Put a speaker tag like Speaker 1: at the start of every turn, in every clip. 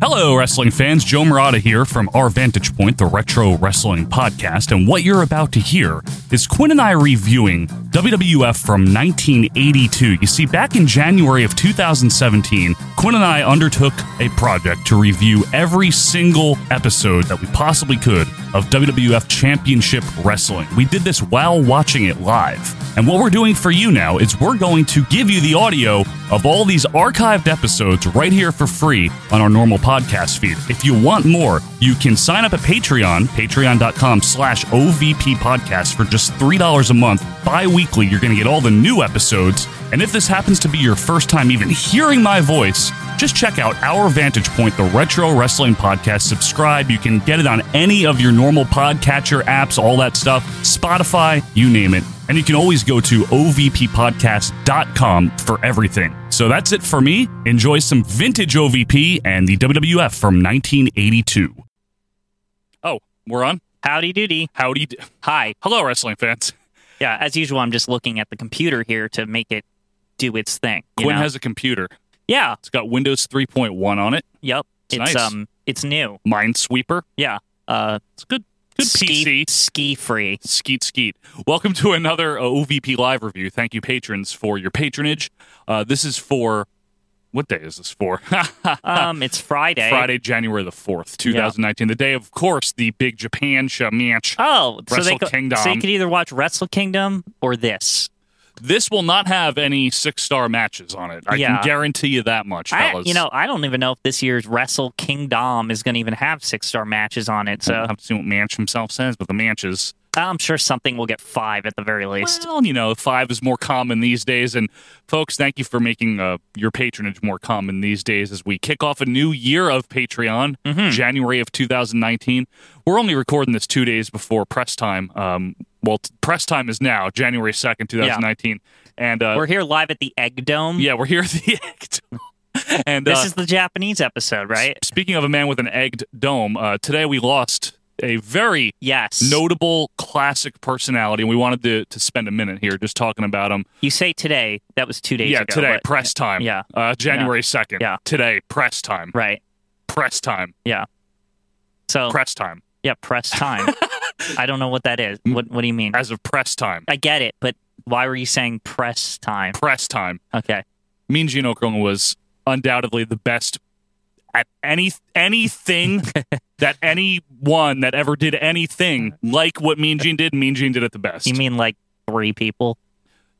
Speaker 1: Hello, wrestling fans. Joe Murata here from Our Vantage Point, the Retro Wrestling Podcast. And what you're about to hear is Quinn and I reviewing WWF from 1982. You see, back in January of 2017, Quinn and I undertook a project to review every single episode that we possibly could of WWF Championship Wrestling. We did this while watching it live. And what we're doing for you now is we're going to give you the audio of all these archived episodes right here for free on our normal podcast feed. If you want more, you can sign up at Patreon, patreon.com slash OVP podcast for just $3 a month. Bi-weekly, you're going to get all the new episodes. And if this happens to be your first time even hearing my voice, just check out Our Vantage Point, the Retro Wrestling Podcast. Subscribe. You can get it on any of your normal podcatcher apps, all that stuff, Spotify, you name it. And you can always go to ovppodcast.com for everything. So that's it for me. Enjoy some vintage OVP and the WWF from 1982. Oh, we're on?
Speaker 2: Howdy doody.
Speaker 1: Howdy. d-
Speaker 2: Hi.
Speaker 1: Hello, wrestling fans.
Speaker 2: Yeah, as usual, I'm just looking at the computer here to make it do its thing. you
Speaker 1: Quinn
Speaker 2: know?
Speaker 1: has a computer.
Speaker 2: yeah.
Speaker 1: It's got Windows 3.1 on it,
Speaker 2: Yep. It's,
Speaker 1: nice.
Speaker 2: um, it's new.
Speaker 1: Minesweeper.
Speaker 2: Yeah. Uh,
Speaker 1: It's good. Good
Speaker 2: ski,
Speaker 1: PC.
Speaker 2: ski free.
Speaker 1: Skeet Skeet. Welcome to another uh, OVP live review. Thank you, patrons, for your patronage. Uh, this is for what day is this for?
Speaker 2: Um, it's Friday.
Speaker 1: Friday, January the fourth, two thousand nineteen. The day, of course, the big Japan show match.
Speaker 2: Oh, so they
Speaker 1: Wrestle
Speaker 2: co-
Speaker 1: Kingdom.
Speaker 2: So you could either watch Wrestle Kingdom or this.
Speaker 1: This will not have any six star matches on it. I
Speaker 2: Yeah.
Speaker 1: can guarantee you that much,
Speaker 2: I,
Speaker 1: fellas.
Speaker 2: you know, I don't even know if this year's Wrestle Kingdom is going to even have six star matches on it.
Speaker 1: I'll
Speaker 2: So
Speaker 1: have to see what Manch himself says, but the matches.
Speaker 2: I'm sure something will get five at the very least.
Speaker 1: Well, you know, five is more common these days. And folks, thank you for making uh, your patronage more common these days as we kick off a new year of Patreon,
Speaker 2: Mm-hmm.
Speaker 1: January of 2019. We're only recording this two days before press time. Um, well, t- press time is now, January 2nd, 2019. And uh,
Speaker 2: We're here live at the Egg Dome.
Speaker 1: yeah, we're here at the act. and
Speaker 2: This
Speaker 1: uh,
Speaker 2: is the Japanese episode, right?
Speaker 1: speaking of a man with an egged dome, uh, today we lost a very
Speaker 2: Yes.
Speaker 1: notable classic personality. And we wanted to, to spend a minute here just talking about him.
Speaker 2: You say today. That was two days
Speaker 1: yeah,
Speaker 2: ago.
Speaker 1: today,
Speaker 2: but-
Speaker 1: press time.
Speaker 2: Yeah.
Speaker 1: Uh, January 2nd.
Speaker 2: Yeah.
Speaker 1: Today, press time.
Speaker 2: Right.
Speaker 1: Press time.
Speaker 2: Yeah. So
Speaker 1: Press time.
Speaker 2: yeah, press time. I don't know what that is. What What do you mean?
Speaker 1: As of Mm. press time.
Speaker 2: I get it, but why were you saying press time?
Speaker 1: Press time.
Speaker 2: Okay.
Speaker 1: Mean Gene Okerlund was undoubtedly the best at any anything that anyone that ever did anything like what Mean Gene did. Mean Gene did it the best.
Speaker 2: You mean like three people?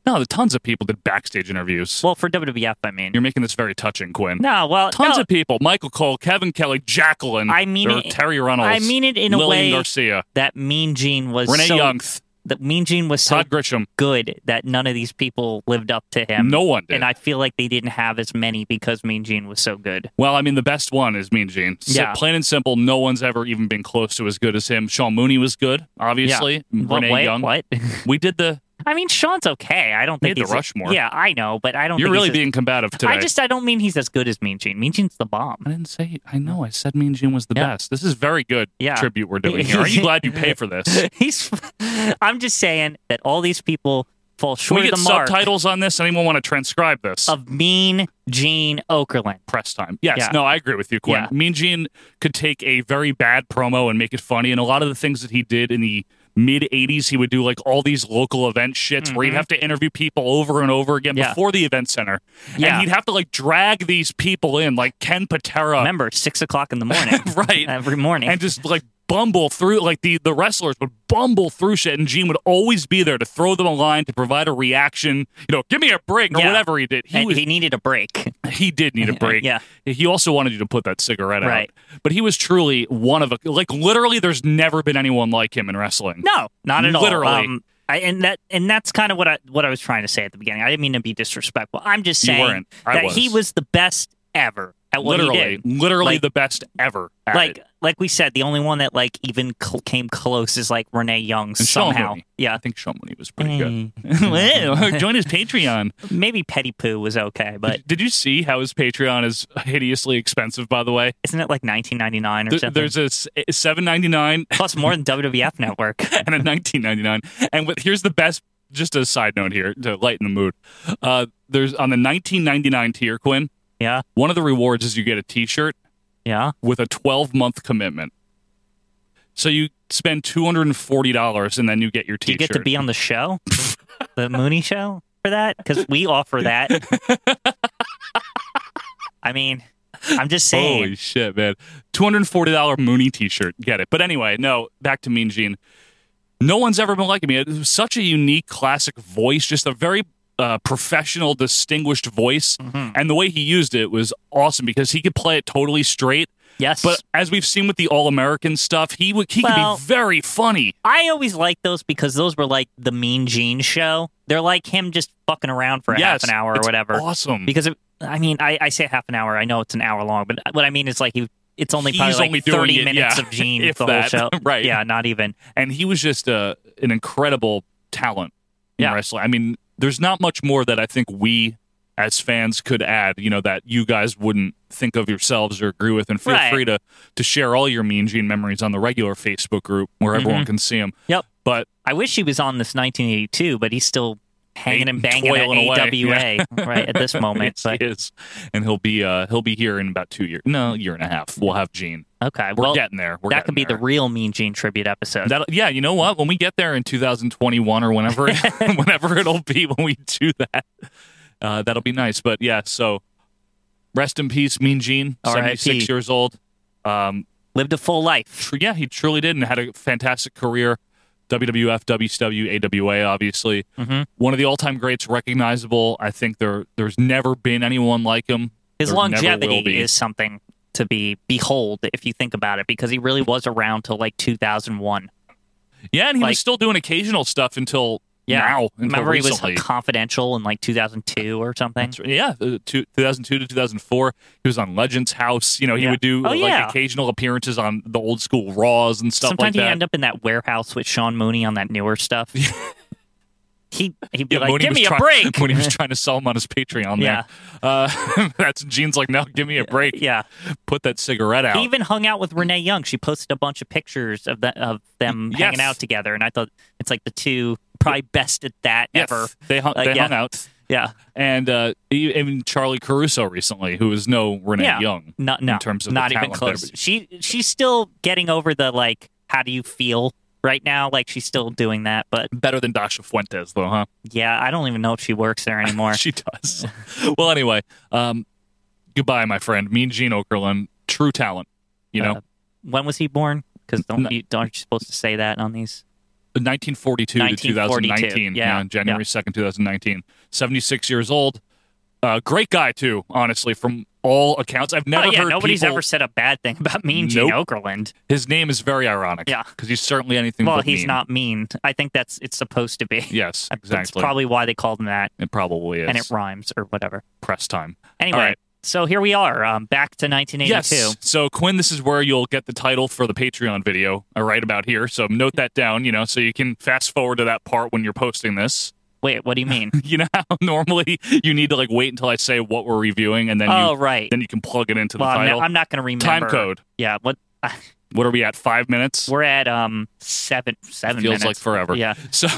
Speaker 1: no, the tons of people did backstage interviews.
Speaker 2: Well, for WWF, I mean.
Speaker 1: You're making this very touching, Quinn.
Speaker 2: No, well,
Speaker 1: Tons
Speaker 2: no,
Speaker 1: of people: Michael Cole, Kevin Kelly, Jacqueline.
Speaker 2: I mean
Speaker 1: or
Speaker 2: it-
Speaker 1: Terry Runnels.
Speaker 2: I mean it in a
Speaker 1: Lillian
Speaker 2: way
Speaker 1: Garcia,
Speaker 2: that Mean Gene was
Speaker 1: Renee
Speaker 2: so
Speaker 1: Young,
Speaker 2: that Mean Gene was so
Speaker 1: Todd Grisham.
Speaker 2: good that none of these people lived up to him.
Speaker 1: no one did.
Speaker 2: And I feel like they didn't have as many because Mean Gene was so good.
Speaker 1: Well, I mean, the best one is Mean Gene. Si-
Speaker 2: Yeah.
Speaker 1: Plain and simple, no one's ever even been close to as good as him. Sean Mooney was good, obviously.
Speaker 2: What-
Speaker 1: Renee
Speaker 2: wait,
Speaker 1: Young.
Speaker 2: What?
Speaker 1: We did the.
Speaker 2: I mean, Sean's okay. I don't
Speaker 1: We
Speaker 2: think
Speaker 1: had the
Speaker 2: he's
Speaker 1: Rushmore.
Speaker 2: Yeah, I know, but I don't.
Speaker 1: You're
Speaker 2: think
Speaker 1: really
Speaker 2: he's
Speaker 1: being combative today.
Speaker 2: I just I don't mean he's as good as Mean Gene. Mean Gene's the bomb.
Speaker 1: I didn't say. I know. I said Mean Gene was the
Speaker 2: Yeah.
Speaker 1: best. This is very good
Speaker 2: Yeah.
Speaker 1: tribute we're doing here. Are you glad you pay for this? Can
Speaker 2: he's. I'm just saying that all these people fall short
Speaker 1: we get
Speaker 2: of the mark
Speaker 1: subtitles on this? Anyone want to transcribe this?
Speaker 2: of Mean Gene Okerlund.
Speaker 1: press time. Yes,
Speaker 2: Yeah.
Speaker 1: no, I agree with you, Quinn.
Speaker 2: Yeah.
Speaker 1: Mean Gene could take a very bad promo and make it funny, and a lot of the things that he did in the mid '80s, he would do like all these local event shits where he'd have to interview people over and over again
Speaker 2: Mm-hmm. Yeah.
Speaker 1: before the event center,
Speaker 2: Yeah.
Speaker 1: and he'd have to like drag these people in, like Ken Patera,
Speaker 2: Remember, six o'clock in the morning,
Speaker 1: right,
Speaker 2: every morning.
Speaker 1: and just like bumble through like the the wrestlers would bumble through shit and Gene would always be there to throw them a line to provide a reaction you know give me a break or
Speaker 2: Yeah.
Speaker 1: whatever he did he
Speaker 2: And
Speaker 1: was
Speaker 2: he needed a break.
Speaker 1: he did need a break.
Speaker 2: Yeah.
Speaker 1: He also wanted you to put that cigarette
Speaker 2: Right.
Speaker 1: out. But he was truly one of a like literally there's never been anyone like him in wrestling.
Speaker 2: No, not at all.
Speaker 1: Literally.
Speaker 2: Um, I, and that and that's kind of what I what I was trying to say at the beginning. I didn't mean to be disrespectful. I'm just
Speaker 1: You
Speaker 2: saying
Speaker 1: weren't. I
Speaker 2: that
Speaker 1: was.
Speaker 2: he was the best ever at what he
Speaker 1: literally,
Speaker 2: did.
Speaker 1: literally
Speaker 2: Like-
Speaker 1: the best ever. at
Speaker 2: like
Speaker 1: it.
Speaker 2: like we said, the only one that like even cl- came close is like Renee Young
Speaker 1: Sean
Speaker 2: somehow.
Speaker 1: Mooney.
Speaker 2: Yeah,
Speaker 1: I think Sean Money was
Speaker 2: mm.
Speaker 1: pretty good. Well, Join his Patreon.
Speaker 2: maybe Petty Poo was okay, but
Speaker 1: Did you see how his Patreon is hideously expensive? By the way,
Speaker 2: isn't it like 1999 or
Speaker 1: Th-
Speaker 2: something?
Speaker 1: there's a s- a seven ninety nine
Speaker 2: Plus more than WWF Network.
Speaker 1: and a 1999. And what, here's the best, just a side note here to lighten the mood. Uh, there's on the 1999 tier, Quinn.
Speaker 2: Yeah.
Speaker 1: One of the rewards is you get a T-shirt,
Speaker 2: Yeah.
Speaker 1: with a 12 month commitment. So you spend $240 and then you get your
Speaker 2: Do you
Speaker 1: t-shirt.
Speaker 2: get to be on the show, the Mooney Show, for that? Because we offer that. I mean, I'm just saying.
Speaker 1: Holy shit, man. $240 Mooney t-shirt. Get it. But anyway, no, back to Mean Gene. No one's ever been like me. It's such a unique classic voice, just a very uh, professional, distinguished voice.
Speaker 2: Mm-hmm.
Speaker 1: And the way he used it was awesome because he could play it totally straight.
Speaker 2: yes,
Speaker 1: But as we've seen with the All American stuff, he would he
Speaker 2: Well-
Speaker 1: could be very funny.
Speaker 2: I always liked those because those were like the Mean Gene Show. They're like him just fucking around for a
Speaker 1: yes,
Speaker 2: half an hour or
Speaker 1: it's
Speaker 2: whatever.
Speaker 1: Awesome.
Speaker 2: Because it, I mean, I, I say half an hour. I know it's an hour long, but what I mean is like he. It's only
Speaker 1: He's
Speaker 2: probably like
Speaker 1: only doing
Speaker 2: thirty
Speaker 1: it,
Speaker 2: minutes
Speaker 1: yeah,
Speaker 2: of Gene
Speaker 1: if
Speaker 2: the
Speaker 1: that,
Speaker 2: whole show.
Speaker 1: right.
Speaker 2: Yeah, not even.
Speaker 1: and he was just uh, an incredible talent in
Speaker 2: Yeah.
Speaker 1: wrestling. I mean, there's not much more that I think we as fans could add, you know, that you guys wouldn't think of yourselves or agree with. And feel
Speaker 2: Right.
Speaker 1: free to, to share all your Mean Gene memories on the regular Facebook group where everyone can see them.
Speaker 2: Mm-hmm. Yep.
Speaker 1: But
Speaker 2: I wish he was on this 1982, but he's still hanging and banging at
Speaker 1: Toiling away,
Speaker 2: AWA right at this moment.
Speaker 1: yes,
Speaker 2: But
Speaker 1: he is. And he'll be uh, he'll be here in about two years. No, year and a half. We'll have Gene.
Speaker 2: okay,
Speaker 1: We're
Speaker 2: well
Speaker 1: getting there. We're
Speaker 2: that could be
Speaker 1: getting
Speaker 2: the
Speaker 1: there.
Speaker 2: real Mean Gene tribute episode.
Speaker 1: That'll, yeah, you know what? When we get there in 2021 or whenever, whenever it'll be when we do that, uh, that'll be nice. But yeah, so rest in peace, Mean Gene,
Speaker 2: R.I.P.
Speaker 1: 76 years old. Um,
Speaker 2: Lived a full life.
Speaker 1: tr- yeah, he truly did and had a fantastic career. WWF, WCW, AWA, obviously
Speaker 2: Mhm.
Speaker 1: one of the all-time greats, recognizable. I think there there's never been anyone like him.
Speaker 2: His
Speaker 1: There never will
Speaker 2: longevity
Speaker 1: be.
Speaker 2: is something to be behold if you think about it, because he really was around till like 2001.
Speaker 1: yeah, and he
Speaker 2: like-
Speaker 1: was still doing occasional stuff until
Speaker 2: Yeah,
Speaker 1: now. Until
Speaker 2: remember
Speaker 1: recently.
Speaker 2: he was confidential in like 2002 or something.
Speaker 1: That's right. Yeah, uh, two- 2002 to 2004, he was on Legends House. You know, he
Speaker 2: Yeah.
Speaker 1: would do
Speaker 2: Oh,
Speaker 1: like
Speaker 2: yeah.
Speaker 1: occasional appearances on the old school Raws and stuff
Speaker 2: Sometimes
Speaker 1: like
Speaker 2: you
Speaker 1: that.
Speaker 2: end up in that warehouse with Sean Mooney on that newer stuff. he he'd be
Speaker 1: Yeah,
Speaker 2: like,
Speaker 1: Mooney
Speaker 2: "Give
Speaker 1: was
Speaker 2: me
Speaker 1: try-
Speaker 2: a break."
Speaker 1: when he was trying to sell him on his Patreon. There. uh, that's Gene's like, no, give me a break.
Speaker 2: yeah.
Speaker 1: Put that cigarette out.
Speaker 2: He even hung out with Renee Young. She posted a bunch of pictures of the, of them
Speaker 1: Yes.
Speaker 2: hanging out together, and I thought it's like the two probably best at that
Speaker 1: Yes,
Speaker 2: ever.
Speaker 1: they hung,
Speaker 2: Like,
Speaker 1: they
Speaker 2: yeah.
Speaker 1: hung out,
Speaker 2: Yeah,
Speaker 1: and uh, e- even Charlie Caruso recently, who is no Renee
Speaker 2: Yeah.
Speaker 1: Young.
Speaker 2: no, no,
Speaker 1: in terms of
Speaker 2: not
Speaker 1: the
Speaker 2: even
Speaker 1: talent there,
Speaker 2: close.
Speaker 1: but-
Speaker 2: She she's still getting over the like, how do you feel right now? Like she's still doing that, but
Speaker 1: Better than Dasha Fuentes, though, huh?
Speaker 2: yeah, I don't even know if she works there anymore.
Speaker 1: She does. well, anyway, um, goodbye, my friend. Mean Gene Okerlund, true talent. You know,
Speaker 2: Uh, when was he born? Because don't
Speaker 1: No.
Speaker 2: you aren't you supposed to say that on these?
Speaker 1: 1942 to 2019.
Speaker 2: 1942, yeah.
Speaker 1: January 2nd, 2019. 76 years old. Uh, great guy, too, honestly, from all accounts. I've never
Speaker 2: oh yeah,
Speaker 1: heard
Speaker 2: nobody's
Speaker 1: people,
Speaker 2: ever said a bad thing about Mean Gene Okerlund.
Speaker 1: His name is very ironic.
Speaker 2: Yeah.
Speaker 1: Because he's certainly anything
Speaker 2: Well,
Speaker 1: but
Speaker 2: he's
Speaker 1: mean.
Speaker 2: not mean. I think that's it's supposed to be.
Speaker 1: Yes,
Speaker 2: That's
Speaker 1: exactly.
Speaker 2: probably why they called him that.
Speaker 1: it probably is.
Speaker 2: and it rhymes or whatever.
Speaker 1: press time.
Speaker 2: Anyway,
Speaker 1: All right.
Speaker 2: so here we are, um, back to 1982.
Speaker 1: Yes. So Quinn, this is where you'll get the title for the Patreon video uh, right about here. So note that down, you know, so you can fast forward to that part when you're posting this.
Speaker 2: Wait, what do you mean?
Speaker 1: You know how normally you need to like wait until I say what we're reviewing and then you
Speaker 2: oh, right.
Speaker 1: then you can plug it into the
Speaker 2: Well, I'm,
Speaker 1: title.
Speaker 2: not- I'm not going to
Speaker 1: Time
Speaker 2: remember.
Speaker 1: code.
Speaker 2: Yeah, what
Speaker 1: What are we at? Five minutes.
Speaker 2: we're at um seven seven
Speaker 1: Feels
Speaker 2: minutes.
Speaker 1: like forever.
Speaker 2: Yeah,
Speaker 1: So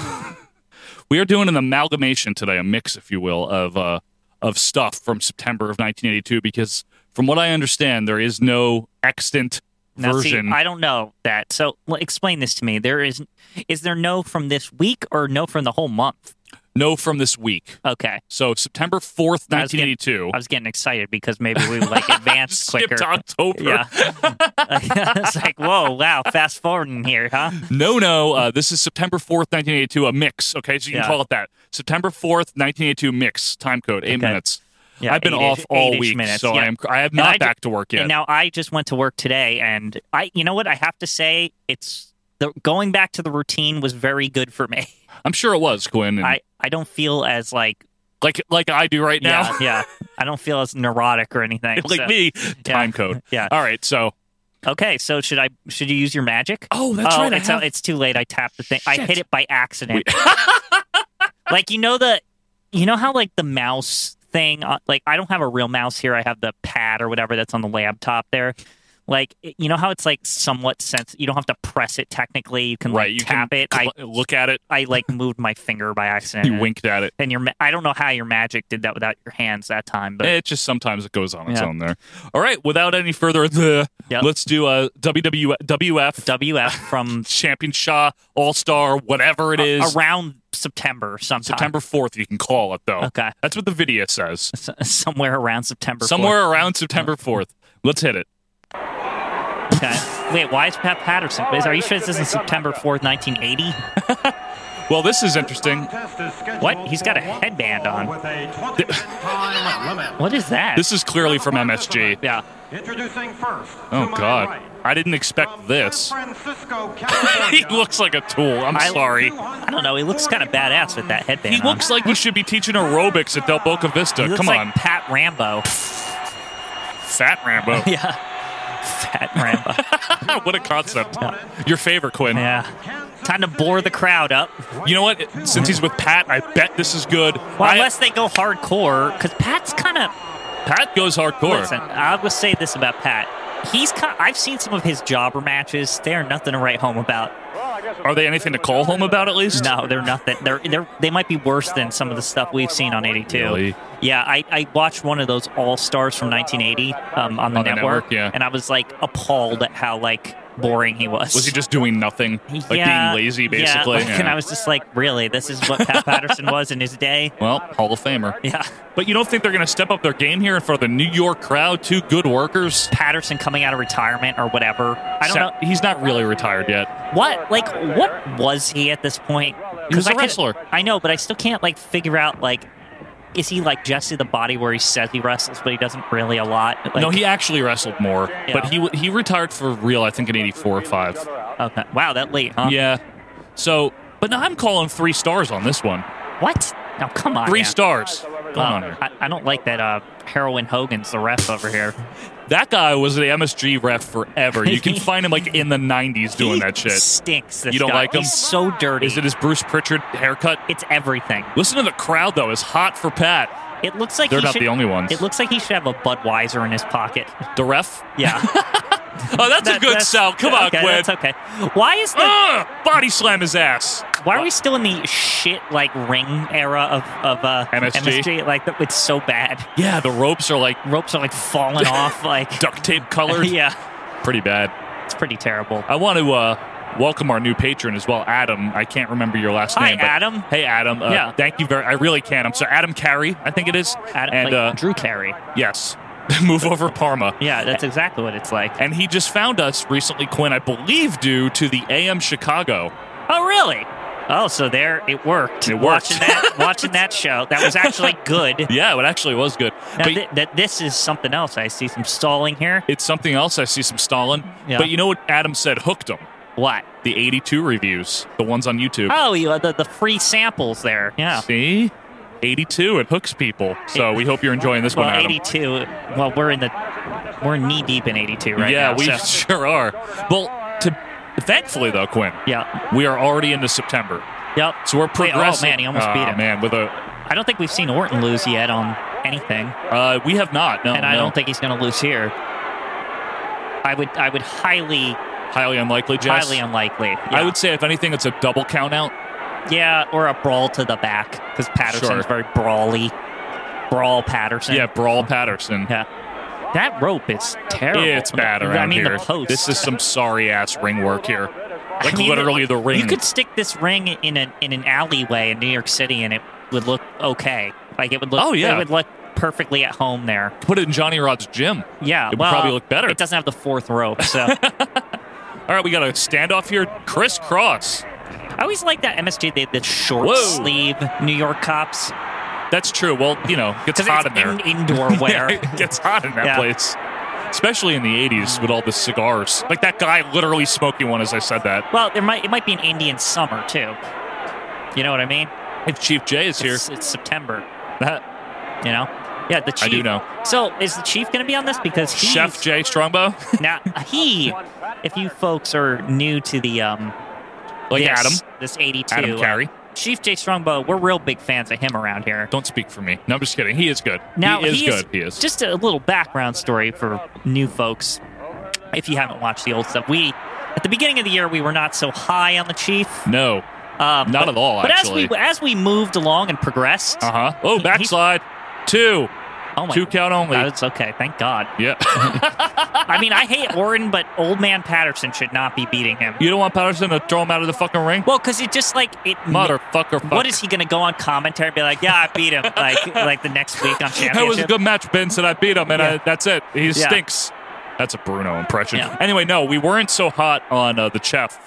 Speaker 1: we are doing an amalgamation today, a mix, if you will, of uh, of stuff from September of 1982. Because from what I understand, there is no extant
Speaker 2: now
Speaker 1: version.
Speaker 2: see, I don't know that. So l- explain this to me. There is is there no from this week or no from the whole month?
Speaker 1: no, from this week.
Speaker 2: Okay,
Speaker 1: So September 4th,
Speaker 2: I was getting-
Speaker 1: 1982.
Speaker 2: I was getting excited because maybe we like advanced
Speaker 1: Oh.
Speaker 2: quicker.
Speaker 1: Skipped October.
Speaker 2: Yeah, it's like whoa, wow, fast forwarding here, huh?
Speaker 1: No, no. Uh, this is September 4th, 1982, a mix. Okay, so you
Speaker 2: Yeah.
Speaker 1: can call it that. September 4th, 1982 mix, time code, eight
Speaker 2: Okay.
Speaker 1: minutes.
Speaker 2: Yeah,
Speaker 1: I've been
Speaker 2: eight-ish-
Speaker 1: off all
Speaker 2: eight-ish
Speaker 1: week,
Speaker 2: minutes.
Speaker 1: so
Speaker 2: Yeah.
Speaker 1: I am I have
Speaker 2: And I
Speaker 1: not
Speaker 2: ju-
Speaker 1: back to work yet.
Speaker 2: And now I just went to work today, and I, you know what, I have to say, it's the going back to the routine was very good for me.
Speaker 1: I'm sure it was Quinn, and
Speaker 2: I, I don't feel as like
Speaker 1: like like I do Mm. right now,
Speaker 2: yeah, yeah. I don't feel as neurotic or anything.
Speaker 1: like
Speaker 2: so-
Speaker 1: me.
Speaker 2: yeah.
Speaker 1: Time code.
Speaker 2: Yeah.
Speaker 1: All right, so
Speaker 2: Okay, so should I? Should you use your magic?
Speaker 1: oh,
Speaker 2: oh, it's, it's too late. I tapped the thing. I
Speaker 1: Shit.
Speaker 2: hit it by accident. like you know the, you know how like the mouse thing. uh, Like I don't have a real mouse here. I have the pad or whatever that's on the laptop there. Like you know how it's like somewhat sense. You don't have to press it technically. You can
Speaker 1: right.
Speaker 2: like
Speaker 1: You
Speaker 2: tap
Speaker 1: can
Speaker 2: it.
Speaker 1: cl- look at it.
Speaker 2: I I like moved my finger by accident.
Speaker 1: You winked at it.
Speaker 2: And your ma- I don't know how your magic did that without your hands that time, but
Speaker 1: it just sometimes it goes on its
Speaker 2: Yeah.
Speaker 1: own there. All right. Without any further, the
Speaker 2: Yep.
Speaker 1: let's do a WW, WF
Speaker 2: WF from
Speaker 1: Champion Shaw All Star, whatever it is.
Speaker 2: around September sometime.
Speaker 1: September fourth, you can call it though.
Speaker 2: Okay.
Speaker 1: That's what the video says.
Speaker 2: S- somewhere around September. 4th.
Speaker 1: Somewhere around September fourth. Let's hit it.
Speaker 2: Okay. Wait, why is Pat Patterson? Is- Are you sure this isn't September 4th, 1980?
Speaker 1: Well, this is interesting.
Speaker 2: What? He's got a headband on. What is that?
Speaker 1: This is clearly from MSG.
Speaker 2: yeah.
Speaker 3: Introducing first.
Speaker 1: Oh God, I didn't expect this. he
Speaker 3: he
Speaker 1: looks like a tool. I'm
Speaker 2: I-
Speaker 1: sorry.
Speaker 2: I don't know. He looks kind of badass with that headband.
Speaker 1: He looks like we should be teaching aerobics at Del Boca Vista.
Speaker 2: on. He looks
Speaker 1: Come
Speaker 2: like
Speaker 1: on,
Speaker 2: Pat Rambo.
Speaker 1: Fat Rambo.
Speaker 2: yeah. Fat Rambo.
Speaker 1: what a concept. Your favorite, Quinn.
Speaker 2: yeah. Time to blur the crowd up.
Speaker 1: You know what? Since he's with Pat, I bet this is good.
Speaker 2: Well,
Speaker 1: I-
Speaker 2: unless they go hardcore, because Pat's kind of.
Speaker 1: Pat goes hardcore.
Speaker 2: Listen, I will say this about Pat. He's kind. I've seen some of his jobber matches. They are nothing to write home about.
Speaker 1: Are they anything to call home about at least?
Speaker 2: No, they're nothing. They're they're they might be worse than some of the stuff we've seen on '82.
Speaker 1: Really?
Speaker 2: Yeah, I, I watched one of those All Stars from 1980 um, on the
Speaker 1: On the network,
Speaker 2: network,
Speaker 1: yeah.
Speaker 2: and I was like appalled at how like boring he was.
Speaker 1: Was he just doing nothing? Like
Speaker 2: Yeah,
Speaker 1: being lazy,
Speaker 2: yeah,
Speaker 1: basically?
Speaker 2: like, And
Speaker 1: Yeah.
Speaker 2: I was just like, really, this is what Pat Patterson was in his day.
Speaker 1: well, Hall of Famer.
Speaker 2: Yeah,
Speaker 1: But you don't think they're going to step up their game here in front of the New York crowd? Two good workers?
Speaker 2: Patterson coming out of retirement or whatever. I don't
Speaker 1: Sa-
Speaker 2: know.
Speaker 1: He's not really retired yet.
Speaker 2: What like what was he at this point?
Speaker 1: He was
Speaker 2: a
Speaker 1: a wrestler.
Speaker 2: I know, but I still can't like figure out like is he like Jesse the Body where he says he wrestles but he doesn't really a lot? Like,
Speaker 1: no, he actually wrestled more, but he w- he retired for real, I think, in 84 or 5.
Speaker 2: Okay. Wow, oh, that late, huh?
Speaker 1: Yeah. So, but no, I'm calling three stars on this one.
Speaker 2: What? Now come on.
Speaker 1: Three
Speaker 2: man.
Speaker 1: stars. Going
Speaker 2: Oh,
Speaker 1: on here.
Speaker 2: I, I don't like that. Uh, heroin Hogan's the ref over here.
Speaker 1: That guy was the MSG ref forever. You can find him like in the 90s doing
Speaker 2: He
Speaker 1: that shit.
Speaker 2: Stinks. This
Speaker 1: You don't
Speaker 2: guy.
Speaker 1: like him?
Speaker 2: He's so dirty.
Speaker 1: Is it his Bruce Pritchard haircut?
Speaker 2: it's everything.
Speaker 1: Listen to the crowd though. It's hot for Pat.
Speaker 2: It looks like
Speaker 1: They're
Speaker 2: he
Speaker 1: not
Speaker 2: should-
Speaker 1: the only ones.
Speaker 2: It looks like he should have a Budweiser in his pocket.
Speaker 1: The ref?
Speaker 2: Yeah,
Speaker 1: Oh, that's a
Speaker 2: That-
Speaker 1: good
Speaker 2: that's-
Speaker 1: sell. Come on,
Speaker 2: okay,
Speaker 1: Quinn.
Speaker 2: That's okay. Why is the
Speaker 1: Ugh! body slam his ass.
Speaker 2: Why are we still in the shit like ring era of of uh,
Speaker 1: MSG?
Speaker 2: Like that- it's so bad.
Speaker 1: Yeah, the ropes are like
Speaker 2: Ropes are like falling off. Like
Speaker 1: duct tape colored.
Speaker 2: yeah,
Speaker 1: Pretty bad.
Speaker 2: it's pretty terrible.
Speaker 1: I want to uh, welcome our new patron as well, Adam. I can't remember your last
Speaker 2: Hi,
Speaker 1: name. but-
Speaker 2: Adam.
Speaker 1: Hey, Adam. Uh,
Speaker 2: Yeah.
Speaker 1: Thank you very. I really can. I'm sorry, Adam Carey. I think it is.
Speaker 2: Adam,
Speaker 1: and
Speaker 2: like,
Speaker 1: uh,
Speaker 2: Drew Carey.
Speaker 1: yes, move over Parma.
Speaker 2: Yeah, that's exactly what it's like.
Speaker 1: And he just found us recently, Quinn. I believe due to the AM Chicago.
Speaker 2: Oh really? Oh, so there it worked.
Speaker 1: It worked.
Speaker 2: Watching that, watching that show, that was actually good.
Speaker 1: Yeah, it actually was good.
Speaker 2: Now,
Speaker 1: but
Speaker 2: thi- that this is something else. I see some stalling here.
Speaker 1: it's something else. I see some Stalin.
Speaker 2: Yeah.
Speaker 1: But you know what Adam said hooked him?
Speaker 2: What?
Speaker 1: The 82 reviews, the ones on YouTube.
Speaker 2: Oh, you the the free samples there. Yeah.
Speaker 1: See? 82, it hooks people. So we hope you're enjoying this
Speaker 2: Well,
Speaker 1: one, Adam.
Speaker 2: 82. Well, we're in the we're knee deep in 82 right
Speaker 1: yeah,
Speaker 2: now.
Speaker 1: we
Speaker 2: so-
Speaker 1: sure are. Well, to, thankfully, though, Quinn,
Speaker 2: Yeah.
Speaker 1: we are already into September.
Speaker 2: Yep.
Speaker 1: So we're
Speaker 2: Wait,
Speaker 1: progressing.
Speaker 2: oh man, he almost
Speaker 1: Ah,
Speaker 2: beat him.
Speaker 1: man, with a.
Speaker 2: I don't think we've seen Orton lose yet on anything,
Speaker 1: Uh, we have not. No,
Speaker 2: and I
Speaker 1: no.
Speaker 2: don't think he's going to lose here. I would, I would highly,
Speaker 1: Highly unlikely, Jess.
Speaker 2: highly unlikely. Yeah.
Speaker 1: I would say, if anything, it's a double count out.
Speaker 2: yeah, or a brawl to the back because Patterson's
Speaker 1: Sure.
Speaker 2: very brawly. Brawl Patterson.
Speaker 1: Yeah, Brawl Patterson.
Speaker 2: Yeah. That rope is terrible.
Speaker 1: It's bad around
Speaker 2: I mean,
Speaker 1: here.
Speaker 2: the post.
Speaker 1: This is some sorry ass ring work here. Like
Speaker 2: I mean,
Speaker 1: literally the ring.
Speaker 2: You could stick this ring in an in an alleyway in New York City, and it would look okay. Like it would look.
Speaker 1: Oh, yeah.
Speaker 2: It would look perfectly at home there.
Speaker 1: put it in Johnny Rod's gym.
Speaker 2: Yeah.
Speaker 1: It would
Speaker 2: well,
Speaker 1: probably look better.
Speaker 2: It doesn't have the fourth rope, so.
Speaker 1: All right, we got a standoff here. Chris Cross.
Speaker 2: I always like that MSG. They had the short
Speaker 1: Whoa.
Speaker 2: sleeve New York cops
Speaker 1: That's true. Well, you know, gets
Speaker 2: because
Speaker 1: hot
Speaker 2: it's
Speaker 1: in there.
Speaker 2: in, indoor wear.
Speaker 1: it gets hot in that
Speaker 2: Yeah.
Speaker 1: place. Especially in the 80s with all the cigars. Like that guy literally smoking one as I said that.
Speaker 2: well, there might it might be an Indian summer too. You know what I mean?
Speaker 1: If Chief Jay is here,
Speaker 2: It's, it's September.
Speaker 1: that,
Speaker 2: You know? Yeah, the
Speaker 1: I
Speaker 2: chief.
Speaker 1: do know.
Speaker 2: So is the chief going to be on this? Because he's,
Speaker 1: Chef Jay Strongbow,
Speaker 2: now he, if you folks are new to the um,
Speaker 1: like
Speaker 2: this,
Speaker 1: Adam,
Speaker 2: this eighty-two,
Speaker 1: Adam Carey.
Speaker 2: uh, Chief Jay Strongbow, we're real big fans of him around here.
Speaker 1: Don't speak for me. No, I'm just kidding. He is good.
Speaker 2: Now
Speaker 1: he is good. he is.
Speaker 2: Just a little background story for new folks. if you haven't watched the old stuff. We, at the beginning of the year, we were not so high on the Chief.
Speaker 1: No, not
Speaker 2: Um, but-
Speaker 1: at all.
Speaker 2: But
Speaker 1: actually,
Speaker 2: as we as we moved along and progressed,
Speaker 1: uh huh. Oh,
Speaker 2: He-
Speaker 1: backslide, two,
Speaker 2: oh my,
Speaker 1: two count only.
Speaker 2: that's okay. Thank God.
Speaker 1: yeah,
Speaker 2: I mean, I hate Orton, but old man Patterson should not be beating him.
Speaker 1: you don't want Patterson to throw him out of the fucking ring,
Speaker 2: Well, because it just like it.
Speaker 1: motherfucker. Fuck.
Speaker 2: What is he going to go on commentary and be like? Yeah, I beat him. like like the next week on championship.
Speaker 1: That was a good match, Vince, and I beat him, and I,
Speaker 2: Yeah.
Speaker 1: that's it. He
Speaker 2: Yeah.
Speaker 1: stinks. That's a Bruno impression.
Speaker 2: Yeah.
Speaker 1: Anyway, no, we weren't so hot on uh, the chef,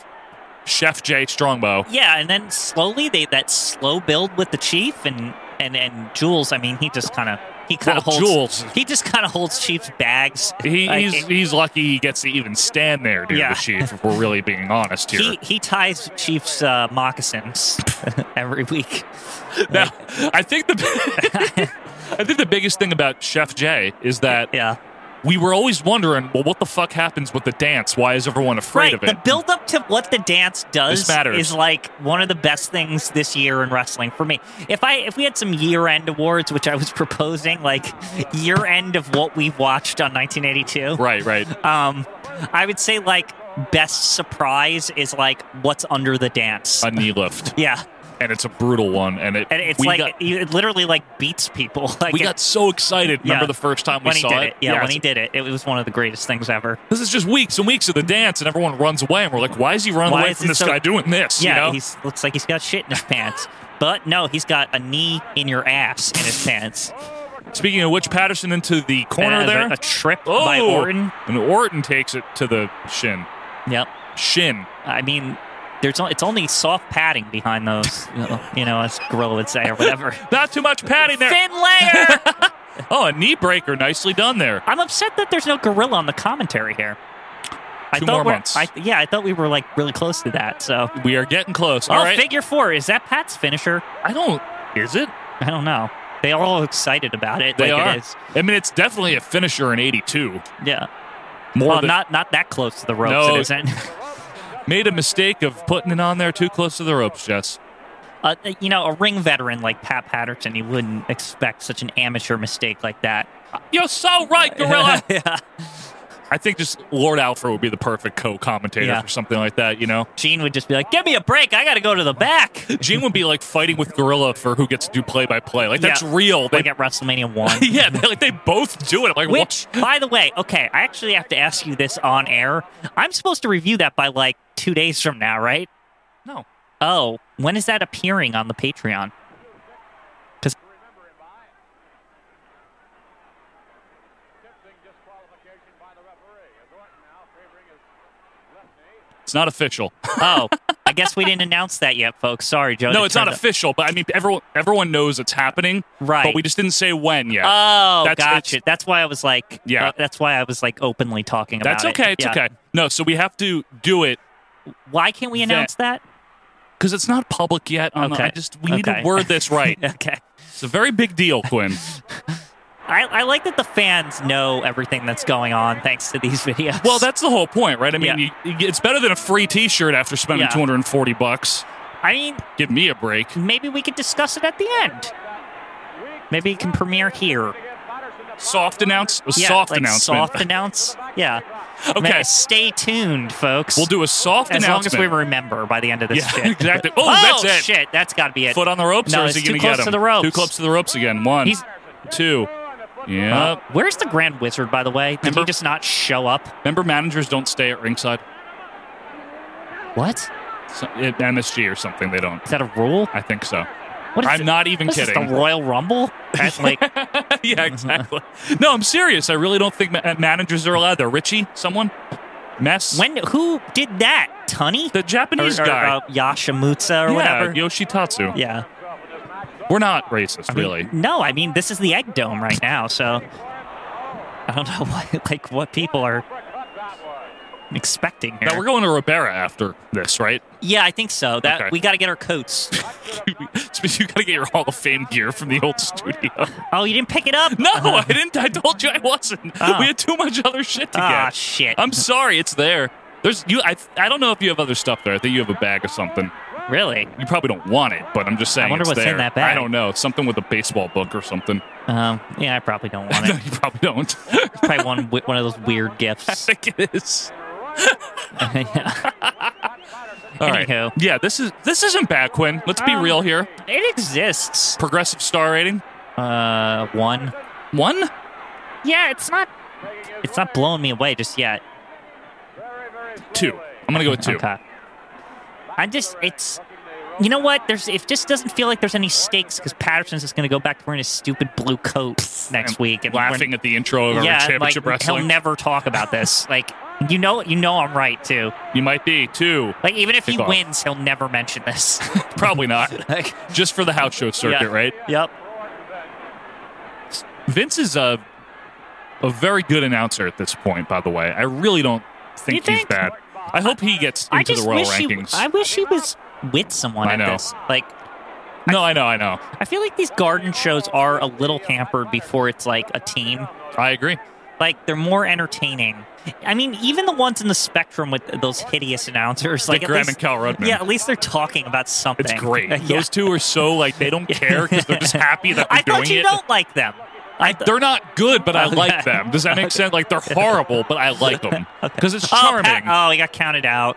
Speaker 1: Chef Jay Strongbow.
Speaker 2: Yeah, and then slowly they that slow build with the chief and and and Jules. I mean, he just kind of he kind
Speaker 1: Well,
Speaker 2: of holds
Speaker 1: Jules.
Speaker 2: he just kind of holds Chief's bags.
Speaker 1: He,
Speaker 2: Like,
Speaker 1: he's he's lucky he gets to even stand there, dude.
Speaker 2: Yeah.
Speaker 1: The chief, if we're really being honest here.
Speaker 2: he he ties Chief's uh, moccasins every week.
Speaker 1: now, I think the I think the biggest thing about Chef Jay is that
Speaker 2: Yeah,
Speaker 1: we were always wondering, well, what the fuck happens with the dance? Why is everyone afraid
Speaker 2: right.
Speaker 1: of it?
Speaker 2: The build up to what the dance does
Speaker 1: This matters.
Speaker 2: is like one of the best things this year in wrestling for me. If I if we had some year end awards, which I was proposing, like year end of what we watched on 1982.
Speaker 1: right, right.
Speaker 2: Um, I would say like best surprise is like what's under the dance.
Speaker 1: A knee lift,
Speaker 2: yeah,
Speaker 1: and it's a brutal one, and it
Speaker 2: and it's
Speaker 1: Uh, we
Speaker 2: like
Speaker 1: got-
Speaker 2: it, it literally like beats people. Like
Speaker 1: we
Speaker 2: it-
Speaker 1: got so excited. Remember
Speaker 2: Yeah.
Speaker 1: the first time we
Speaker 2: when he
Speaker 1: saw
Speaker 2: did it.
Speaker 1: it?
Speaker 2: Yeah, when
Speaker 1: it's-
Speaker 2: he did it, it was one of the greatest things ever.
Speaker 1: This is just weeks and weeks of the dance, and everyone runs away, and we're like, "Why is he running
Speaker 2: Why
Speaker 1: away
Speaker 2: is
Speaker 1: from
Speaker 2: it
Speaker 1: this
Speaker 2: so-
Speaker 1: guy doing this?"
Speaker 2: Yeah,
Speaker 1: you know?
Speaker 2: he's looks like he's got shit in his pants. But no, he's got a knee in your ass in his pants.
Speaker 1: Speaking of which, Patterson into the corner
Speaker 2: And
Speaker 1: there. Oh!
Speaker 2: A, a trip by Orton.
Speaker 1: and Orton takes it to the shin.
Speaker 2: Yep.
Speaker 1: Shin.
Speaker 2: I mean, there's o- it's only soft padding behind those, you know, as Gorilla would say or whatever.
Speaker 1: Not too much padding there.
Speaker 2: Thin layer.
Speaker 1: Oh, a knee breaker. Nicely done there.
Speaker 2: I'm upset that there's no gorilla on the commentary here. I
Speaker 1: Two
Speaker 2: thought
Speaker 1: more
Speaker 2: we're-
Speaker 1: months.
Speaker 2: I, yeah, I thought we were like really close to that. So,
Speaker 1: We are getting close. All
Speaker 2: oh,
Speaker 1: right.
Speaker 2: figure four is that Pat's finisher?
Speaker 1: I don't. Is it?
Speaker 2: I don't know. They are all excited about it.
Speaker 1: They
Speaker 2: like
Speaker 1: are.
Speaker 2: It is.
Speaker 1: I mean, it's definitely a finisher in '82.
Speaker 2: Yeah.
Speaker 1: More
Speaker 2: well,
Speaker 1: than
Speaker 2: Oh, not not that close to the ropes.
Speaker 1: No.
Speaker 2: It isn't.
Speaker 1: made a mistake of putting it on there too close to the ropes, Jess.
Speaker 2: Uh, you know, a ring veteran like Pat Patterson, you wouldn't expect such an amateur mistake like that.
Speaker 1: You're so right, Gorilla.
Speaker 2: yeah.
Speaker 1: I think just Lord Alfred would be the perfect co-commentator
Speaker 2: Yeah.
Speaker 1: for something like that. You know.
Speaker 2: Gene would just be like, "Give me a break. I got to go to the back."
Speaker 1: Gene would be like fighting with Gorilla for who gets to do play by play. Like that's
Speaker 2: Yeah.
Speaker 1: real. They,
Speaker 2: Like at WrestleMania one.
Speaker 1: yeah, they, like they both do it. Like what-
Speaker 2: Which, by the way, okay, I actually have to ask you this on air. I'm supposed to review that by like two days from now, right?
Speaker 1: No.
Speaker 2: Oh, when is that appearing on the Patreon? Because
Speaker 1: It's not official.
Speaker 2: oh, I guess we didn't announce that yet, folks. Sorry, Joe.
Speaker 1: no,
Speaker 2: to
Speaker 1: it's not
Speaker 2: turn the-
Speaker 1: official. But I mean, everyone everyone knows it's happening.
Speaker 2: Right.
Speaker 1: But we just didn't say when yet.
Speaker 2: Oh,
Speaker 1: That's-
Speaker 2: gotcha.
Speaker 1: it's-
Speaker 2: That's why I was like,
Speaker 1: Yeah.
Speaker 2: uh, that's why I was like openly talking about
Speaker 1: that's okay.
Speaker 2: it.
Speaker 1: It's
Speaker 2: Yeah.
Speaker 1: okay. No, so we have to do it
Speaker 2: Why can't we
Speaker 1: That-
Speaker 2: announce that?
Speaker 1: because it's not public yet. on the-
Speaker 2: Okay.
Speaker 1: I just we need to
Speaker 2: Okay.
Speaker 1: word this right.
Speaker 2: Okay.
Speaker 1: It's a very big deal, Quinn.
Speaker 2: I, I like that the fans know everything that's going on thanks to these videos.
Speaker 1: Well, that's the whole point, right? I mean,
Speaker 2: Yeah.
Speaker 1: you, you- it's better than a free T-shirt after spending
Speaker 2: Yeah.
Speaker 1: 240 bucks.
Speaker 2: I mean,
Speaker 1: Give me a break.
Speaker 2: maybe we could discuss it at the end. Maybe it can premiere here.
Speaker 1: Soft announce. A
Speaker 2: Yeah,
Speaker 1: soft
Speaker 2: like
Speaker 1: announcement.
Speaker 2: Soft announce. Yeah.
Speaker 1: Okay.
Speaker 2: Maybe stay tuned, folks.
Speaker 1: We'll do a soft
Speaker 2: as long
Speaker 1: announcement.
Speaker 2: as we remember by the end of this
Speaker 1: Yeah,
Speaker 2: shit.
Speaker 1: exactly. Oh, that's it.
Speaker 2: shit. That's got to be it.
Speaker 1: Foot on the ropes,
Speaker 2: No,
Speaker 1: or is he
Speaker 2: it's
Speaker 1: going
Speaker 2: too
Speaker 1: to get
Speaker 2: close
Speaker 1: him?
Speaker 2: to the ropes.
Speaker 1: Too close to the ropes again. One,
Speaker 2: He's-
Speaker 1: two. Yeah.
Speaker 2: Uh, where's the Grand Wizard, by the way? Did
Speaker 1: Remember-
Speaker 2: he just not show up?
Speaker 1: Remember, managers don't stay at ringside.
Speaker 2: What?
Speaker 1: So, at MSG or something, they don't.
Speaker 2: Is that a rule?
Speaker 1: I think so.
Speaker 2: What is
Speaker 1: I'm
Speaker 2: it-
Speaker 1: not even
Speaker 2: what is
Speaker 1: kidding.
Speaker 2: This, the Royal Rumble? That's like,
Speaker 1: yeah, exactly. no, I'm serious. I really don't think ma- managers are allowed there. Richie, someone, Mess,
Speaker 2: when? Who did that? Tunney?
Speaker 1: the Japanese
Speaker 2: or, or,
Speaker 1: guy,
Speaker 2: Uh, Yashamutsa or
Speaker 1: yeah,
Speaker 2: whatever?
Speaker 1: Yoshitatsu.
Speaker 2: yeah.
Speaker 1: We're not racist,
Speaker 2: I mean,
Speaker 1: really.
Speaker 2: no, I mean this is the egg dome right now, so I don't know what like what people are expecting here.
Speaker 1: Now we're going to Ribera after this, right?
Speaker 2: yeah, I think so. That
Speaker 1: Okay.
Speaker 2: we got to get our coats.
Speaker 1: So you got to get your Hall of Fame gear from the old studio.
Speaker 2: oh, you didn't pick it up?
Speaker 1: No, I didn't. I told you I wasn't.
Speaker 2: Oh.
Speaker 1: We had too much other shit to
Speaker 2: Ah,
Speaker 1: get.
Speaker 2: shit.
Speaker 1: I'm sorry, it's there. There's you. I I don't know if you have other stuff there. I think you have a bag or something.
Speaker 2: Really?
Speaker 1: You probably don't want it, but I'm just saying.
Speaker 2: I wonder
Speaker 1: it's
Speaker 2: what's in
Speaker 1: there.
Speaker 2: that bag.
Speaker 1: I don't know. It's something with a baseball book or something.
Speaker 2: Um, yeah, I probably don't want
Speaker 1: No,
Speaker 2: it.
Speaker 1: you probably don't.
Speaker 2: It's probably one wi- one of those weird gifts.
Speaker 1: I think it is.
Speaker 2: Yeah.
Speaker 1: All right.
Speaker 2: Anywho.
Speaker 1: Yeah, this is this isn't bad, Quinn. Let's be
Speaker 2: Um,
Speaker 1: real here.
Speaker 2: It exists.
Speaker 1: Progressive star rating
Speaker 2: Uh, one.
Speaker 1: one.
Speaker 2: Yeah, it's not. It's not blowing me away just yet.
Speaker 1: two. I'm gonna go with two.
Speaker 2: Okay. I just, it's, you know what? There's, it just doesn't feel like there's any stakes because Patterson's just going to go back to wearing his stupid blue coat next week and we're-
Speaker 1: laughing at the intro of our
Speaker 2: yeah,
Speaker 1: championship
Speaker 2: like,
Speaker 1: wrestling.
Speaker 2: He'll never talk about this. like, you know, you know, I'm right too.
Speaker 1: you might be two.
Speaker 2: Like, even if he
Speaker 1: Kickoff.
Speaker 2: wins, he'll never mention this.
Speaker 1: Probably not.
Speaker 2: like,
Speaker 1: Just for the house show circuit,
Speaker 2: yeah.
Speaker 1: right?
Speaker 2: Yep.
Speaker 1: Vince is a a very good announcer at this point. By the way, I really don't think
Speaker 2: You
Speaker 1: he's
Speaker 2: think?
Speaker 1: bad. I hope he gets
Speaker 2: I
Speaker 1: into
Speaker 2: just
Speaker 1: the royal
Speaker 2: wish
Speaker 1: rankings.
Speaker 2: he, I wish he was with someone
Speaker 1: I
Speaker 2: at
Speaker 1: know.
Speaker 2: this. Like,
Speaker 1: no, I know, I know.
Speaker 2: I feel like these garden shows are a little hampered before it's like a team.
Speaker 1: I agree.
Speaker 2: Like they're more entertaining. I mean, even the ones in the spectrum with those hideous announcers, like
Speaker 1: Dick
Speaker 2: at
Speaker 1: Graham
Speaker 2: least-
Speaker 1: and Cal Rudman.
Speaker 2: Yeah, at least they're talking about something.
Speaker 1: It's great.
Speaker 2: Yeah.
Speaker 1: Those two are so like they don't care because they're just happy that they're
Speaker 2: I thought
Speaker 1: doing
Speaker 2: you
Speaker 1: it.
Speaker 2: don't like them. I th-
Speaker 1: They're not good, but I
Speaker 2: Okay.
Speaker 1: like them. Does that make sense? Like they're horrible, but I like them because it's
Speaker 2: oh,
Speaker 1: charming.
Speaker 2: Pat- oh, he got counted out.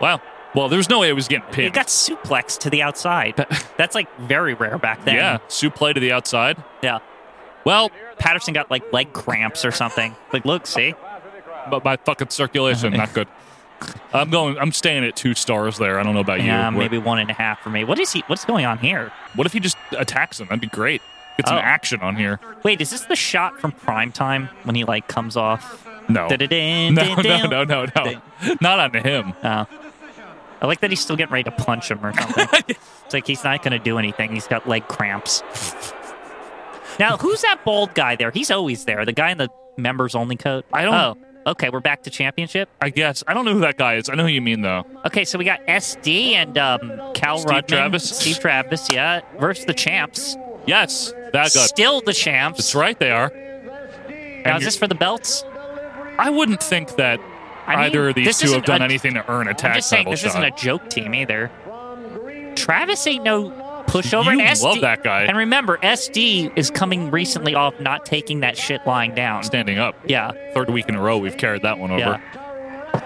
Speaker 1: Wow. Well, there's no way it was getting
Speaker 2: He
Speaker 1: pinned.
Speaker 2: got suplexed to the outside. That's like very rare back then.
Speaker 1: yeah, Sue play to the outside.
Speaker 2: Yeah.
Speaker 1: Well,
Speaker 2: Patterson got like leg cramps or something. Like, look, see?
Speaker 1: but my fucking circulation not good. I'm going. I'm staying at two stars there. I don't know about
Speaker 2: yeah,
Speaker 1: you. What-
Speaker 2: maybe one and a half for me. What is he? What's going on here?
Speaker 1: What, if he just attacks him? That'd be great. Get some
Speaker 2: Oh.
Speaker 1: action on here.
Speaker 2: Wait, is this the shot from Primetime when he like comes off?
Speaker 1: No. Oh.
Speaker 2: No,
Speaker 1: No, no, no, no, no. Not on him.
Speaker 2: Oh. I like that he's still getting ready to punch him or something. it's like he's not going to do anything. He's got leg cramps. Now, who's that bald guy there? He's always there. The guy in the members only coat.
Speaker 1: I don't-
Speaker 2: Oh, okay. We're back to championship.
Speaker 1: I guess. I don't know who that guy is. I know who you mean though.
Speaker 2: Okay, so we got SD and um, Cal
Speaker 1: Steve
Speaker 2: Rudman,
Speaker 1: Travis.
Speaker 2: Steve Travis, yeah, versus the champs.
Speaker 1: Yes, that guy.
Speaker 2: Still the champs.
Speaker 1: That's right. They are.
Speaker 2: Now,
Speaker 1: And
Speaker 2: is
Speaker 1: you're-
Speaker 2: this for the belts?
Speaker 1: I wouldn't think that
Speaker 2: I mean,
Speaker 1: either of these
Speaker 2: this
Speaker 1: two have
Speaker 2: isn't
Speaker 1: done
Speaker 2: a-
Speaker 1: anything to earn a
Speaker 2: I'm
Speaker 1: tag
Speaker 2: just saying
Speaker 1: title
Speaker 2: this
Speaker 1: shot.
Speaker 2: isn't a joke team either. Travis ain't no pushover.
Speaker 1: You
Speaker 2: and SD,
Speaker 1: love that guy.
Speaker 2: And remember, SD is coming recently off not taking that shit lying down.
Speaker 1: Standing up.
Speaker 2: Yeah,
Speaker 1: Third week in a row, we've carried that one over.
Speaker 2: yeah.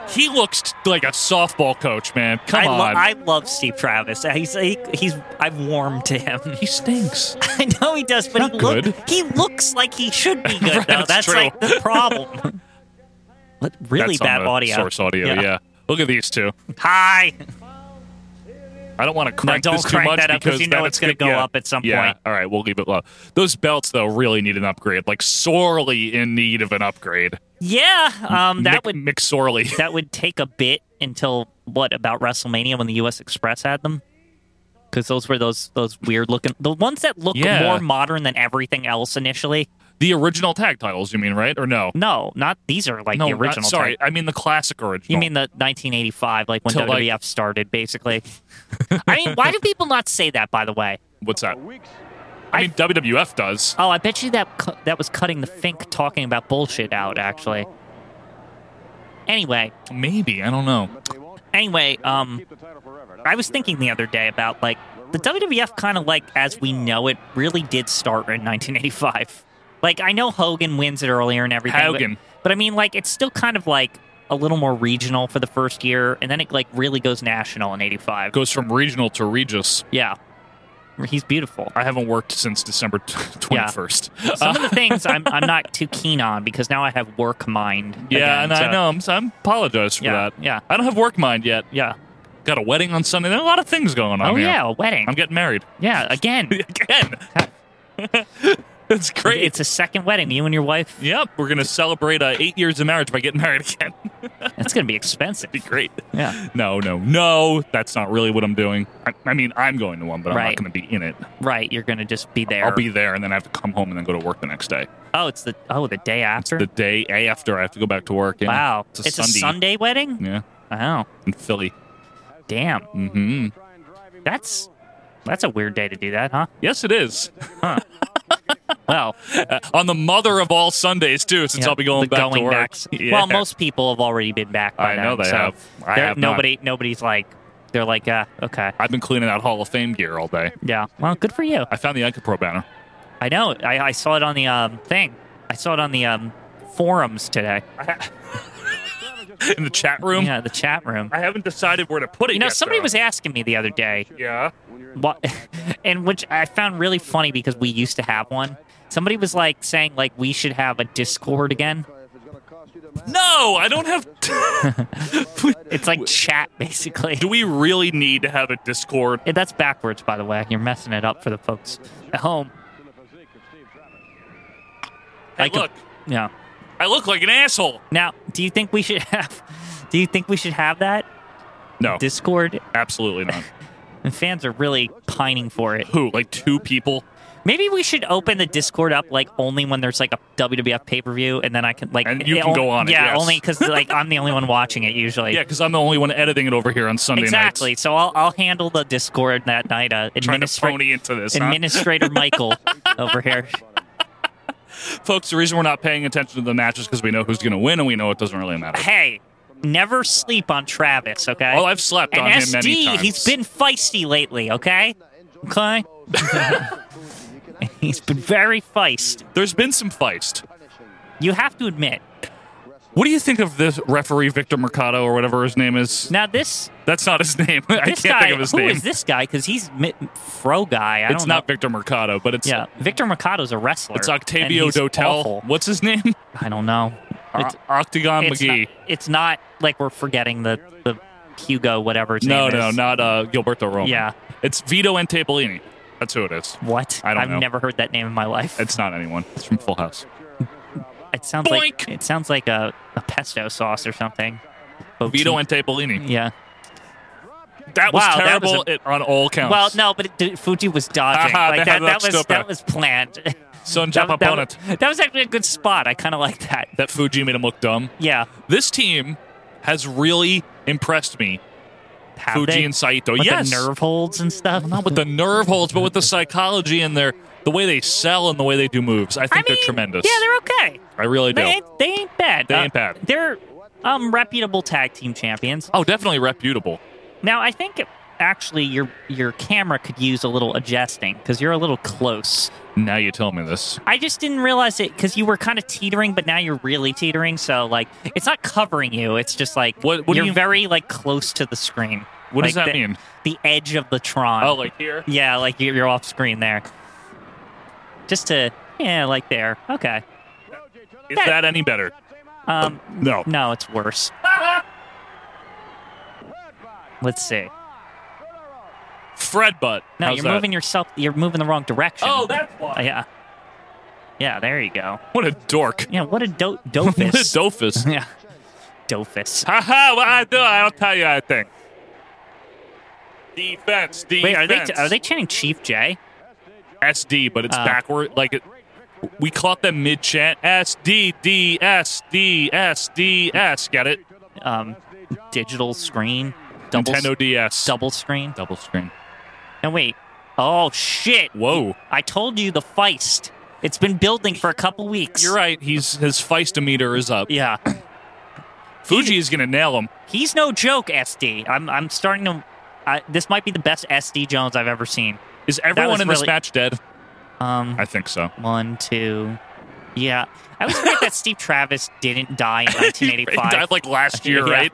Speaker 1: He looks t- like a softball coach, man. Come
Speaker 2: I, lo-
Speaker 1: on.
Speaker 2: I love Steve Travis. Uh, He's he, he's I've warmed to him.
Speaker 1: he stinks.
Speaker 2: I know he does, but
Speaker 1: Not
Speaker 2: he look,
Speaker 1: good.
Speaker 2: he looks like he should be good
Speaker 1: Right,
Speaker 2: though.
Speaker 1: that's
Speaker 2: That's
Speaker 1: true.
Speaker 2: like the problem. Let- really
Speaker 1: That's on
Speaker 2: bad
Speaker 1: the
Speaker 2: audio.
Speaker 1: Source audio, yeah. Look at these two.
Speaker 2: Hi.
Speaker 1: I don't want to crank
Speaker 2: don't
Speaker 1: this too
Speaker 2: crank
Speaker 1: much
Speaker 2: that up 'cause
Speaker 1: because
Speaker 2: you know
Speaker 1: then
Speaker 2: it's gonna
Speaker 1: gonna-
Speaker 2: go
Speaker 1: yeah.
Speaker 2: up at some
Speaker 1: yeah.
Speaker 2: point.
Speaker 1: All right, we'll leave it low. Those belts though really need an upgrade. Like sorely in need of an upgrade.
Speaker 2: Yeah. Um. That
Speaker 1: Mick-
Speaker 2: would
Speaker 1: Mick sorely.
Speaker 2: that would take a bit until what about WrestleMania when the U.S. Express had them? Because those were those those weird looking the ones that look
Speaker 1: Yeah.
Speaker 2: more modern than everything else initially.
Speaker 1: the original tag titles, you mean, right? Or no?
Speaker 2: No, not these are like
Speaker 1: no,
Speaker 2: the
Speaker 1: not-
Speaker 2: original.
Speaker 1: sorry,
Speaker 2: type.
Speaker 1: I mean the classic original.
Speaker 2: you mean the 1985, like when
Speaker 1: Till, like-
Speaker 2: WWF started, basically. I mean, why do people not say that? By the way,
Speaker 1: what's that? I mean WWF does.
Speaker 2: oh, I bet you that cu- that was cutting the Fink talking about bullshit out. Actually, anyway,
Speaker 1: Maybe I don't know.
Speaker 2: anyway, um, I was thinking the other day about like the WWF kind of like as we know it really did start in 1985. Like I know Hogan wins it earlier and everything. but-
Speaker 1: Hogan.
Speaker 2: but, I mean like it's still kind of like a little more regional for the first year, and then it like really goes national in '85.
Speaker 1: Goes from regional to Regis.
Speaker 2: yeah, he's beautiful.
Speaker 1: I haven't worked since December twenty first.
Speaker 2: Some of the things I'm I'm not too keen on because now I have work mind.
Speaker 1: Yeah,
Speaker 2: again,
Speaker 1: and uh,
Speaker 2: so-
Speaker 1: I know. I'm, so I'm apologize for
Speaker 2: Yeah,
Speaker 1: that.
Speaker 2: yeah.
Speaker 1: I don't have work mind yet.
Speaker 2: Yeah.
Speaker 1: Got a wedding on Sunday. There are a lot of things going on.
Speaker 2: Oh
Speaker 1: here.
Speaker 2: yeah, a wedding.
Speaker 1: I'm getting married
Speaker 2: yeah, again.
Speaker 1: again. That's great.
Speaker 2: It's a second wedding. You and your wife.
Speaker 1: yep, we're gonna celebrate uh, eight years of marriage by getting married again.
Speaker 2: That's gonna be expensive.
Speaker 1: Be great.
Speaker 2: Yeah.
Speaker 1: No, no, no. That's not really what I'm doing. I, I mean, I'm going to one, but I'm
Speaker 2: Right.
Speaker 1: not going to be in it.
Speaker 2: Right, you're gonna just be there.
Speaker 1: I'll be there, and then I have to come home and then go to work the next day.
Speaker 2: Oh, it's the oh the day after.
Speaker 1: The day after, I have to go back to work. yeah.
Speaker 2: wow,
Speaker 1: it's a Sunday. Mm.
Speaker 2: Sunday wedding.
Speaker 1: Yeah,
Speaker 2: Wow,
Speaker 1: in Philly.
Speaker 2: damn,
Speaker 1: Mm-hmm.
Speaker 2: that's that's a weird day to do that, huh?
Speaker 1: Yes, it is.
Speaker 2: Well,
Speaker 1: Uh, on the mother of all Sundays too, since
Speaker 2: yeah,
Speaker 1: I'll be going
Speaker 2: the
Speaker 1: back
Speaker 2: going
Speaker 1: to work.
Speaker 2: backs.
Speaker 1: Yeah.
Speaker 2: Well, most people have already been back. By
Speaker 1: I
Speaker 2: then,
Speaker 1: know they
Speaker 2: so
Speaker 1: have. I
Speaker 2: there-
Speaker 1: have not.
Speaker 2: nobody. Nobody's like They're like, yeah, okay.
Speaker 1: I've been cleaning out Hall of Fame gear all day.
Speaker 2: Yeah. Well, good for you.
Speaker 1: I found the Uncle Pro banner.
Speaker 2: I know. I, I saw it on the um, thing. I saw it on the um, forums today.
Speaker 1: in the chat room.
Speaker 2: Yeah, the chat room.
Speaker 1: I haven't decided where to put it.
Speaker 2: You know,
Speaker 1: yet,
Speaker 2: somebody
Speaker 1: though.
Speaker 2: was asking me the other day,
Speaker 1: Yeah.
Speaker 2: what, and which I found really funny because we used to have one. Somebody was like saying like we should have a Discord again.
Speaker 1: No, I don't have.
Speaker 2: It's like chat basically.
Speaker 1: Do we really need to have a Discord?
Speaker 2: And that's backwards, by the way. You're messing it up for the folks at home.
Speaker 1: Hey,
Speaker 2: Like a-
Speaker 1: look,
Speaker 2: Yeah.
Speaker 1: I look like an asshole.
Speaker 2: Now, do you think we should have? Do you think we should have that
Speaker 1: No,
Speaker 2: Discord?
Speaker 1: absolutely not.
Speaker 2: And fans are really pining for it.
Speaker 1: Who? Like two people?
Speaker 2: Maybe we should open the Discord up like only when there's like a WWF pay per view, and then I can like
Speaker 1: And you
Speaker 2: it
Speaker 1: can
Speaker 2: on-
Speaker 1: go on it,
Speaker 2: Yeah,
Speaker 1: yes.
Speaker 2: only because like I'm the only one watching it usually.
Speaker 1: Yeah, because I'm the only one editing it over here on Sunday
Speaker 2: exactly.
Speaker 1: nights.
Speaker 2: So I'll I'll handle the Discord that night. Uh,
Speaker 1: Trying to
Speaker 2: administra-
Speaker 1: phony into this, huh?
Speaker 2: administrator Michael over here.
Speaker 1: folks. The reason we're not paying attention to the matches because we know who's going to win, and we know it doesn't really matter.
Speaker 2: Hey, never sleep on Travis. Okay.
Speaker 1: Oh, I've slept
Speaker 2: and
Speaker 1: on him
Speaker 2: SD,
Speaker 1: many times.
Speaker 2: he's been feisty lately. Okay. Okay. he's been very feist.
Speaker 1: There's been some feist.
Speaker 2: You have to admit.
Speaker 1: What do you think of this referee Victor Mercado or whatever his name is?
Speaker 2: Now this
Speaker 1: That's not his name. I can't
Speaker 2: this guy,
Speaker 1: think of his
Speaker 2: who
Speaker 1: name.
Speaker 2: is this guy? Because he's mi- fro guy. I
Speaker 1: it's
Speaker 2: don't
Speaker 1: not
Speaker 2: know.
Speaker 1: Victor Mercado, but it's
Speaker 2: Yeah, Victor Mercado's a wrestler.
Speaker 1: it's
Speaker 2: and
Speaker 1: Octavio
Speaker 2: he's
Speaker 1: Dotel.
Speaker 2: awful.
Speaker 1: What's his name?
Speaker 2: I don't know.
Speaker 1: It's, Octagon
Speaker 2: it's
Speaker 1: McGee.
Speaker 2: Not, it's not like we're forgetting the the Hugo whatever. His
Speaker 1: no,
Speaker 2: name
Speaker 1: no,
Speaker 2: is.
Speaker 1: not uh, Gilberto Roma.
Speaker 2: Yeah.
Speaker 1: it's Vito Antabellini. That's who it is.
Speaker 2: What?
Speaker 1: I don't
Speaker 2: I've
Speaker 1: know.
Speaker 2: never heard that name in my life.
Speaker 1: It's not anyone. It's from Full House.
Speaker 2: it sounds like
Speaker 1: Boink.
Speaker 2: it sounds like a, a pesto sauce or something. But
Speaker 1: Vito Antabellini.
Speaker 2: Yeah.
Speaker 1: That was
Speaker 2: Wow, that was
Speaker 1: terrible it- on all counts.
Speaker 2: Well, no, but it, d- Fuji was dodging.
Speaker 1: Aha, Oh.
Speaker 2: like
Speaker 1: they
Speaker 2: that,
Speaker 1: had
Speaker 2: that
Speaker 1: that
Speaker 2: was that
Speaker 1: stupid.
Speaker 2: was planned.
Speaker 1: Son
Speaker 2: that,
Speaker 1: Jump
Speaker 2: was-
Speaker 1: up
Speaker 2: that,
Speaker 1: on
Speaker 2: was-
Speaker 1: it.
Speaker 2: that was actually a good spot. I kind of like that.
Speaker 1: That Fuji made him look dumb.
Speaker 2: Yeah.
Speaker 1: This team has really impressed me.
Speaker 2: Have
Speaker 1: Fuji
Speaker 2: they?
Speaker 1: and Saito.
Speaker 2: With
Speaker 1: yes.
Speaker 2: the nerve holds and stuff.
Speaker 1: Not with the nerve holds, but with the psychology and their the way they sell and the way they do moves. I
Speaker 2: I
Speaker 1: think
Speaker 2: mean,
Speaker 1: they're tremendous.
Speaker 2: Yeah, they're okay.
Speaker 1: I really do.
Speaker 2: They ain't, they ain't bad. Uh,
Speaker 1: They ain't bad.
Speaker 2: They're um, reputable tag team champions.
Speaker 1: oh, definitely reputable.
Speaker 2: Now, I think actually your your camera could use a little adjusting because you're a little close.
Speaker 1: Now you tell me this.
Speaker 2: I just didn't realize it because you were kind of teetering, but now you're really teetering. So like, it's not covering you. It's just like
Speaker 1: What- what do
Speaker 2: you're
Speaker 1: you-
Speaker 2: very like close to the screen.
Speaker 1: What does
Speaker 2: Like,
Speaker 1: that
Speaker 2: the-
Speaker 1: mean?
Speaker 2: The edge of the Tron.
Speaker 1: Oh, like here.
Speaker 2: yeah, like you're, you're off screen there. Just to yeah, like there. Okay.
Speaker 1: Is that any better?
Speaker 2: Um,
Speaker 1: No.
Speaker 2: no, it's worse. Let's see.
Speaker 1: Fred butt.
Speaker 2: No,
Speaker 1: How's
Speaker 2: you're
Speaker 1: that?
Speaker 2: moving yourself. You're moving the wrong direction.
Speaker 1: Oh, that's why.
Speaker 2: yeah. Yeah, there you go.
Speaker 1: What a dork.
Speaker 2: Yeah, what a do-
Speaker 1: What a
Speaker 2: dofus.
Speaker 1: dofus.
Speaker 2: yeah, dofus.
Speaker 1: Haha, what I do, I'll tell you I think. Defense, defense.
Speaker 2: Wait, are they are they chanting Chief J?
Speaker 1: SD, but it's
Speaker 2: Uh,
Speaker 1: backward. Like it, we caught them mid chant. S D D S D S D S. Get it?
Speaker 2: Um, digital screen, double
Speaker 1: Nintendo DS.
Speaker 2: double screen.
Speaker 1: Double screen.
Speaker 2: And wait, oh shit!
Speaker 1: Whoa.
Speaker 2: I told you the feist. It's been building for a couple weeks.
Speaker 1: You're right. He's his feistometer is up.
Speaker 2: Yeah,
Speaker 1: Fuji is gonna nail him.
Speaker 2: he's no joke, SD. I'm I'm starting to. I, this might be the best SD Jones I've ever seen.
Speaker 1: Is
Speaker 2: was
Speaker 1: everyone in this
Speaker 2: really-
Speaker 1: match dead?
Speaker 2: Um,
Speaker 1: I think so.
Speaker 2: One, two. Yeah. I was forget that Steve Travis didn't die in
Speaker 1: He
Speaker 2: 1985.
Speaker 1: died like last year,
Speaker 2: Yeah.
Speaker 1: right?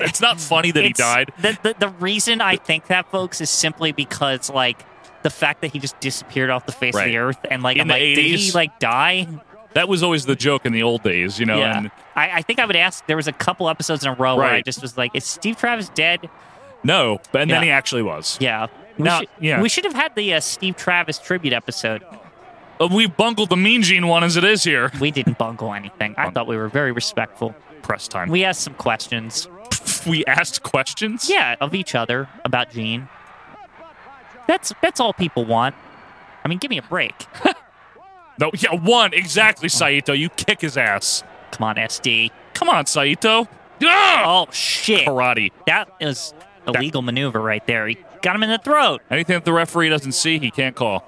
Speaker 1: it's not funny that he
Speaker 2: It's-
Speaker 1: died.
Speaker 2: The, the, the reason I think that, folks, is simply because, like, the fact that he just disappeared off the face of
Speaker 1: Right.
Speaker 2: the earth and, like,
Speaker 1: In
Speaker 2: I'm
Speaker 1: the
Speaker 2: like, did he,
Speaker 1: 80s?
Speaker 2: like, die?
Speaker 1: That was always the joke in the old days, you know.
Speaker 2: yeah.
Speaker 1: And
Speaker 2: I, I think I would ask. There was a couple episodes in a row where I
Speaker 1: Right.
Speaker 2: just was like, is Steve Travis dead?
Speaker 1: no, but and then
Speaker 2: Yeah.
Speaker 1: he actually was.
Speaker 2: Yeah. We,
Speaker 1: No,
Speaker 2: should,
Speaker 1: yeah.
Speaker 2: we should have had the uh, Steve Travis tribute episode.
Speaker 1: Uh, We bungled the Mean Gene one as it is here.
Speaker 2: We didn't bungle anything. I thought we were very respectful.
Speaker 1: Press time.
Speaker 2: We asked some questions.
Speaker 1: we asked questions.
Speaker 2: Yeah, of each other about Gene. That's that's all people want. I mean, give me a break.
Speaker 1: No, yeah, one exactly, Saito. You kick his ass.
Speaker 2: Come on, SD.
Speaker 1: Come on, Saito. Ah!
Speaker 2: Oh shit!
Speaker 1: Karate.
Speaker 2: That is illegal maneuver right there. He got him in the throat.
Speaker 1: Anything that the referee doesn't see, he can't call.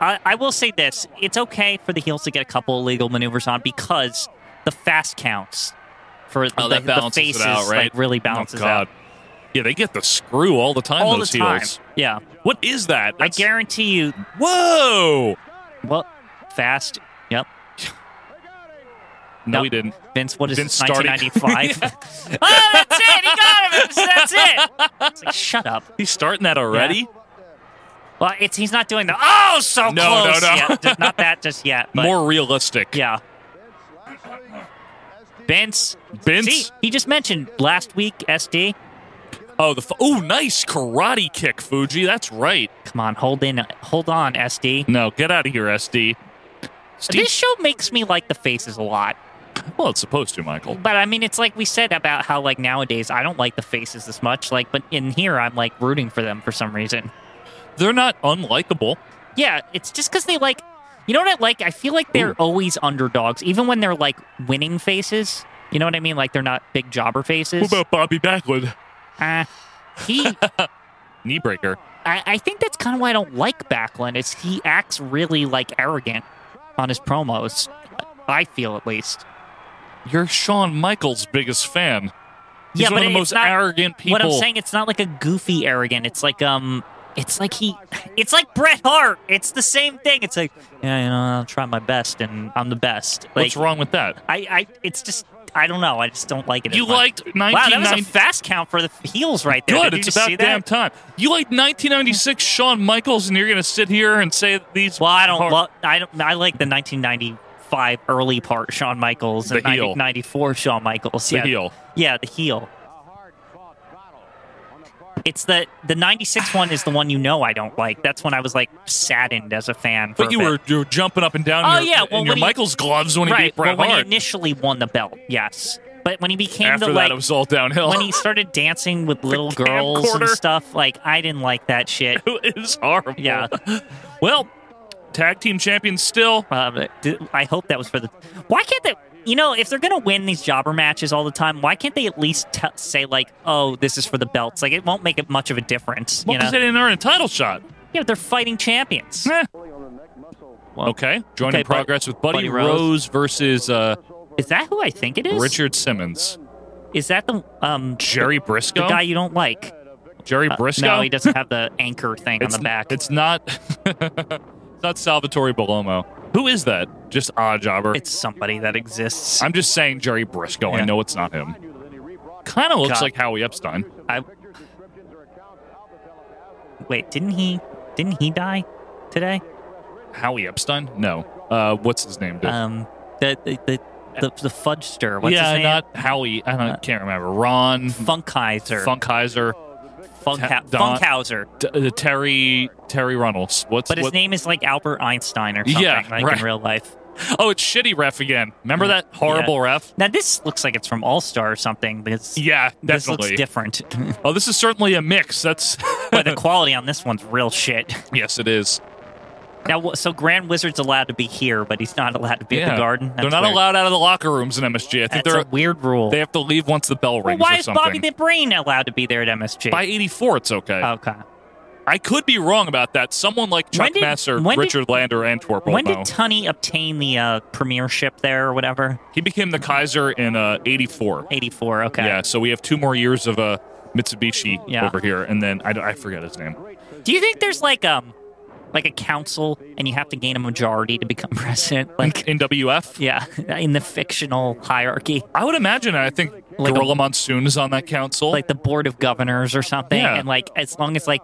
Speaker 2: I, I will say this: it's okay for the heels to get a couple illegal maneuvers on because the fast counts for
Speaker 1: Oh,
Speaker 2: the,
Speaker 1: that
Speaker 2: Oh, the
Speaker 1: balances it
Speaker 2: faces
Speaker 1: out, right?
Speaker 2: like really balances
Speaker 1: oh, God.
Speaker 2: out.
Speaker 1: Yeah, they get the screw all the time.
Speaker 2: all the
Speaker 1: those
Speaker 2: time.
Speaker 1: heels.
Speaker 2: Yeah,
Speaker 1: What is that?
Speaker 2: I
Speaker 1: That's-
Speaker 2: guarantee you.
Speaker 1: Whoa!
Speaker 2: Well, fast. Yep.
Speaker 1: No,
Speaker 2: Nope.
Speaker 1: he didn't.
Speaker 2: Vince, what is
Speaker 1: Vince
Speaker 2: this?
Speaker 1: starting-
Speaker 2: 1995. oh, that's it. He got him. It's- That's it. It's like, shut up.
Speaker 1: He's starting that already.
Speaker 2: Well, it's he's not doing the oh
Speaker 1: No,
Speaker 2: so
Speaker 1: no,
Speaker 2: close
Speaker 1: no.
Speaker 2: yet. Just not that just yet. But
Speaker 1: More realistic.
Speaker 2: yeah. Vince.
Speaker 1: Vince?
Speaker 2: See, he just mentioned last week SD.
Speaker 1: Oh, the f- oh, nice karate kick, Fuji. That's right.
Speaker 2: Come on, hold in, hold on, SD.
Speaker 1: No, get out of here, SD.
Speaker 2: This show makes me like the faces a lot.
Speaker 1: Well, it's supposed to, Michael.
Speaker 2: But I mean, it's like we said about how like nowadays I don't like the faces as much. Like, but in here I'm like rooting for them for some reason.
Speaker 1: They're not unlikable.
Speaker 2: Yeah, it's just because they like. You know what I like? I feel like they're
Speaker 1: Ooh.
Speaker 2: always underdogs, even when they're like winning faces. You know what I mean? Like they're not big jobber faces.
Speaker 1: Bobby Backlund?
Speaker 2: Uh, he,
Speaker 1: Knee breaker.
Speaker 2: I, I think that's kind of why I don't like Backlund. Is he acts really like arrogant on his promos? I feel at least.
Speaker 1: You're Shawn Michaels' biggest fan. He's
Speaker 2: Yeah,
Speaker 1: one
Speaker 2: but
Speaker 1: of the
Speaker 2: it's
Speaker 1: most
Speaker 2: not-
Speaker 1: arrogant people.
Speaker 2: What I'm saying, it's not like a goofy arrogant. It's like um, it's like he, it's like Bret Hart. It's the same thing. It's like yeah, you know, I'll try my best, and I'm the best. Like,
Speaker 1: What's wrong with that?
Speaker 2: I, I, it's just, I don't know. I just don't like it. as
Speaker 1: You liked
Speaker 2: much. Wow, that was a
Speaker 1: 1990.
Speaker 2: fast count for the heels right there.
Speaker 1: Good.
Speaker 2: Did you
Speaker 1: It's
Speaker 2: just see
Speaker 1: about
Speaker 2: that?
Speaker 1: damn time. You like 1996 Shawn Michaels, and you're going to sit here and say these.
Speaker 2: Well, I don't.
Speaker 1: Hard-
Speaker 2: Well, I don't. I like the 1995 early part, Shawn Michaels,
Speaker 1: The
Speaker 2: and
Speaker 1: heel.
Speaker 2: 1994 Shawn Michaels.
Speaker 1: The
Speaker 2: yeah,
Speaker 1: heel.
Speaker 2: Yeah, the heel. It's the the '96 one is the one you know I don't like. That's when I was like saddened as a fan. For
Speaker 1: But
Speaker 2: a
Speaker 1: you
Speaker 2: bit.
Speaker 1: were, you were jumping up and down
Speaker 2: Oh,
Speaker 1: in your,
Speaker 2: yeah, well,
Speaker 1: in your
Speaker 2: when he-
Speaker 1: Michaels gloves when he
Speaker 2: right.
Speaker 1: beat Bret
Speaker 2: well, when he
Speaker 1: Hart.
Speaker 2: initially won the belt, yes. But when he became
Speaker 1: After
Speaker 2: the
Speaker 1: that,
Speaker 2: like
Speaker 1: it was all downhill.
Speaker 2: when he started dancing with little girls and
Speaker 1: camcorder.
Speaker 2: stuff, like I didn't like that shit.
Speaker 1: it was horrible.
Speaker 2: Yeah.
Speaker 1: Well, tag team champions still.
Speaker 2: Um, d- I hope that was for the. Why can't they? You know, if they're gonna win these jobber matches all the time, why can't they at least t- say like, "Oh, this is for the belts"? Like, it won't make it much of a difference.
Speaker 1: Well,
Speaker 2: you know?
Speaker 1: because they didn't earn a title shot.
Speaker 2: yeah, they're fighting champions.
Speaker 1: Eh.
Speaker 2: Well,
Speaker 1: okay. Joining
Speaker 2: okay, Bud-
Speaker 1: progress with Buddy,
Speaker 2: Buddy
Speaker 1: Rose.
Speaker 2: Rose.
Speaker 1: versus uh,
Speaker 2: Is that who I think it is?
Speaker 1: Richard Simmons.
Speaker 2: Is that the um
Speaker 1: Jerry
Speaker 2: the
Speaker 1: Briscoe.
Speaker 2: guy you don't like?
Speaker 1: Jerry
Speaker 2: Uh,
Speaker 1: Briscoe.
Speaker 2: no, he doesn't have the anchor thing on
Speaker 1: it's,
Speaker 2: the back.
Speaker 1: It's not. it's not Salvatore Belomo. Who is that? Just odd jobber.
Speaker 2: It's somebody that exists.
Speaker 1: I'm just saying Jerry Briscoe. I
Speaker 2: Yeah.
Speaker 1: know it's not him. Kind of looks
Speaker 2: God.
Speaker 1: like Howie Epstein.
Speaker 2: I wait. Didn't he? Didn't he die today?
Speaker 1: Howie Epstein? No. Uh, what's his name? Dude?
Speaker 2: Um, the the the, the, the fudgester. What's
Speaker 1: yeah,
Speaker 2: his name?
Speaker 1: not Howie. I don't,
Speaker 2: Uh,
Speaker 1: can't remember. Ron
Speaker 2: Funkheiser.
Speaker 1: Funkheiser.
Speaker 2: Funkha-
Speaker 1: Don-
Speaker 2: Funkhauser.
Speaker 1: T- uh, Terry Terry Runnels. What's
Speaker 2: But his
Speaker 1: what-
Speaker 2: name is like Albert Einstein or something,
Speaker 1: Yeah,
Speaker 2: like
Speaker 1: right.
Speaker 2: in real life.
Speaker 1: Oh, it's shitty ref again. Remember that
Speaker 2: Mm,
Speaker 1: horrible ref?
Speaker 2: Now this looks like it's from All Star or something. Because
Speaker 1: Yeah,
Speaker 2: this looks
Speaker 1: definitely.
Speaker 2: different.
Speaker 1: oh, this is certainly a mix. That's
Speaker 2: but the quality on this one's real shit.
Speaker 1: yes, it is.
Speaker 2: Now, wh- so Grand Wizard's allowed to be here, but he's not allowed to be at
Speaker 1: Yeah.
Speaker 2: the Garden.
Speaker 1: they're
Speaker 2: That's
Speaker 1: not
Speaker 2: weird.
Speaker 1: allowed out of the locker rooms in MSG. I think
Speaker 2: That's a
Speaker 1: they're
Speaker 2: weird rule.
Speaker 1: they have to leave once the bell
Speaker 2: well,
Speaker 1: rings
Speaker 2: why
Speaker 1: or
Speaker 2: is
Speaker 1: something.
Speaker 2: Bobby the Brain allowed to be there at MSG?
Speaker 1: By 84, it's okay.
Speaker 2: okay.
Speaker 1: I could be wrong about that. Someone like Chuck
Speaker 2: Oh. When did-
Speaker 1: Messer,
Speaker 2: when did-
Speaker 1: Richard Lander, and Torp
Speaker 2: when
Speaker 1: know.
Speaker 2: did Tunney obtain the uh, premiership there or whatever?
Speaker 1: he became the Kaiser in uh, 84.
Speaker 2: 84, okay.
Speaker 1: Yeah, so we have two more years of uh, Mitsubishi
Speaker 2: Yeah.
Speaker 1: over here, and then I, I forget his name.
Speaker 2: Do you think there's like um like a council and you have to gain a majority to become president? Like
Speaker 1: in WF.
Speaker 2: yeah, in the fictional hierarhy,
Speaker 1: I would imagine. I think
Speaker 2: Like a-
Speaker 1: Gorilla Monsoon is on that council.
Speaker 2: like the board of governors or something,
Speaker 1: Yeah.
Speaker 2: and like as long as like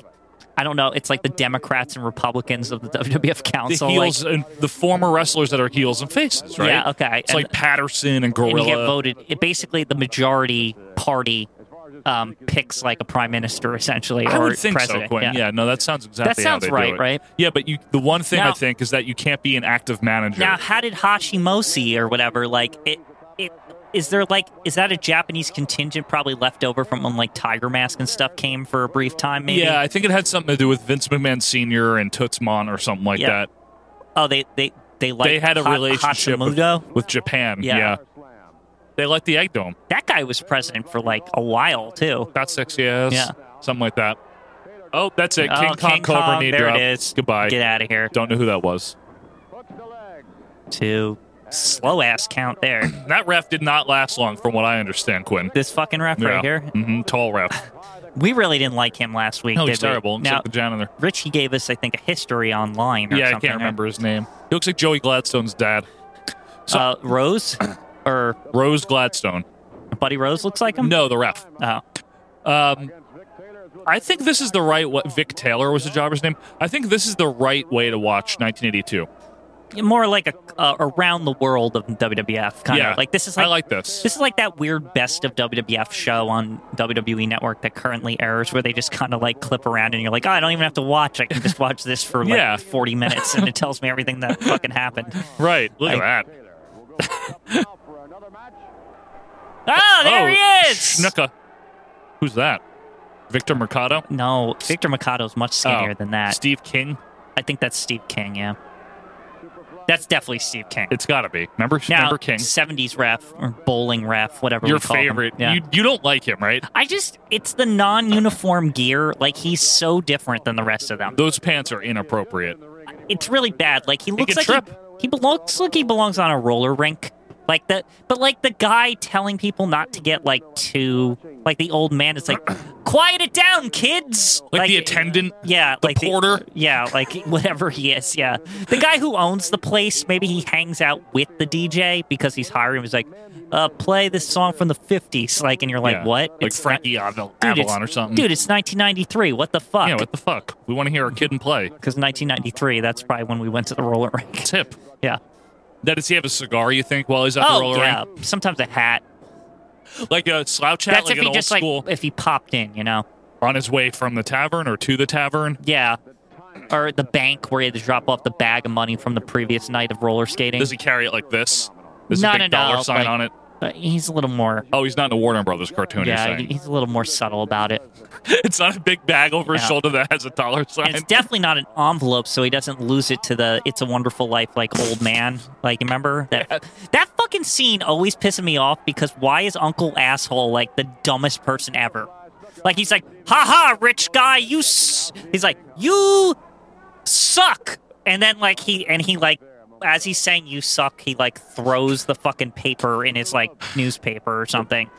Speaker 2: I don't know, it's like the Democrats and Republicans of the WWF
Speaker 1: the
Speaker 2: council.
Speaker 1: heels
Speaker 2: like,
Speaker 1: and the former wrestlers that are heels and faces, right?
Speaker 2: Yeah, okay.
Speaker 1: It's
Speaker 2: And-
Speaker 1: like Patterson and
Speaker 2: and
Speaker 1: Gorilla.
Speaker 2: you get voted. It basically the majority party um, picks like a prime minister essentially
Speaker 1: I
Speaker 2: or
Speaker 1: would think
Speaker 2: president.
Speaker 1: so, Quinn. Yeah. no, that sounds exactly.
Speaker 2: That
Speaker 1: how
Speaker 2: sounds
Speaker 1: they
Speaker 2: right,
Speaker 1: do it.
Speaker 2: right?
Speaker 1: Yeah, but you, the one thing I
Speaker 2: Now-
Speaker 1: think is that you can't be an active manager.
Speaker 2: Now, how did Hashimoshi or whatever like it? It is there like is that a Japanese contingent probably left over from when like Tiger Mask and stuff came for a brief time? Maybe.
Speaker 1: Yeah, I think it had something to do with Vince McMahon Senior and Toots Mon or something like
Speaker 2: Yeah.
Speaker 1: that.
Speaker 2: Oh, they they they like
Speaker 1: they had a
Speaker 2: Ha-
Speaker 1: relationship with,
Speaker 2: Hashimoto.
Speaker 1: with Japan. Yeah.
Speaker 2: Yeah.
Speaker 1: they like the Egg Dome.
Speaker 2: That guy was president for like a while too.
Speaker 1: About six years.
Speaker 2: Yeah.
Speaker 1: something like that. Oh, that's it.
Speaker 2: Oh,
Speaker 1: King Kong
Speaker 2: King
Speaker 1: Cobra
Speaker 2: Kong,
Speaker 1: knee
Speaker 2: there it
Speaker 1: drop.
Speaker 2: is.
Speaker 1: Goodbye.
Speaker 2: Get out of here.
Speaker 1: Don't know who that was.
Speaker 2: To slow ass count there.
Speaker 1: That ref did not last long, from what I understand, Quinn.
Speaker 2: this fucking ref right here.
Speaker 1: hmm Tall ref.
Speaker 2: We really didn't like him last week.
Speaker 1: No,
Speaker 2: did
Speaker 1: he's
Speaker 2: we?
Speaker 1: terrible. He's
Speaker 2: Now,
Speaker 1: like the janitor.
Speaker 2: Richie gave us, I think, a history online. Or
Speaker 1: Yeah, I
Speaker 2: something,
Speaker 1: can't
Speaker 2: right?
Speaker 1: remember his name. He looks like Joey Gladstone's dad. So-
Speaker 2: uh, Rose or
Speaker 1: Rose Gladstone.
Speaker 2: Buddy Rose looks like him.
Speaker 1: No, the ref.
Speaker 2: Oh.
Speaker 1: Um, I think this is the right way. Vic Taylor was the jobber's name. I think this is the right way to watch 1982.
Speaker 2: more like a uh, around the world of WWF kind
Speaker 1: Yeah.
Speaker 2: of like this is
Speaker 1: I
Speaker 2: like,
Speaker 1: like this.
Speaker 2: This is like that weird best of WWF show on WWE Network that currently airs, where they just kind of like clip around, and you're like, oh, I don't even have to watch. I can just watch this for like
Speaker 1: Yeah.
Speaker 2: 40 minutes, and it tells me everything that fucking happened.
Speaker 1: Right. Look at that.
Speaker 2: Oh, there
Speaker 1: oh,
Speaker 2: he is.
Speaker 1: Snuka. Who's that? Victor Mercado?
Speaker 2: No, Victor Mikado's much skinnier
Speaker 1: Oh,
Speaker 2: than that.
Speaker 1: Steve King?
Speaker 2: I think that's Steve King. Yeah, that's definitely Steve King.
Speaker 1: It's got to be. Remember,
Speaker 2: now,
Speaker 1: remember King?
Speaker 2: 70s ref or bowling ref, whatever.
Speaker 1: Your
Speaker 2: we call him.
Speaker 1: favorite.
Speaker 2: Yeah.
Speaker 1: You, you don't like him, right?
Speaker 2: I just, it's the non uniform gear. Like, he's so different than the rest of them.
Speaker 1: Those pants are inappropriate.
Speaker 2: It's really bad. Like, he looks
Speaker 1: could
Speaker 2: like he, he belongs, like he belongs on a roller rink. Like the, but like the guy telling people not to get like too, like the old man is like, quiet it down, kids.
Speaker 1: Like the attendant,
Speaker 2: yeah,
Speaker 1: the
Speaker 2: like
Speaker 1: porter.
Speaker 2: yeah, like whatever he is, yeah. The guy who owns the place, maybe he hangs out with the DJ because he's hiring. He's like, uh, play this song from the '50s, like, and you're like,
Speaker 1: Yeah.
Speaker 2: what?
Speaker 1: Like
Speaker 2: It's
Speaker 1: Frankie Aval-
Speaker 2: not- dude, it's-
Speaker 1: Avalon or something.
Speaker 2: Dude, it's 1993. What the fuck?
Speaker 1: yeah, what the fuck? We want to hear our kid and play.
Speaker 2: because 1993, that's probably when we went to the roller rink.
Speaker 1: It's hip.
Speaker 2: yeah.
Speaker 1: Now, does he have a cigar, you think, while he's at the
Speaker 2: Oh
Speaker 1: roller
Speaker 2: yeah.
Speaker 1: rink?
Speaker 2: Sometimes a hat.
Speaker 1: Like a slouch hat,
Speaker 2: That's
Speaker 1: like
Speaker 2: if
Speaker 1: an
Speaker 2: he
Speaker 1: old
Speaker 2: just
Speaker 1: school,
Speaker 2: like if he popped in, you know.
Speaker 1: on his way from the tavern or to the tavern?
Speaker 2: Yeah. Or the bank where he had to drop off the bag of money from the previous night of roller skating.
Speaker 1: Does he carry it like this? There's
Speaker 2: No,
Speaker 1: a
Speaker 2: no,
Speaker 1: big
Speaker 2: no,
Speaker 1: dollar sign
Speaker 2: like-
Speaker 1: on it.
Speaker 2: But he's a little more.
Speaker 1: Oh, he's not in a Warner Brothers cartoon,
Speaker 2: Yeah,
Speaker 1: you're saying.
Speaker 2: he- he's a little more subtle about it.
Speaker 1: it's not a big bag over his
Speaker 2: Yeah.
Speaker 1: shoulder that has a dollar sign.
Speaker 2: And it's definitely not an envelope, so he doesn't lose it to the "It's a Wonderful Life" like old man. Like, remember that? That fucking scene always pissing me off because why is Uncle Asshole like the dumbest person ever? Like he's like, "Ha ha, rich guy, you." S-. He's like, "You suck," and then like he and he like. As he's saying "you suck," he like throws the fucking paper in his like newspaper or something,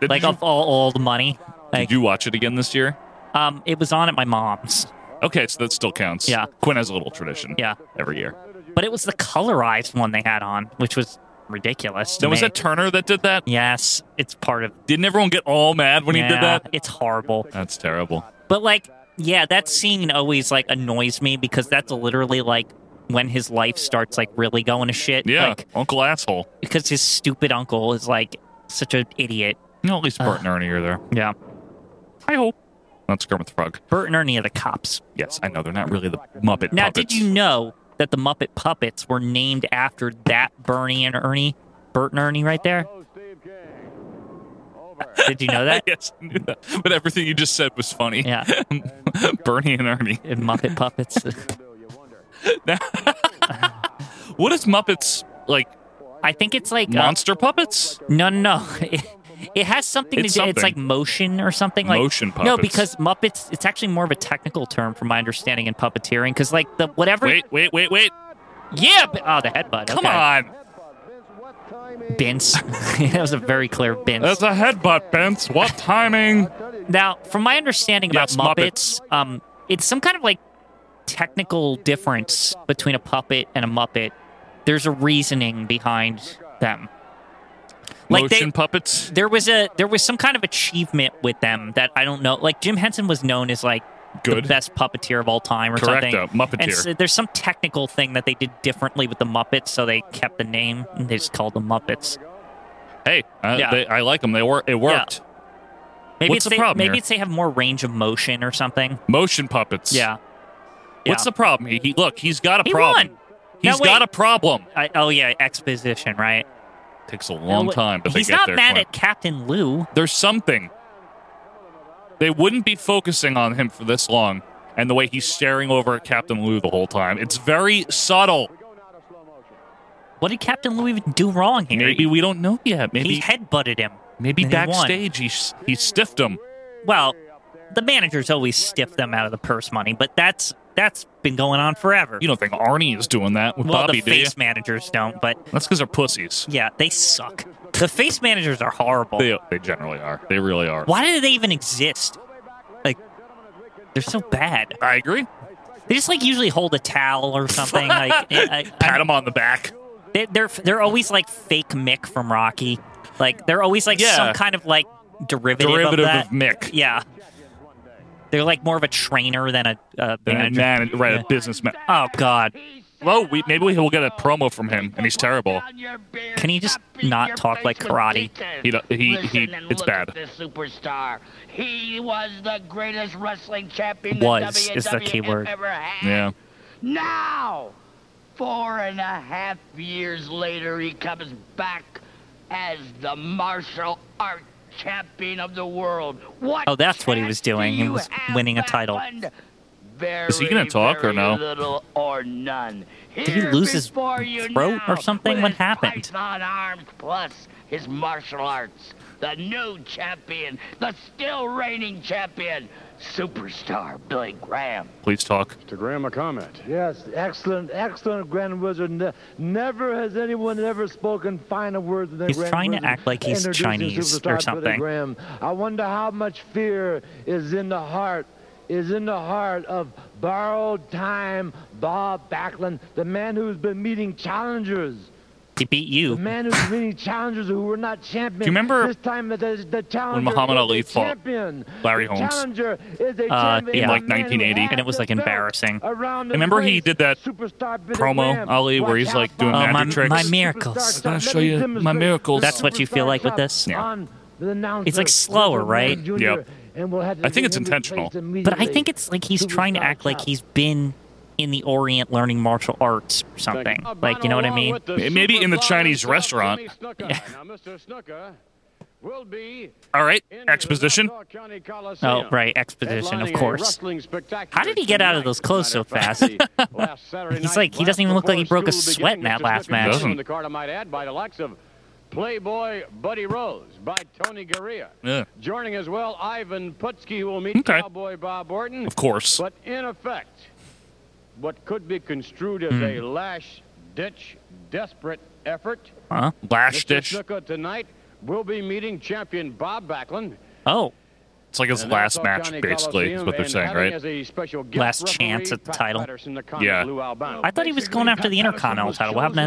Speaker 1: Did
Speaker 2: like
Speaker 1: you,
Speaker 2: of all, all the money. Like,
Speaker 1: did you watch it again this year?
Speaker 2: um, it was on at my mom's.
Speaker 1: Okay, so that still counts.
Speaker 2: Yeah.
Speaker 1: Quinn has a little tradition.
Speaker 2: Yeah.
Speaker 1: Every year.
Speaker 2: but it was the colorized one they had on, which was ridiculous. To
Speaker 1: Now, was
Speaker 2: me.
Speaker 1: that Turner that did that?
Speaker 2: yes, it's part of.
Speaker 1: Didn't everyone get all mad when he
Speaker 2: yeah,
Speaker 1: did that?
Speaker 2: It's horrible.
Speaker 1: That's terrible.
Speaker 2: But like, yeah, that scene always like annoys me because that's literally like when his life starts like really going to shit.
Speaker 1: Yeah.
Speaker 2: Like,
Speaker 1: Uncle Asshole.
Speaker 2: because his stupid uncle is like such an idiot.
Speaker 1: No, at least
Speaker 2: uh,
Speaker 1: Bert and Ernie are there.
Speaker 2: Yeah.
Speaker 1: I hope. That's Kermit the Frog.
Speaker 2: Bert and Ernie are the cops.
Speaker 1: Yes, I know. They're not really the Muppet
Speaker 2: Now,
Speaker 1: puppets.
Speaker 2: did you know that the Muppet puppets were named after that Bernie and Ernie? Bert and Ernie right there. Did you know that?
Speaker 1: Yes, I knew that. But everything you just said was funny.
Speaker 2: Yeah.
Speaker 1: Bernie and Ernie.
Speaker 2: And Muppet puppets.
Speaker 1: What is Muppets like?
Speaker 2: I think it's like uh,
Speaker 1: Monster puppets?
Speaker 2: No, no, no. It, it has something
Speaker 1: It's
Speaker 2: to do.
Speaker 1: something.
Speaker 2: It's like motion or something. Like
Speaker 1: Motion
Speaker 2: No,
Speaker 1: puppets.
Speaker 2: because Muppets. It's actually more of a technical term, from my understanding, in puppeteering. Because like the whatever.
Speaker 1: Wait, wait, wait, wait.
Speaker 2: Yeah. b- Oh, the headbutt.
Speaker 1: Come
Speaker 2: okay.
Speaker 1: on.
Speaker 2: Bince. that was a very clear Bince.
Speaker 1: That's a headbutt, Vince. What timing?
Speaker 2: Now, from my understanding about
Speaker 1: Yes,
Speaker 2: Muppets, um, it's some kind of like technical difference between a puppet and a Muppet. There's a reasoning behind them. Like
Speaker 1: Motion
Speaker 2: they,
Speaker 1: puppets?
Speaker 2: there was a there was some kind of achievement with them that I don't know. Like Jim Henson was known as like
Speaker 1: Good.
Speaker 2: the best puppeteer of all time or
Speaker 1: Correcto,
Speaker 2: something.
Speaker 1: Muppeteer.
Speaker 2: And so there's some technical thing that they did differently with the Muppets, so they kept the name and they just called them Muppets.
Speaker 1: Hey, uh,
Speaker 2: Yeah.
Speaker 1: they, I like them. They were. It worked.
Speaker 2: Maybe
Speaker 1: What's
Speaker 2: it's
Speaker 1: the
Speaker 2: they,
Speaker 1: problem here?
Speaker 2: maybe it's they have more range of motion or something.
Speaker 1: Motion puppets.
Speaker 2: Yeah.
Speaker 1: What's
Speaker 2: Yeah.
Speaker 1: the problem? He, he- look, he's got a
Speaker 2: He
Speaker 1: problem.
Speaker 2: won.
Speaker 1: He's
Speaker 2: No, wait.
Speaker 1: got a problem.
Speaker 2: I, oh yeah, exposition, right?
Speaker 1: Takes a long
Speaker 2: Now,
Speaker 1: time, but
Speaker 2: he's
Speaker 1: they get
Speaker 2: not
Speaker 1: there.
Speaker 2: mad
Speaker 1: Quinn.
Speaker 2: at Captain Lou.
Speaker 1: There's something. They wouldn't be focusing on him for this long, and the way he's staring over at Captain Lou the whole time. It's very subtle.
Speaker 2: What did Captain Lou even do wrong here?
Speaker 1: Maybe we don't know yet.
Speaker 2: he,
Speaker 1: Maybe
Speaker 2: he headbutted him.
Speaker 1: maybe
Speaker 2: and he won.
Speaker 1: backstage he, s- he stiffed him.
Speaker 2: Well, the managers always stiff them out of the purse money, but that's that's been going on forever.
Speaker 1: You don't think Arnie is doing that with
Speaker 2: well,
Speaker 1: Bobby,
Speaker 2: the
Speaker 1: do you?
Speaker 2: face managers don't, but
Speaker 1: That's because they're pussies.
Speaker 2: yeah, they suck. The face managers are horrible.
Speaker 1: They, they generally are. They really are.
Speaker 2: Why do they even exist? They're so bad.
Speaker 1: I agree.
Speaker 2: They just like usually hold a towel or something. like I, I,
Speaker 1: Pat him on the back.
Speaker 2: they, they're they're always like fake Mick from Rocky. Like they're always like
Speaker 1: Yeah.
Speaker 2: some kind of like derivative,
Speaker 1: Derivative
Speaker 2: of
Speaker 1: of
Speaker 2: that.
Speaker 1: Mick.
Speaker 2: Yeah. They're like more of a trainer than a, a
Speaker 1: Than a
Speaker 2: manager.
Speaker 1: man, right? A businessman. Uh,
Speaker 2: Oh God!
Speaker 1: Well, we, maybe we'll get a promo from him, and he's terrible.
Speaker 2: Can he just not talk like karate?
Speaker 1: He do- he-
Speaker 3: Listen
Speaker 1: he-
Speaker 3: and
Speaker 1: it's
Speaker 3: look at
Speaker 1: bad.
Speaker 3: This superstar. He was the greatest wrestling champion
Speaker 2: Was
Speaker 3: the
Speaker 2: is the key
Speaker 3: WWF
Speaker 2: word.
Speaker 3: ever had.
Speaker 1: Yeah.
Speaker 3: Now, four and a half years later, he comes back as the martial art champion of the world. What?
Speaker 2: Oh, that's what he
Speaker 3: chance
Speaker 2: was doing.
Speaker 3: do
Speaker 2: He
Speaker 3: you
Speaker 2: was
Speaker 3: have
Speaker 2: winning a
Speaker 3: left?
Speaker 2: title.
Speaker 3: Very,
Speaker 1: Is he gonna talk or
Speaker 3: very
Speaker 1: no?
Speaker 3: Little or none. Did
Speaker 2: he lose his throat or something? What happened?
Speaker 3: Python arms plus his martial arts. The new champion, the still reigning champion, superstar Billy Graham.
Speaker 1: Please talk.
Speaker 4: Mr. Graham, a comment.
Speaker 5: Yes, excellent, excellent Grand Wizard. Ne- Never has anyone ever spoken finer words than
Speaker 2: He's
Speaker 5: Grand
Speaker 2: trying to
Speaker 5: Wizard
Speaker 2: act like he's
Speaker 5: introducing
Speaker 2: Chinese or
Speaker 5: superstar Billy
Speaker 2: something.
Speaker 5: Graham. I wonder how much fear is in the heart, is in the heart of borrowed time Bob Backlund, the man who's been meeting challengers.
Speaker 2: He beat
Speaker 5: The
Speaker 2: you.
Speaker 5: man who's meeting challengers who were not champions.
Speaker 1: remember
Speaker 5: this time the, the challenger
Speaker 1: Muhammad
Speaker 5: is
Speaker 1: Ali
Speaker 5: a
Speaker 1: fought
Speaker 5: champion.
Speaker 1: Larry
Speaker 5: The
Speaker 1: Holmes?
Speaker 5: Challenger is a
Speaker 2: Uh,
Speaker 5: champion.
Speaker 2: yeah.
Speaker 5: The
Speaker 2: Like
Speaker 5: man who
Speaker 1: 1980.
Speaker 5: has
Speaker 2: And it was,
Speaker 5: the
Speaker 2: like,
Speaker 5: belt
Speaker 2: embarrassing.
Speaker 5: around the
Speaker 1: Remember he
Speaker 5: waist.
Speaker 1: did that
Speaker 5: Superstar Billy
Speaker 1: promo,
Speaker 5: Graham.
Speaker 1: Ali, where
Speaker 5: Watch
Speaker 1: he's,
Speaker 5: out,
Speaker 1: like, doing
Speaker 5: Bob.
Speaker 2: Oh, my,
Speaker 1: magic tricks.
Speaker 2: my miracles.
Speaker 1: I'll show you my miracles.
Speaker 2: That's what you feel like with this?
Speaker 1: Yeah.
Speaker 5: It's
Speaker 2: It's, like, slower, right?
Speaker 1: Yep. I think it's intentional.
Speaker 2: But I think it's like he's trying to act like he's been in the Orient learning martial arts or something. Like, you know what I mean?
Speaker 1: Maybe in the Chinese restaurant.
Speaker 4: Yeah. Now, Mr. Snooker will be
Speaker 1: All right.
Speaker 4: in the
Speaker 1: Exposition.
Speaker 4: Nassau County
Speaker 2: Oh,
Speaker 4: Coliseum,
Speaker 2: right, exposition, of
Speaker 4: headlining a
Speaker 2: course.
Speaker 4: wrestling spectacular
Speaker 2: How did he get out of those
Speaker 4: tonight, as a
Speaker 2: clothes
Speaker 4: matter
Speaker 2: so
Speaker 4: of fact. The last Saturday
Speaker 2: He's
Speaker 4: night
Speaker 2: like- he doesn't even
Speaker 4: blast
Speaker 2: look like he
Speaker 4: before
Speaker 2: broke a
Speaker 4: school
Speaker 2: sweat in
Speaker 4: beginning,
Speaker 2: that
Speaker 4: Mr.
Speaker 2: last
Speaker 4: Snooker
Speaker 2: match.
Speaker 4: mentioned
Speaker 1: Doesn't.
Speaker 4: The card, I might add, by the likes of Playboy Buddy Rose, by Tony Garea.
Speaker 1: Yeah.
Speaker 4: Joining as well Ivan Putski, who will meet
Speaker 1: Okay.
Speaker 4: Cowboy Bob Orton.
Speaker 1: Of course.
Speaker 4: But in effect, what could be construed as
Speaker 1: Hmm.
Speaker 4: a lash ditch desperate effort.
Speaker 2: Huh?
Speaker 1: Lash
Speaker 4: Mr.
Speaker 1: dish.
Speaker 4: Snuka tonight will be meeting champion Bob Backlund.
Speaker 2: Oh,
Speaker 1: It's like his
Speaker 4: in the
Speaker 1: last
Speaker 4: Nassau
Speaker 1: match,
Speaker 4: County
Speaker 1: basically, is
Speaker 4: Coliseum
Speaker 1: what they're
Speaker 4: and
Speaker 1: saying,
Speaker 4: having
Speaker 1: right?
Speaker 4: as a special guest
Speaker 2: Last
Speaker 4: referee,
Speaker 2: chance at the
Speaker 4: Pat
Speaker 2: title.
Speaker 4: Patterson, the comic,
Speaker 1: Yeah.
Speaker 4: Lou Albano.
Speaker 2: I thought he was going after the Intercontinental title. What happened to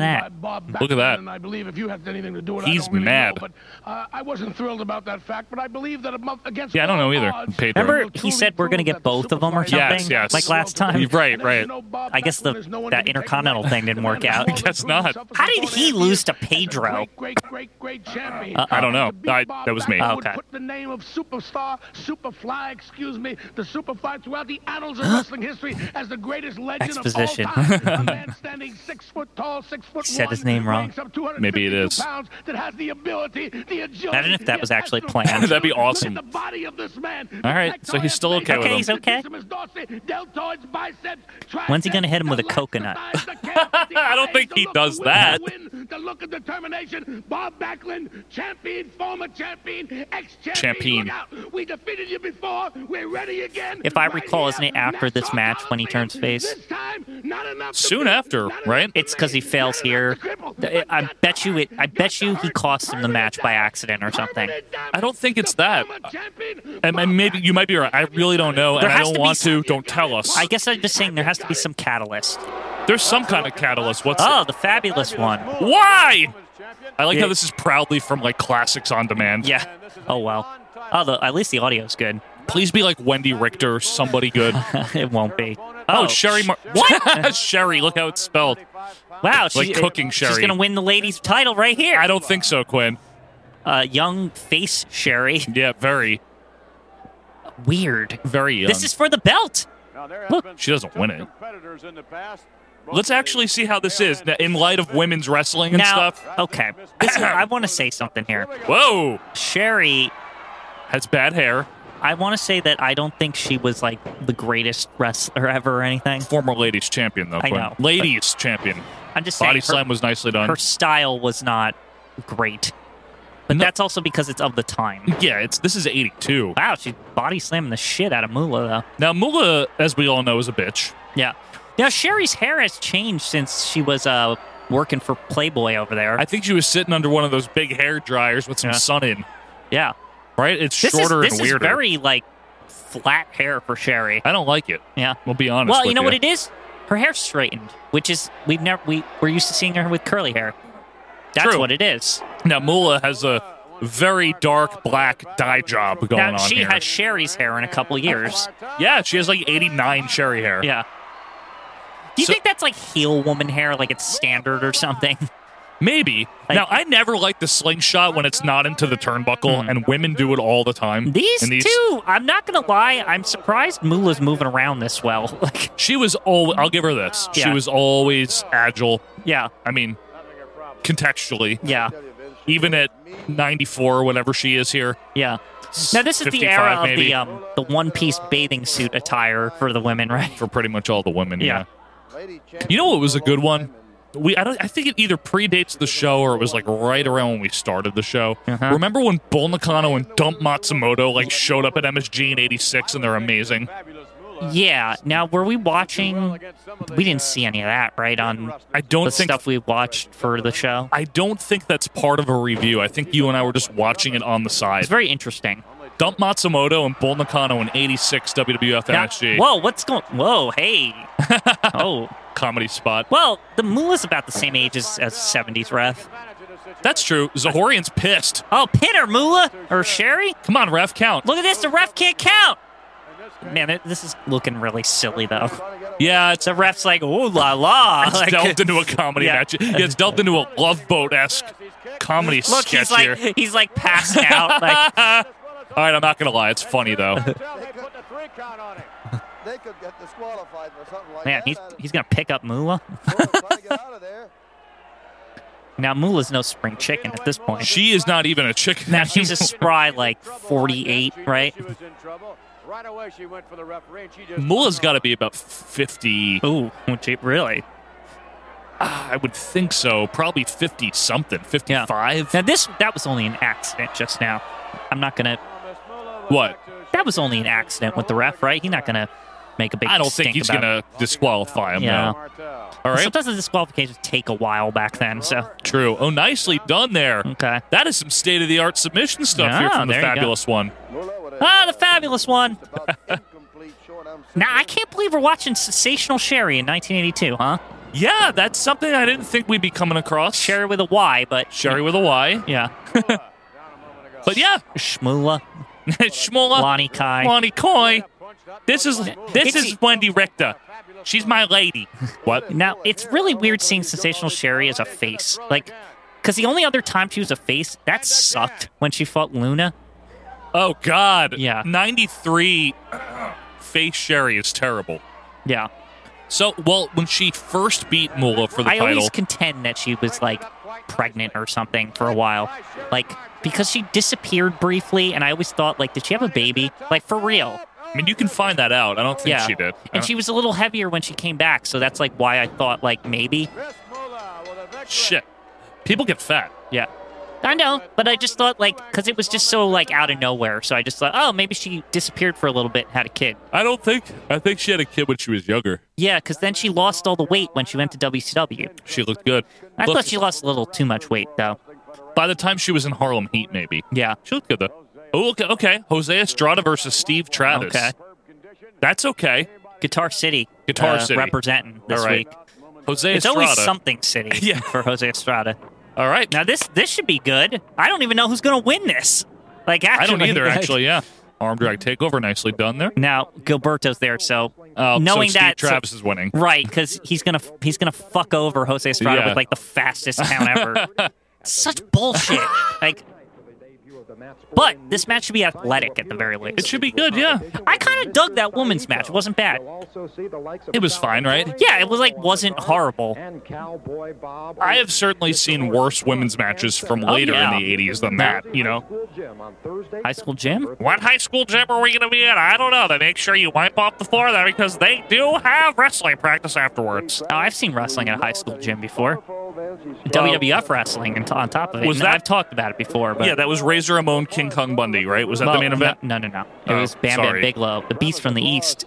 Speaker 2: that?
Speaker 1: Look at that.
Speaker 6: And I believe if you have anything to do with it,
Speaker 1: He's
Speaker 6: I don't really
Speaker 1: mad.
Speaker 6: Know, but uh, I wasn't thrilled about that fact, but I believe that a month against
Speaker 1: Yeah, I don't know
Speaker 6: all
Speaker 1: either.
Speaker 6: odds,
Speaker 1: Pedro.
Speaker 2: Remember,
Speaker 6: will
Speaker 2: he
Speaker 6: truly
Speaker 2: said we're gonna
Speaker 6: prove
Speaker 2: get
Speaker 6: that the
Speaker 2: both of them or
Speaker 6: Superfly-
Speaker 1: Yes, something? yes.
Speaker 2: like last time?
Speaker 6: You're
Speaker 1: Right,
Speaker 6: And as you
Speaker 1: right.
Speaker 6: know, Bob
Speaker 2: I guess
Speaker 6: Backlund
Speaker 2: the-
Speaker 6: is no one
Speaker 2: that
Speaker 6: to be taken
Speaker 2: Intercontinental
Speaker 6: lightly.
Speaker 2: thing didn't
Speaker 6: The man
Speaker 2: work
Speaker 6: has
Speaker 2: out.
Speaker 6: always
Speaker 1: Guess
Speaker 6: proven
Speaker 1: not.
Speaker 6: himself as
Speaker 2: How
Speaker 6: a
Speaker 2: did he
Speaker 6: four-and-a-half
Speaker 2: lose to
Speaker 6: years as a
Speaker 2: Pedro?
Speaker 6: Great, great, great, great champion.
Speaker 2: I
Speaker 1: don't know.
Speaker 6: To beat
Speaker 1: Uh, I-
Speaker 6: Bob
Speaker 1: that was me.
Speaker 6: Backlund
Speaker 2: Okay.
Speaker 6: Would put the name of superstar, superfly, excuse me, the superfly throughout the annals of wrestling history as the greatest legend
Speaker 2: Exposition.
Speaker 6: of all time. A man standing six foot tall, six foot
Speaker 2: Said
Speaker 6: one,
Speaker 2: his name wrong.
Speaker 6: weighing some 252
Speaker 1: Maybe it is.
Speaker 6: Pounds, that has the ability, the agility.
Speaker 2: Imagine if that
Speaker 6: the
Speaker 2: was actually
Speaker 6: ancestral-
Speaker 2: planned.
Speaker 1: That'd be
Speaker 6: Look at
Speaker 1: awesome.
Speaker 6: the body of this man.
Speaker 1: All right, so he's still okay with
Speaker 2: Okay, him. he's okay. When's he gonna hit him with a coconut?
Speaker 6: I
Speaker 1: don't think he does that.
Speaker 6: The look of determination. Bob Backlund, champion, former champion,
Speaker 1: Champion.
Speaker 6: ex-champion. Look out. We defeated you before. We're ready again.
Speaker 2: If I
Speaker 6: Right
Speaker 2: recall,
Speaker 6: here.
Speaker 2: isn't it after this
Speaker 6: Nassau
Speaker 2: match when he
Speaker 6: Coliseum.
Speaker 2: turns face?
Speaker 6: This time, not enough to
Speaker 1: Soon
Speaker 6: beat,
Speaker 1: after,
Speaker 6: not
Speaker 1: right?
Speaker 6: enough to
Speaker 2: It's because he
Speaker 6: make,
Speaker 2: fails
Speaker 6: not
Speaker 2: here.
Speaker 6: enough to cripple.
Speaker 2: I- I
Speaker 6: Got
Speaker 2: bet
Speaker 6: to
Speaker 2: you it.
Speaker 6: hurt,
Speaker 2: I
Speaker 6: got
Speaker 2: bet
Speaker 6: to
Speaker 2: you he
Speaker 6: hurt.
Speaker 2: cost him the
Speaker 6: Permanent
Speaker 2: match by
Speaker 6: damage.
Speaker 2: accident or something.
Speaker 6: Permanent
Speaker 1: I don't think it's
Speaker 6: the
Speaker 1: that.
Speaker 6: former champion,
Speaker 1: And,
Speaker 6: Bob
Speaker 1: and maybe you might be right. I really don't know, and
Speaker 2: There
Speaker 1: I
Speaker 2: has
Speaker 1: don't
Speaker 2: to be
Speaker 1: want to.
Speaker 2: some-
Speaker 1: Don't tell us.
Speaker 2: I guess I'm just saying there has to be some catalyst.
Speaker 1: There's some kind of catalyst. What's
Speaker 2: Oh, the fabulous one.
Speaker 1: Why? I like
Speaker 2: Yeah.
Speaker 1: how this is proudly from like classics on demand.
Speaker 2: Yeah. Oh well. Oh, the, at least the audio's good.
Speaker 1: Please be like Wendy Richter, somebody good.
Speaker 2: it won't be.
Speaker 1: Oh, Sherry. Mar-
Speaker 2: What?
Speaker 1: Sherry. Look how it's spelled.
Speaker 2: wow,
Speaker 1: Like
Speaker 2: she-
Speaker 1: cooking
Speaker 2: She's
Speaker 1: Sherry.
Speaker 2: gonna win the ladies' title right here.
Speaker 1: I don't think so, Quinn.
Speaker 2: Uh, young face Sherry.
Speaker 1: Yeah, very,
Speaker 2: Weird.
Speaker 1: very young.
Speaker 2: This is for the belt.
Speaker 4: Look,
Speaker 1: she doesn't win it.
Speaker 4: Let's
Speaker 1: Let's actually see how this is now, in light of women's wrestling and
Speaker 2: Now,
Speaker 1: stuff.
Speaker 2: okay. This is, I want to say something here.
Speaker 1: Whoa,
Speaker 2: Sherry
Speaker 1: has bad hair.
Speaker 2: I want to say that I don't think she was like the greatest wrestler ever or anything.
Speaker 1: Former ladies champion though.
Speaker 2: I
Speaker 1: Quinn.
Speaker 2: know,
Speaker 1: Ladies champion.
Speaker 2: I'm just saying
Speaker 1: Body
Speaker 2: her,
Speaker 1: slam was nicely done.
Speaker 2: her style was not great, but
Speaker 1: No.
Speaker 2: that's also because it's of the time.
Speaker 1: yeah, it's this is 82.
Speaker 2: Wow, she body slammed the shit out of Moolah
Speaker 1: Now Mula, as we all know, is a bitch.
Speaker 2: though. Yeah. Now Sherry's hair has changed since she was uh working for Playboy over there.
Speaker 1: I think she was sitting under one of those big hair dryers with some
Speaker 2: Yeah.
Speaker 1: sun in.
Speaker 2: yeah.
Speaker 1: Right? It's
Speaker 2: This
Speaker 1: shorter
Speaker 2: is this
Speaker 1: and weirder.
Speaker 2: is very like flat hair for Sherry.
Speaker 1: I don't like it.
Speaker 2: Yeah.
Speaker 1: We'll be honest.
Speaker 2: Well, you
Speaker 1: with
Speaker 2: know what it is? Her hair's straightened, which is we've never we we're used to seeing her with curly hair. That's
Speaker 1: True.
Speaker 2: what it is.
Speaker 1: Now Mula has a very dark black dye job going
Speaker 2: now
Speaker 1: on
Speaker 2: she
Speaker 1: here.
Speaker 2: has Sherry's hair in a couple years.
Speaker 1: yeah, she has like 89 Sherry hair.
Speaker 2: Yeah. Do you
Speaker 1: So-
Speaker 2: think that's like heel woman hair, like it's standard or something?
Speaker 1: Maybe.
Speaker 2: Like-
Speaker 1: now I never like the slingshot when it's not into the turnbuckle, and women do it all the time.
Speaker 2: Mm. These,
Speaker 1: And
Speaker 2: two, I'm not gonna lie, I'm surprised Mula's moving around this well. Like,
Speaker 1: She was always. I'll give her this. She
Speaker 2: Yeah.
Speaker 1: was always agile.
Speaker 2: yeah,
Speaker 1: I mean, contextually,
Speaker 2: yeah,
Speaker 1: even at 94 or whatever she is here.
Speaker 2: yeah. Now this is the
Speaker 1: 55
Speaker 2: era of
Speaker 1: maybe.
Speaker 2: the um the one piece bathing suit attire for the women, right?
Speaker 1: for pretty much all the women.
Speaker 2: Yeah.
Speaker 1: Yeah. You know what was a good one? We I don't I think it either predates the show or it was like right around when we started the show.
Speaker 2: Uh-huh.
Speaker 1: Remember when Bull Nakano and Dump Matsumoto like showed up at MSG in '86 and they're amazing.
Speaker 2: Yeah. Now were we watching? We didn't see any of that, right? On
Speaker 1: I don't
Speaker 2: the
Speaker 1: think
Speaker 2: stuff we watched for the show.
Speaker 1: I don't think that's part of a review. I think you and I were just watching it on the side.
Speaker 2: It's very interesting.
Speaker 1: Dump Matsumoto and Bull Nakano in '86 WWF
Speaker 2: Now-
Speaker 1: MSG
Speaker 2: whoa, what's going? Whoa, hey. oh,
Speaker 1: comedy spot.
Speaker 2: well, the Mula's about the same age as, as 70s ref.
Speaker 1: That's true. Zahorian's pissed.
Speaker 2: Oh, pin her, Mula or Sherry.
Speaker 1: Come on, ref, count.
Speaker 2: Look at this. The ref can't count. Man, it- this is looking really silly though.
Speaker 1: Yeah, it's
Speaker 2: The ref's like, ooh la la.
Speaker 1: It's
Speaker 2: Like,
Speaker 1: delved into a comedy
Speaker 2: Yeah.
Speaker 1: match. Yeah, it's delved into a love boat esque comedy
Speaker 2: look,
Speaker 1: sketch
Speaker 2: he's like
Speaker 1: here.
Speaker 2: he's like passed out. Like,
Speaker 1: All right, I'm not gonna lie, it's funny though.
Speaker 7: They could get disqualified for something like
Speaker 2: man, he's
Speaker 7: that.
Speaker 2: he's gonna pick up Mula.
Speaker 7: trying to get out of there.
Speaker 2: Now Mula's no spring chicken at this point.
Speaker 1: She is not even a chicken.
Speaker 2: now she's a
Speaker 1: anymore.
Speaker 2: spry like 48, right?
Speaker 1: Mula's got to be about fifty.
Speaker 2: Ooh, gee, really?
Speaker 1: I would think so. Probably fifty something,
Speaker 2: Yeah.
Speaker 1: fifty-five.
Speaker 2: Now this that was only an accident just now. I'm not gonna.
Speaker 1: What?
Speaker 2: That was only an accident with the ref, right? He's not gonna make a big.
Speaker 1: I don't think
Speaker 2: stink
Speaker 1: he's
Speaker 2: about it.
Speaker 1: gonna disqualify him.
Speaker 2: Yeah.
Speaker 1: no. All right.
Speaker 2: Sometimes the disqualifications take a while back then. So
Speaker 1: True. Oh, nicely done there.
Speaker 2: okay.
Speaker 1: That is some state of the art submission stuff
Speaker 2: Yeah,
Speaker 1: here from the
Speaker 2: there you go.
Speaker 1: fabulous one.
Speaker 2: Ah, the fabulous one.
Speaker 7: Incomplete short arm
Speaker 2: Now I can't believe we're watching Sensational Sherry in 1982, huh?
Speaker 1: Yeah, that's something I didn't think we'd be coming across.
Speaker 2: Sherry with a Y, but
Speaker 1: Sherry with a Y.
Speaker 2: yeah,
Speaker 1: But yeah,
Speaker 2: Shmula,
Speaker 1: Shmola.
Speaker 2: Lonnie Kai.
Speaker 1: Lonnie Coy. This is this
Speaker 2: It's-
Speaker 1: is Wendy Richter. She's my lady. What?
Speaker 2: Now it's really weird seeing Sensational Sherry as a face, like, because the only other time she was a face, that sucked when she fought Luna.
Speaker 1: Oh God.
Speaker 2: Yeah.
Speaker 1: Ninety three. Face Sherry is terrible.
Speaker 2: Yeah,
Speaker 1: So well, when she first beat Mula for the
Speaker 2: I
Speaker 1: title,
Speaker 2: always contend that she was like pregnant or something for a while, like because she disappeared briefly, and I always thought like, did she have a baby? Like for real?
Speaker 1: I mean, you can find that out. I don't think
Speaker 2: Yeah,
Speaker 1: she did. Uh, I
Speaker 2: And she was a little heavier when she came back, so that's like why I thought like maybe.
Speaker 1: don't- shit. People get fat.
Speaker 2: Yeah. I know, but I just thought like because it was just so like out of nowhere, so I just thought, oh, maybe she disappeared for a little bit, and had a kid.
Speaker 1: I don't think. I think she had a kid when she was younger.
Speaker 2: Yeah, because then she lost all the weight when she went to WCW.
Speaker 1: She looked good.
Speaker 2: I
Speaker 1: Look,
Speaker 2: thought she lost a little too much weight though.
Speaker 1: By the time she was in Harlem Heat, maybe
Speaker 2: Yeah.
Speaker 1: she looked good though. Oh, okay. Okay. Jose Estrada versus Steve Travis.
Speaker 2: Okay.
Speaker 1: That's okay.
Speaker 2: Guitar City.
Speaker 1: Guitar
Speaker 2: uh,
Speaker 1: City.
Speaker 2: representing this
Speaker 1: All right.
Speaker 2: week.
Speaker 1: Jose
Speaker 2: It's
Speaker 1: Estrada.
Speaker 2: always something city
Speaker 1: Yeah.
Speaker 2: for Jose Estrada.
Speaker 1: All right.
Speaker 2: Now this this should be good. I don't even know who's gonna win this. Like
Speaker 1: I
Speaker 2: actually,
Speaker 1: don't either,
Speaker 2: like-
Speaker 1: actually. Yeah. Arm drag takeover, nicely done there.
Speaker 2: Now Gilberto's there, so
Speaker 1: Oh,
Speaker 2: knowing
Speaker 1: so Steve
Speaker 2: that so-
Speaker 1: Travis is winning.
Speaker 2: Right, because he's gonna he's gonna fuck over Jose Estrada
Speaker 1: Yeah.
Speaker 2: with like the fastest count ever. Such bullshit. Like, but this match should be athletic at the very least.
Speaker 1: It should be good, yeah.
Speaker 2: I kind of dug that women's match. It wasn't bad.
Speaker 1: It was fine, right?
Speaker 2: Yeah, it was like wasn't horrible.
Speaker 1: I have certainly seen worse women's matches from
Speaker 2: Oh,
Speaker 1: later
Speaker 2: yeah.
Speaker 1: in the 80s than that, you know?
Speaker 2: High school gym.
Speaker 1: What high school gym are we going to be at? I don't know. They make sure you wipe off the floor there because they do have wrestling practice afterwards.
Speaker 2: Oh, I've seen wrestling at a high school gym before. WWF wrestling and t- on top of it.
Speaker 1: Was
Speaker 2: And
Speaker 1: that-
Speaker 2: I've talked about it before, but
Speaker 1: Yeah, that was Razor Ramon King Kong Bundy, right? Was that
Speaker 2: Well,
Speaker 1: the main event?
Speaker 2: No, no, no. no. It
Speaker 1: Oh,
Speaker 2: was Bam
Speaker 1: sorry.
Speaker 2: Bam Bigelow, the Beast from the East.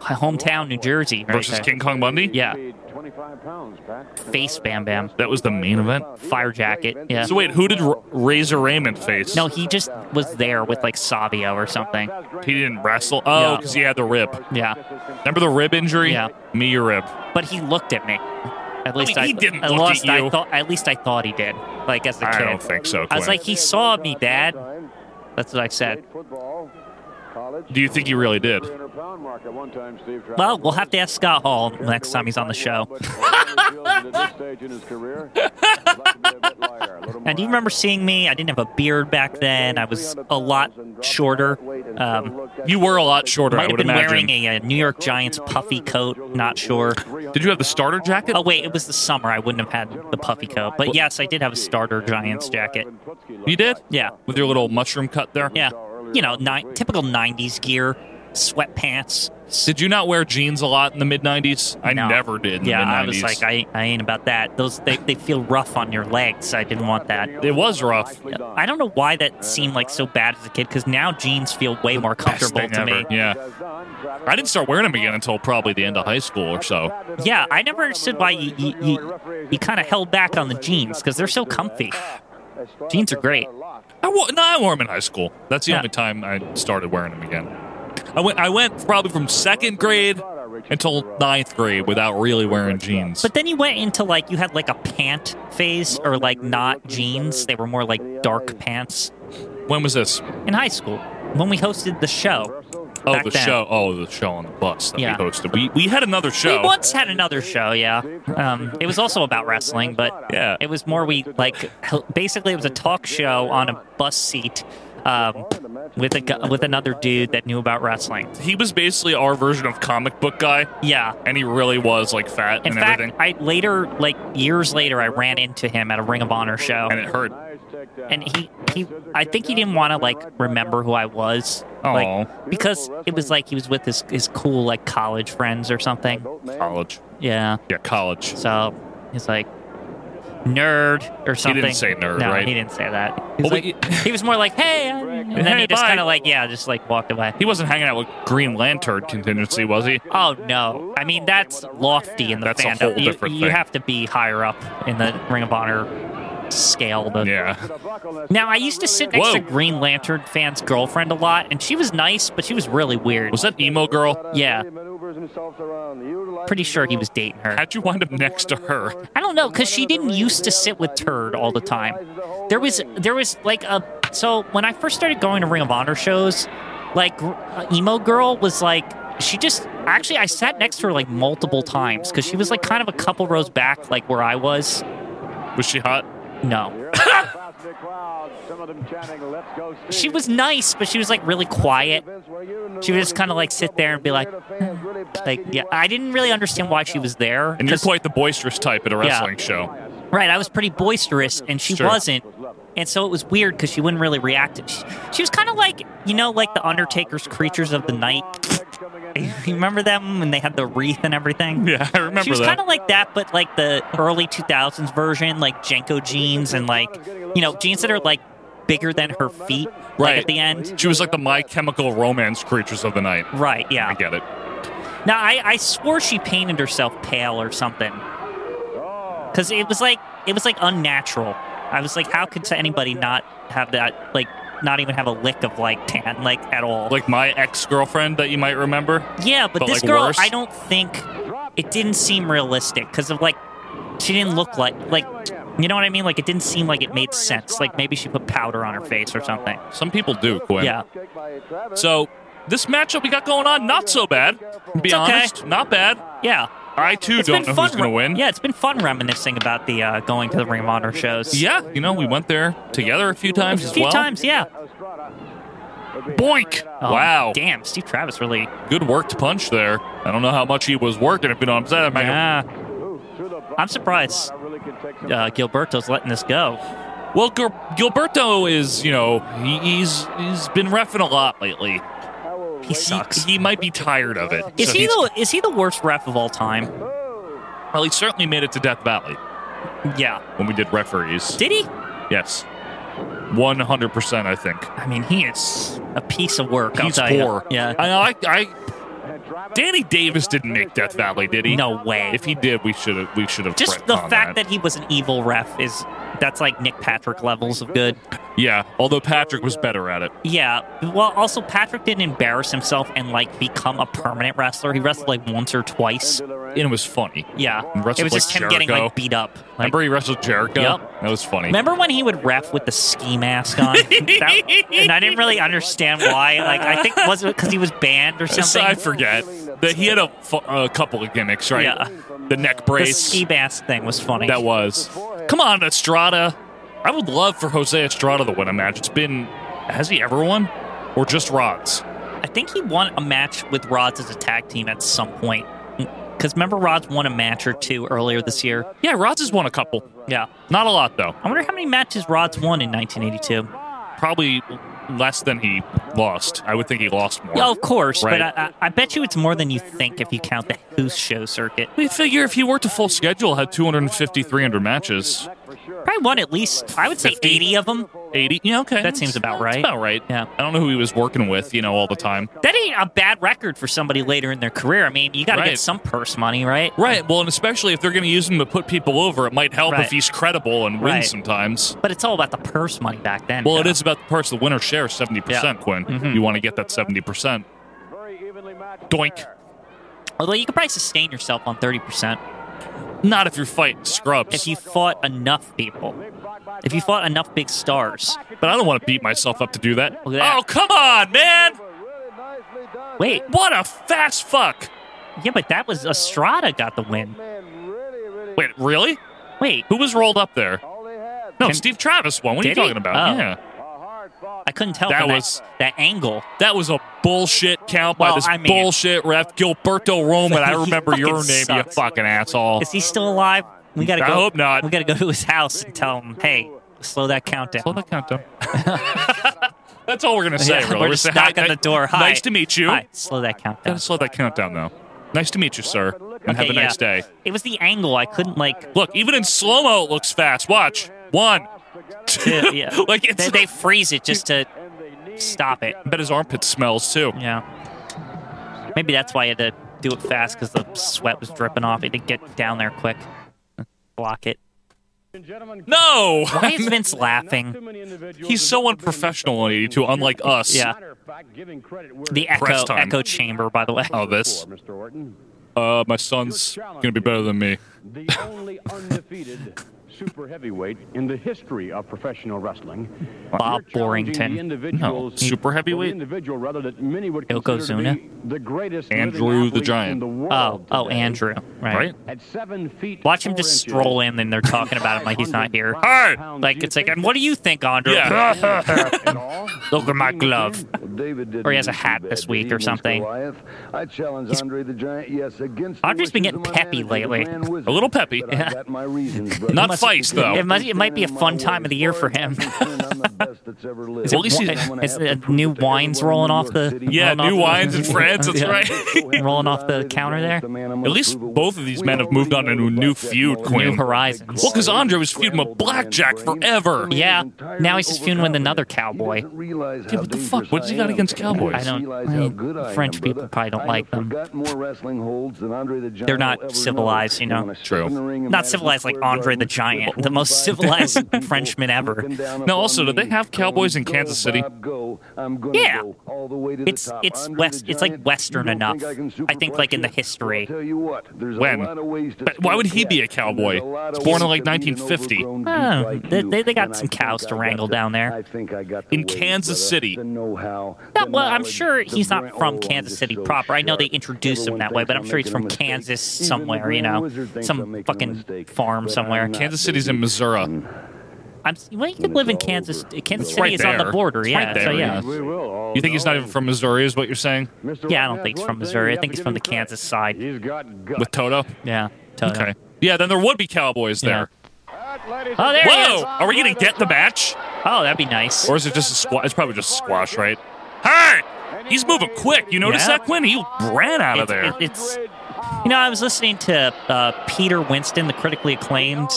Speaker 2: hometown, New Jersey, right
Speaker 1: versus
Speaker 2: there.
Speaker 1: King Kong Bundy.
Speaker 2: Yeah,
Speaker 7: Face
Speaker 2: face Bam Bam.
Speaker 1: that was the main event.
Speaker 2: Fire jacket, yeah.
Speaker 1: So wait, who did R- Razor Raymond face?
Speaker 2: No, he just was there with like Savio or something.
Speaker 1: he didn't wrestle. Oh,
Speaker 2: Yeah.
Speaker 1: because he had the rib.
Speaker 2: Yeah,
Speaker 1: Remember the rib injury?
Speaker 2: Yeah.
Speaker 1: me your rib.
Speaker 2: but he looked at me. At least
Speaker 1: mean,
Speaker 2: I,
Speaker 1: he didn't
Speaker 2: At
Speaker 1: look
Speaker 2: least
Speaker 1: at you.
Speaker 2: I thought. At least I thought he did. Like as a
Speaker 1: I
Speaker 2: kid.
Speaker 1: don't think so.
Speaker 2: I was
Speaker 1: Quinn.
Speaker 2: like, he saw me, Dad. That's what I said.
Speaker 1: Do you think he really did?
Speaker 2: Well, we'll have to ask Scott Hall next time he's on the show. And do you remember seeing me? I didn't have a beard back then. I was a lot shorter. Um,
Speaker 1: You were a lot shorter. I
Speaker 2: might have
Speaker 1: would
Speaker 2: been
Speaker 1: imagine.
Speaker 2: wearing a, uh New York Giants puffy coat. Not sure.
Speaker 1: did you have the starter jacket?
Speaker 2: Oh wait, it was the summer. I wouldn't have had the puffy coat. But yes, I did have a starter Giants jacket.
Speaker 1: You did?
Speaker 2: Yeah.
Speaker 1: With your little mushroom cut there?
Speaker 2: Yeah, you know, ni- typical '90s gear, sweatpants.
Speaker 1: Did you not wear jeans a lot in the mid 90s? I
Speaker 2: No.
Speaker 1: never did. In
Speaker 2: yeah,
Speaker 1: the mid-90s.
Speaker 2: I was like, I, I ain't about that. Those they, they feel rough on your legs. I didn't want that.
Speaker 1: It was rough.
Speaker 2: I don't know why that seemed like so bad as a kid because now jeans feel way more
Speaker 1: Best
Speaker 2: comfortable
Speaker 1: thing
Speaker 2: to me.
Speaker 1: ever. Yeah. I didn't start wearing them again until probably the end of high school or so.
Speaker 2: Yeah, I never understood why you you, you, you kind of held back on the jeans because they're so comfy. Jeans are great.
Speaker 1: I wore, no, I wore them in high school. That's the
Speaker 2: Yeah.
Speaker 1: only time I started wearing them again. I went, I went probably from second grade until ninth grade without really wearing jeans.
Speaker 2: But then you went into like you had like a pant phase or like not jeans. They were more like dark pants
Speaker 1: when was this?
Speaker 2: in high school when we hosted the show.
Speaker 1: Oh,
Speaker 2: back
Speaker 1: the
Speaker 2: then.
Speaker 1: show. Oh, the show on the bus that
Speaker 2: Yeah.
Speaker 1: we hosted. We we had another show.
Speaker 2: We once had another show, yeah. Um, it was also about wrestling, but
Speaker 1: Yeah.
Speaker 2: it was more we like h- basically it was a talk show on a bus seat um, with a gu- with another dude that knew about wrestling.
Speaker 1: he was basically our version of comic book guy,
Speaker 2: Yeah.
Speaker 1: and he really was like fat
Speaker 2: In
Speaker 1: and
Speaker 2: fact,
Speaker 1: everything,
Speaker 2: I later like years later I ran into him at a Ring of Honor show,
Speaker 1: and it hurt.
Speaker 2: and he he I think he didn't want to like remember who I was.
Speaker 1: Aw.
Speaker 2: Like, because it was like he was with his his cool like college friends or something.
Speaker 1: College,
Speaker 2: Yeah.
Speaker 1: yeah, college.
Speaker 2: So he's like, nerd or something.
Speaker 1: say nerd,
Speaker 2: no,
Speaker 1: right?
Speaker 2: He didn't say that. He was,
Speaker 1: Well,
Speaker 2: like, he was more like, hey, I- and then
Speaker 1: Hey,
Speaker 2: he just
Speaker 1: bye.
Speaker 2: kind of like, yeah, just like walked away.
Speaker 1: He wasn't hanging out with Green Lantern contingency, was he?
Speaker 2: Oh no! I mean, that's lofty in the
Speaker 1: That's a
Speaker 2: fandom.
Speaker 1: whole
Speaker 2: you,
Speaker 1: different
Speaker 2: you
Speaker 1: thing.
Speaker 2: have to be higher up in the Ring of Honor scale. To...
Speaker 1: Yeah.
Speaker 2: Now, I used to sit next to
Speaker 1: Whoa.
Speaker 2: Green Lantern fan's girlfriend a lot, and she was nice, but she was really weird.
Speaker 1: Was that emo girl?
Speaker 2: Yeah, pretty
Speaker 7: Pretty
Speaker 2: sure he was dating her.
Speaker 1: How'd you wind up next to her?
Speaker 2: I don't know because she didn't used to sit with Turd all the time. There was there was like a so when I first started going to Ring of Honor shows, like gr- uh, emo girl was like she just actually I sat next to her like multiple times because she was like kind of a couple rows back like where I was.
Speaker 1: Was she hot?
Speaker 2: No, she was nice, but she was like really quiet. She would just kind of like sit there and be like, like yeah. I didn't really understand why she was there.
Speaker 1: And you're
Speaker 2: 'cause-
Speaker 1: quite the boisterous type at a wrestling show.
Speaker 2: Right, I was pretty boisterous, and she
Speaker 1: Sure.
Speaker 2: wasn't. And so it was weird because she wouldn't really react. She, she was kind of like, you know, like the Undertaker's Creatures of the Night. you remember them when they had the wreath and everything?
Speaker 1: Yeah, I remember
Speaker 2: She was
Speaker 1: that.
Speaker 2: kind of like that, but like the early 2000s version, like Jenko jeans and like, you know, jeans that are like bigger than her feet, like,
Speaker 1: right
Speaker 2: at the end.
Speaker 1: She was like the My Chemical Romance creatures of the night.
Speaker 2: Right,
Speaker 1: I
Speaker 2: yeah.
Speaker 1: get it.
Speaker 2: Now, I, I swore she painted herself pale or something. Because it was like, it was like unnatural. I was like, how could anybody not have that, like, not even have a lick of, like, tan, like, at all?
Speaker 1: Like my ex girlfriend that you might remember.
Speaker 2: yeah, but,
Speaker 1: but,
Speaker 2: this
Speaker 1: like,
Speaker 2: girl,
Speaker 1: worse?
Speaker 2: I don't think, it didn't seem realistic because of, like, she didn't look like, like, you know what I mean? Like, it didn't seem like it made sense. Like, maybe she put powder on her face or something.
Speaker 1: Some people do, Quinn.
Speaker 2: Yeah.
Speaker 1: So this matchup we got going on, not so bad. To be
Speaker 2: It's okay.
Speaker 1: honest, not bad.
Speaker 2: Yeah.
Speaker 1: I too
Speaker 2: It's
Speaker 1: don't know who's
Speaker 2: been fun.
Speaker 1: gonna
Speaker 2: re-
Speaker 1: win.
Speaker 2: Yeah, it's been fun reminiscing about the uh, going to the Ring of Honor shows.
Speaker 1: Yeah, you know, we went there together a few times
Speaker 2: A
Speaker 1: as
Speaker 2: few
Speaker 1: well.
Speaker 2: times, yeah.
Speaker 1: Boink!
Speaker 2: Oh,
Speaker 1: wow.
Speaker 2: Damn, Steve Travis really.
Speaker 1: Good work to punch there. I don't know how much he was working, if you know what I'm saying. Like,
Speaker 2: Yeah. I'm surprised uh, Gilberto's letting this go.
Speaker 1: Well, Gil- Gilberto is, you know, he, he's he's been refing a lot lately.
Speaker 2: He sucks.
Speaker 1: He might be tired of it.
Speaker 2: is
Speaker 1: So
Speaker 2: he
Speaker 1: he's-
Speaker 2: the is he the worst ref of all time?
Speaker 1: Well, he certainly made it to Death Valley
Speaker 2: Yeah.
Speaker 1: when we did referees.
Speaker 2: Did he?
Speaker 1: Yes, one hundred percent. I think
Speaker 2: I mean, he is a piece of work. I'll
Speaker 1: he's
Speaker 2: tell ya.
Speaker 1: poor.
Speaker 2: Yeah.
Speaker 1: I, I I Danny Davis didn't make Death Valley, did he?
Speaker 2: No way.
Speaker 1: If he did, we should have. We should have.
Speaker 2: Just the fact that. he was an evil ref is that's like Nick Patrick levels of good.
Speaker 1: Yeah, although Patrick was better at it.
Speaker 2: Yeah. Well, also Patrick didn't embarrass himself and like become a permanent wrestler. He wrestled like once or twice.
Speaker 1: And it was funny.
Speaker 2: Yeah.
Speaker 1: Wrestled
Speaker 2: it was
Speaker 1: like
Speaker 2: just him getting
Speaker 1: Jericho.
Speaker 2: like beat up. Like,
Speaker 1: Remember he wrestled Jericho?
Speaker 2: Yep.
Speaker 1: That was funny.
Speaker 2: Remember when he would ref with the ski mask on? That- and I didn't really understand why. Like, I think was it because he was banned or
Speaker 1: So
Speaker 2: something?
Speaker 1: I forget that he had a, fu- a couple of gimmicks, right?
Speaker 2: Yeah.
Speaker 1: The neck
Speaker 2: the
Speaker 1: brace.
Speaker 2: ski mask thing was funny.
Speaker 1: that was. Come on, Estrada. I would love for Jose Estrada to win a match. It's been has he ever won, or just Rods?
Speaker 2: I think he won a match with Rods as a tag team at some point. Because remember, Rods won a match or two earlier this year.
Speaker 1: Yeah, Rods has won a couple.
Speaker 2: Yeah.
Speaker 1: Not a lot though.
Speaker 2: I wonder how many matches Rods won in 1982.
Speaker 1: Probably less than he lost. I would think he lost more.
Speaker 2: Yeah, of course,
Speaker 1: Right.
Speaker 2: but I, I, I bet you it's more than you think if you count the Who's Show circuit.
Speaker 1: we figure if he worked a full schedule, had 250, 300 matches,
Speaker 2: Probably won at least, I would say,
Speaker 1: 50?
Speaker 2: 80 of them.
Speaker 1: 80. Yeah, okay.
Speaker 2: That seems about
Speaker 1: that's
Speaker 2: right.
Speaker 1: About right.
Speaker 2: Yeah.
Speaker 1: I don't know who he was working with, you know, all the time.
Speaker 2: That ain't a bad record for somebody later in their career. I mean, you got to
Speaker 1: Right.
Speaker 2: get some purse money, right?
Speaker 1: Right. Well, and especially if they're going to use him to put people over, it might help
Speaker 2: Right.
Speaker 1: if he's credible and win
Speaker 2: Right.
Speaker 1: sometimes.
Speaker 2: But it's all about the purse money back then.
Speaker 1: Well, it
Speaker 2: though.
Speaker 1: is about the parts the winner share 70%, Quinn.
Speaker 2: Mm-hmm.
Speaker 1: You want to get that 70%. Doink.
Speaker 2: Although you could probably sustain yourself on 30%
Speaker 1: Not if you're fighting scrubs.
Speaker 2: if you fought enough people, if you fought enough big stars.
Speaker 1: but I don't want to beat myself up to do that.
Speaker 2: Look at that.
Speaker 1: Oh, come on, man.
Speaker 2: Wait,
Speaker 1: What a fast fuck.
Speaker 2: yeah, but that was Estrada got the win.
Speaker 1: Wait, really?
Speaker 2: Wait,
Speaker 1: Who was rolled up there? No, Steve Travis won. What are you
Speaker 2: Did he?
Speaker 1: talking about?
Speaker 2: Oh.
Speaker 1: Yeah.
Speaker 2: I couldn't tell
Speaker 1: That
Speaker 2: from
Speaker 1: was-
Speaker 2: that angle.
Speaker 1: That was a bullshit count by
Speaker 2: Well,
Speaker 1: this
Speaker 2: I mean-
Speaker 1: bullshit ref, Gilberto Roman. I
Speaker 2: He
Speaker 1: remember your name,
Speaker 2: fucking
Speaker 1: you
Speaker 2: sucks.
Speaker 1: fucking asshole.
Speaker 2: Is he still alive? We gotta
Speaker 1: I
Speaker 2: go.
Speaker 1: hope not.
Speaker 2: We gotta go to his house and tell him, hey, slow that countdown.
Speaker 1: Slow that countdown. That's all we're gonna say.
Speaker 2: Yeah,
Speaker 1: really.
Speaker 2: we're just
Speaker 1: gonna say, hi,
Speaker 2: knocking
Speaker 1: ni-
Speaker 2: the door. Hi.
Speaker 1: Nice to meet you.
Speaker 2: Hi, slow that countdown.
Speaker 1: Gotta slow that countdown though. Nice to meet you, sir. And have a
Speaker 2: Okay, yeah.
Speaker 1: nice day.
Speaker 2: It was the angle. I couldn't like.
Speaker 1: Look, even in slow mo, it looks fast. Watch one, two.
Speaker 2: to- yeah.
Speaker 1: like it's.
Speaker 2: they, they freeze it just to stop it.
Speaker 1: I bet his armpit smells too.
Speaker 2: Yeah. Maybe that's why he had to do it fast because the sweat was dripping off. He didn't get down there quick. Block it.
Speaker 1: No,
Speaker 2: Why is Vince laughing?
Speaker 1: he's so unprofessional in '82, unlike us.
Speaker 2: Yeah. The
Speaker 1: Press
Speaker 2: echo
Speaker 1: time.
Speaker 2: echo chamber, by the way.
Speaker 1: Oh, this.
Speaker 4: Mr. Orton,
Speaker 1: Uh, my son's gonna be better than me.
Speaker 4: the only undefeated super heavyweight in the history of professional wrestling.
Speaker 2: Bob
Speaker 4: You're challenging
Speaker 2: Borrington.
Speaker 4: the individuals-
Speaker 1: No, super
Speaker 4: well, the
Speaker 1: heavyweight?
Speaker 4: individual, rather, that many would consider to
Speaker 2: Yokozuna?
Speaker 4: be the greatest living
Speaker 1: Andrew the
Speaker 4: athlete in
Speaker 1: Giant.
Speaker 4: the world
Speaker 2: Oh, oh,
Speaker 4: today.
Speaker 2: Andrew. Right.
Speaker 1: Right?
Speaker 4: At seven feet.
Speaker 2: Watch him
Speaker 4: four
Speaker 2: just
Speaker 4: inches,
Speaker 2: stroll in, and they're talking about him like he's not here.
Speaker 4: Hey!
Speaker 2: Like it's like, and what do you think, Andre?
Speaker 1: Yeah.
Speaker 4: at all.
Speaker 2: Look at my glove.
Speaker 8: David
Speaker 2: Or he has a hat this week or something.
Speaker 8: Goliath. I challenge Andre the Giant, yes, against
Speaker 2: Andre's been getting peppy lately.
Speaker 1: A little peppy.
Speaker 8: I got my reasons, brother.
Speaker 1: Not feist though.
Speaker 2: It must. It might be a fun time of the year for him.
Speaker 8: I'm the best that's ever lived.
Speaker 1: Well, at least
Speaker 2: Wi-
Speaker 1: he's-
Speaker 8: I'm gonna
Speaker 2: is
Speaker 8: have
Speaker 2: it
Speaker 8: to
Speaker 2: a new
Speaker 8: prove to
Speaker 2: wines
Speaker 8: everyone
Speaker 2: rolling
Speaker 8: in New
Speaker 2: off
Speaker 8: York
Speaker 2: the?
Speaker 8: City-
Speaker 1: Yeah,
Speaker 2: rolling off
Speaker 1: new
Speaker 2: the-
Speaker 1: wines in France. That's
Speaker 2: Yeah.
Speaker 1: right.
Speaker 2: rolling off the counter there.
Speaker 1: At least both of these men have moved on into a new feud, Quinn.
Speaker 2: New Horizons.
Speaker 1: Well, because Andre was feuding with Blackjack forever.
Speaker 2: Yeah. Now he's just feuding with another cowboy.
Speaker 8: Yeah,
Speaker 1: what the fuck? What does he got against cowboys?
Speaker 2: I don't- French people probably don't like them.
Speaker 8: They're
Speaker 2: They're not civilized, you know.
Speaker 1: True.
Speaker 2: Not civilized like Andre the Giant, the most civilized Frenchman ever.
Speaker 1: Now, also, do they have cowboys in Kansas City?
Speaker 2: Yeah.
Speaker 8: Yeah,
Speaker 2: It's- it's West- it's, like, Western enough. I think, like, in the history.
Speaker 1: When?
Speaker 8: When?
Speaker 1: But why would he be a cowboy? It's born in, like, 1950.
Speaker 2: Oh, they- they- they got some cows to wrangle down there.
Speaker 1: In Kansas City.
Speaker 2: Not, well, I'm sure he's not from Kansas City proper. I know they introduced him that way, but I'm sure he's from Kansas somewhere, you know, some fucking
Speaker 4: uh,
Speaker 2: farm somewhere.
Speaker 1: Kansas City's in Missouri.
Speaker 2: I'm, well, you could live in Kansas. Kansas
Speaker 1: It's
Speaker 2: City
Speaker 1: right
Speaker 2: is on the
Speaker 1: there.
Speaker 2: border,
Speaker 1: It's
Speaker 2: yeah.
Speaker 1: right there,
Speaker 2: so
Speaker 1: yeah.
Speaker 2: yeah,
Speaker 4: We will all
Speaker 1: You think he's
Speaker 4: know.
Speaker 1: not even from Missouri, is what you're saying?
Speaker 4: Mr.
Speaker 2: yeah. I
Speaker 4: Orton
Speaker 2: don't think he's
Speaker 4: has one
Speaker 2: from
Speaker 4: thing
Speaker 2: Missouri.
Speaker 4: you
Speaker 2: I
Speaker 4: have
Speaker 2: think
Speaker 4: to
Speaker 2: he's
Speaker 4: give
Speaker 2: from the
Speaker 4: him credit.
Speaker 2: Kansas side.
Speaker 4: He's got guts.
Speaker 1: With Toto?
Speaker 2: Yeah. tell ya.
Speaker 1: Okay. Yeah, then there would be cowboys there.
Speaker 4: That, ladies
Speaker 2: Oh,
Speaker 4: and
Speaker 2: there he
Speaker 1: Whoa!
Speaker 2: is.
Speaker 1: Are we going to get the match?
Speaker 2: Oh, that'd be nice.
Speaker 1: Or is it just a squash? It's probably just squash, right? Hey! He's moving quick. You notice
Speaker 2: Yeah.
Speaker 1: that, Quinn? He ran out of
Speaker 2: It's-
Speaker 1: there.
Speaker 2: it- it's you know I was listening to uh, Peter Winston, the critically acclaimed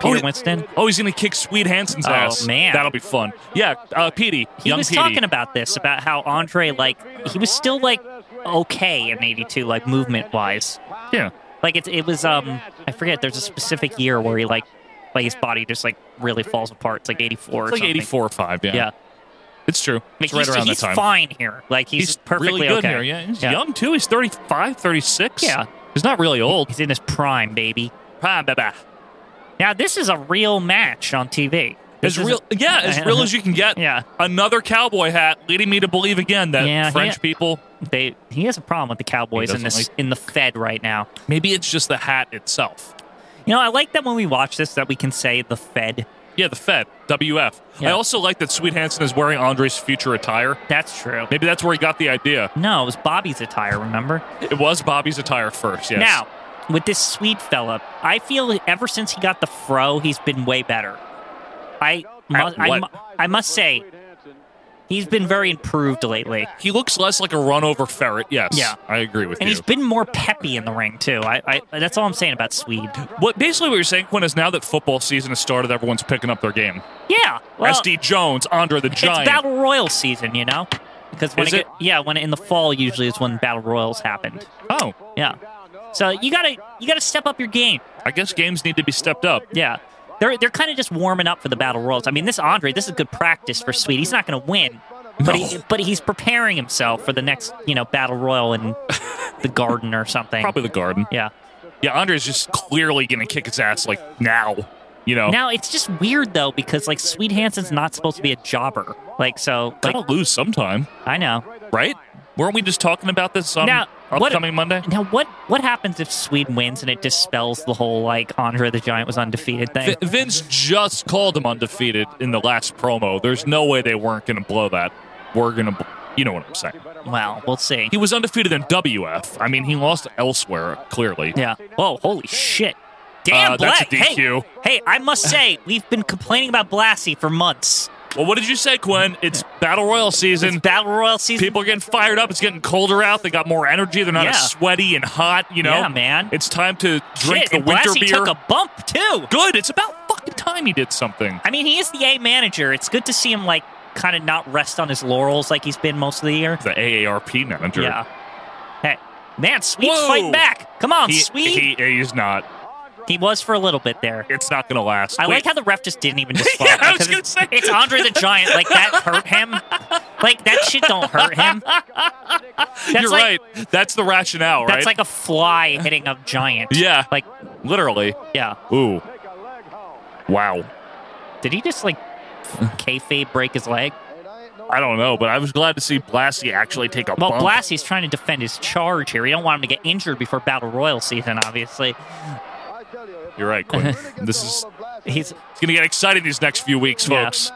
Speaker 2: Peter
Speaker 1: Oh,
Speaker 2: Winston.
Speaker 1: Oh, he's gonna kick Sweet Hansen's
Speaker 2: Oh,
Speaker 1: ass.
Speaker 2: man.
Speaker 1: that'll be fun. Yeah, uh, Petey,
Speaker 2: He
Speaker 1: young
Speaker 2: was
Speaker 1: Petey.
Speaker 2: talking about this about how Andre like he was still like okay in '82, like movement wise.
Speaker 1: Yeah.
Speaker 2: Like it's it was um I forget. There's a specific year where he like like his body just like really falls apart. It's like '84 or
Speaker 1: It's like
Speaker 2: something.
Speaker 1: 84 or 5, yeah.
Speaker 2: Yeah. Like,
Speaker 1: It's true. It's right
Speaker 2: he's
Speaker 1: around
Speaker 2: he's
Speaker 1: that time.
Speaker 2: fine here. Like he's,
Speaker 1: He's
Speaker 2: perfectly
Speaker 1: really good
Speaker 2: okay.
Speaker 1: here. Yeah. He's young, too. He's 35, 36.
Speaker 2: Yeah.
Speaker 1: He's not really old.
Speaker 2: He's in his prime, baby. Prime, baby. Now this is a real match on TV. This
Speaker 1: As
Speaker 2: is
Speaker 1: real,
Speaker 2: a-
Speaker 1: yeah, as real as you can get.
Speaker 2: Yeah.
Speaker 1: Another cowboy hat, leading me to believe again that
Speaker 2: Yeah,
Speaker 1: French
Speaker 2: yeah.
Speaker 1: people.
Speaker 2: They he has a problem with the Cowboys in
Speaker 1: doesn't
Speaker 2: this
Speaker 1: like-
Speaker 2: in the Fed right now.
Speaker 1: Maybe it's just the hat itself.
Speaker 2: You know, I like that when we watch this that we can say the Fed.
Speaker 1: Yeah, the Fed, WF.
Speaker 2: Yeah.
Speaker 1: I also like that Sweet Hansen is wearing Andre's future attire.
Speaker 2: That's true.
Speaker 1: Maybe that's where he got the idea.
Speaker 2: No, it was Bobby's attire, remember?
Speaker 1: It was Bobby's attire first, yes.
Speaker 2: Now, with this sweet fella, I feel ever since he got the fro, he's been way better. I must, I,
Speaker 1: what?
Speaker 2: mu- I must say, he's been very improved lately.
Speaker 1: he looks less like a runover ferret, yes.
Speaker 2: Yeah.
Speaker 1: I agree with
Speaker 2: And
Speaker 1: you.
Speaker 2: he's been more peppy in the ring too. I, I that's all I'm saying about Swede.
Speaker 1: What basically what you're saying, Quinn, is now that football season has started, everyone's picking up their game.
Speaker 2: Yeah, well,
Speaker 1: SD Jones, Andre the
Speaker 2: it's
Speaker 1: Giant.
Speaker 2: battle royal season, you know, because when
Speaker 1: Is
Speaker 2: it,
Speaker 1: it?
Speaker 2: get- yeah, when in the fall usually is when battle royals happened.
Speaker 1: oh,
Speaker 2: Yeah, so you gotta you gotta step up your game.
Speaker 1: I guess games need to be stepped up.
Speaker 2: Yeah. They're, they're kind of just warming up for the battle royals. I mean, this Andre, this is good practice for Sweet. He's not going to win, but he, but he's preparing himself for the next you know battle royal in the garden or something.
Speaker 1: Probably the Garden.
Speaker 2: Yeah.
Speaker 1: Yeah, Andre's just clearly going to kick his ass like now. You know,
Speaker 2: Now it's just weird though because like Sweet Hansen's not supposed to be a jobber. Like so, like
Speaker 1: gotta lose sometime,
Speaker 2: I know.
Speaker 1: right? Weren't we just talking about this on
Speaker 2: Now, what-
Speaker 1: upcoming Monday?
Speaker 2: Now what what happens if Sweet wins and it dispels the whole like Andre the Giant was undefeated thing?
Speaker 1: Vi- Vince just called him undefeated in the last promo. There's no way they weren't going to blow that. We're going to, bl- you know what I'm saying.
Speaker 2: Well, we'll see.
Speaker 1: He was undefeated in WF. I mean, he lost elsewhere, clearly.
Speaker 2: Yeah. Oh, holy shit. Damn,
Speaker 1: Uh, that's a
Speaker 2: Black.
Speaker 1: DQ.
Speaker 2: Hey, hey, I must say, we've been complaining about Blassie for months.
Speaker 1: Well, what did you say, Quinn? It's Battle Royal
Speaker 2: It's
Speaker 1: season.
Speaker 2: Battle Royal season.
Speaker 1: People are getting fired up. It's getting colder out. They got more energy. They're not
Speaker 2: Yeah.
Speaker 1: as sweaty and hot, you know?
Speaker 2: Yeah, man.
Speaker 1: It's time to drink
Speaker 2: Shit,
Speaker 1: the
Speaker 2: and
Speaker 1: winter
Speaker 2: Blassie
Speaker 1: beer.
Speaker 2: took a bump too.
Speaker 1: Good. It's about fucking time he did something.
Speaker 2: I mean, he is the A manager. It's good to see him like kind of not rest on his laurels like he's been most of the year.
Speaker 1: The AARP manager.
Speaker 2: Yeah. Hey, man, Sweet's
Speaker 1: Whoa.
Speaker 2: fighting back. Come on,
Speaker 1: He,
Speaker 2: Sweet. He,
Speaker 1: he, he's not.
Speaker 2: was for a little bit there.
Speaker 1: It's not going to last.
Speaker 2: I
Speaker 1: Wait.
Speaker 2: like how the ref just didn't even just
Speaker 1: Yeah, I was
Speaker 2: because
Speaker 1: gonna
Speaker 2: it's,
Speaker 1: say.
Speaker 2: it's Andre the Giant. Like that hurt him. Like that shit don't hurt him. That's
Speaker 1: You're
Speaker 2: like,
Speaker 1: right. That's the rationale,
Speaker 2: That's
Speaker 1: right?
Speaker 2: like a fly hitting a giant.
Speaker 1: Yeah.
Speaker 2: Like,
Speaker 1: literally.
Speaker 2: yeah.
Speaker 1: Ooh. Wow.
Speaker 2: Did he just like kayfabe break his leg?
Speaker 1: I don't know, but I was glad to see Blassie actually take a
Speaker 2: Well,
Speaker 1: bump.
Speaker 2: Blassie's trying to defend his charge here. You don't want him to get injured before Battle Royal season, obviously.
Speaker 1: You're right, Quinn. this is
Speaker 2: He's
Speaker 1: it's gonna get exciting these next few weeks,
Speaker 2: Yeah.
Speaker 1: folks.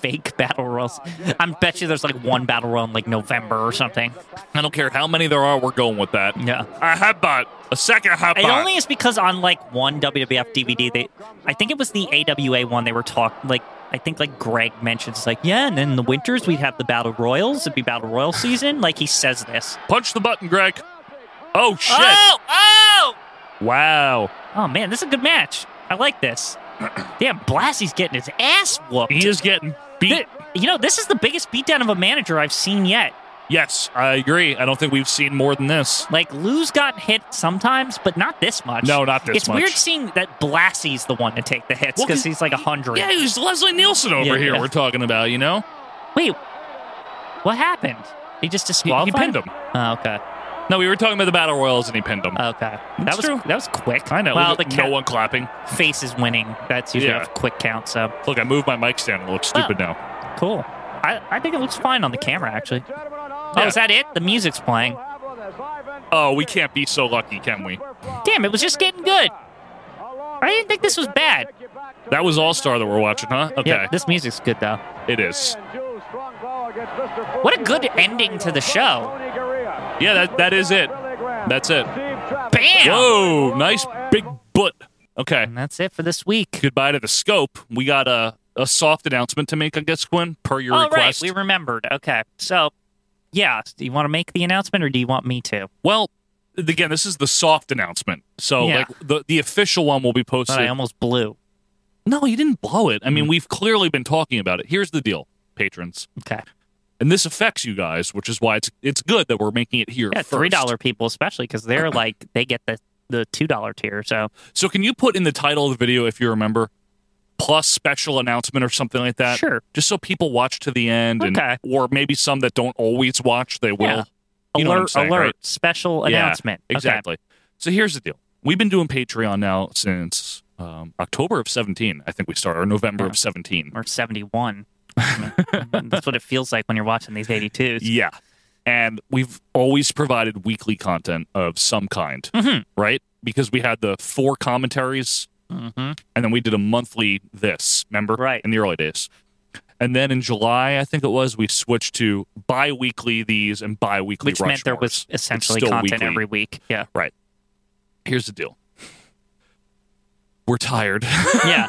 Speaker 2: fake Battle Royals. I bet you there's like one Battle Royal in like November or something.
Speaker 1: I don't care how many there are, we're going with that.
Speaker 2: Yeah.
Speaker 1: A hot bot, a second hot
Speaker 2: It
Speaker 1: bot.
Speaker 2: only is because on like one WWF DVD, they, I think it was the AWA one, they were talking like, I think like Greg mentions like, yeah, and then in the winters we'd have the Battle Royals. It'd be Battle Royal season. Like he says this.
Speaker 1: Punch the button, Greg. Oh shit!
Speaker 2: Oh, oh,
Speaker 1: Wow,
Speaker 2: oh man, this is a good match. I like this. Damn, Blassie's getting his ass whooped.
Speaker 1: he is getting beat.
Speaker 2: Th- you know, this is the biggest beatdown of a manager I've seen yet.
Speaker 1: yes, I agree. I don't think we've seen more than this.
Speaker 2: Like Lou's got hit sometimes, but not this much.
Speaker 1: No, not this
Speaker 2: It's
Speaker 1: much.
Speaker 2: weird seeing that Blassie's the one to take the hits
Speaker 1: Well,
Speaker 2: because
Speaker 1: 'cause-
Speaker 2: he's like a hundred.
Speaker 1: Yeah, it was Leslie Nielsen over
Speaker 2: Yeah,
Speaker 1: here.
Speaker 2: yeah.
Speaker 1: We're talking about, you know.
Speaker 2: Wait, what happened? He just disqualified.
Speaker 1: pinned him.
Speaker 2: Oh, okay,
Speaker 1: No, we were talking about the battle royals, and he pinned him.
Speaker 2: okay.
Speaker 1: It's
Speaker 2: that was
Speaker 1: true.
Speaker 2: that was quick.
Speaker 1: I know.
Speaker 2: Well,
Speaker 1: Look
Speaker 2: the
Speaker 1: at
Speaker 2: count-
Speaker 1: no one clapping.
Speaker 2: face is winning. That's usually
Speaker 1: Yeah.
Speaker 2: a quick count. So
Speaker 1: Look, I moved my mic stand. It looks stupid
Speaker 2: Well,
Speaker 1: now.
Speaker 2: cool. I, I think it looks fine on the camera actually. Oh,
Speaker 1: Yeah.
Speaker 2: is that it? The music's playing.
Speaker 1: Oh, we can't be so lucky, can we?
Speaker 2: Damn, it was just getting good. I didn't think this was bad.
Speaker 1: That was All Star that we're watching, huh? Okay,
Speaker 2: Yeah, this music's good though.
Speaker 1: it is.
Speaker 2: What a good ending to the show.
Speaker 1: Yeah, that that is it. That's it.
Speaker 2: Bam!
Speaker 1: Whoa, nice big butt. Okay,
Speaker 2: And that's it for this week.
Speaker 1: goodbye to the scope. We got a a soft announcement to make, I guess, Quinn, per your
Speaker 2: All right,
Speaker 1: request.
Speaker 2: we remembered. Okay, so yeah, do you want to make the announcement or do you want me to?
Speaker 1: well, again, this is the soft announcement. So,
Speaker 2: Yeah.
Speaker 1: like the the official one will be
Speaker 2: But
Speaker 1: posted.
Speaker 2: I Mm. almost blew.
Speaker 1: no, you didn't blow it. I mean, we've clearly been talking about it. Here's the deal, patrons.
Speaker 2: Okay.
Speaker 1: and this affects you guys, which is why it's it's good that we're making it here.
Speaker 2: Yeah,
Speaker 1: first.
Speaker 2: three dollar people especially because they're like they get the the two dollar tier. So
Speaker 1: So can you put in the title of the video if you remember, plus special announcement or something like that?
Speaker 2: Sure.
Speaker 1: Just so people watch to the end,
Speaker 2: Okay.
Speaker 1: and or maybe some that don't always watch, they will.
Speaker 2: Yeah.
Speaker 1: You know what I'm
Speaker 2: alert,
Speaker 1: saying,
Speaker 2: alert,
Speaker 1: right?
Speaker 2: special
Speaker 1: Yeah,
Speaker 2: announcement. Okay.
Speaker 1: exactly. So here's the deal. We've been doing Patreon now since um, October of 17. I think we started, or November
Speaker 2: Yeah.
Speaker 1: of 17.
Speaker 2: Or seventy one. That's what it feels like when you're watching these eighty twos.
Speaker 1: Yeah. And we've always provided weekly content of some kind,
Speaker 2: Mm-hmm.
Speaker 1: right? Because we had the four commentaries, and then we did a monthly this, remember?
Speaker 2: Mm-hmm. Right.
Speaker 1: In the early days. And then in July, I think it was, we switched to bi weekly these and bi weekly
Speaker 2: Which meant there was essentially content every week. Yeah.
Speaker 1: Right. Here's the deal we're tired,
Speaker 2: Yeah.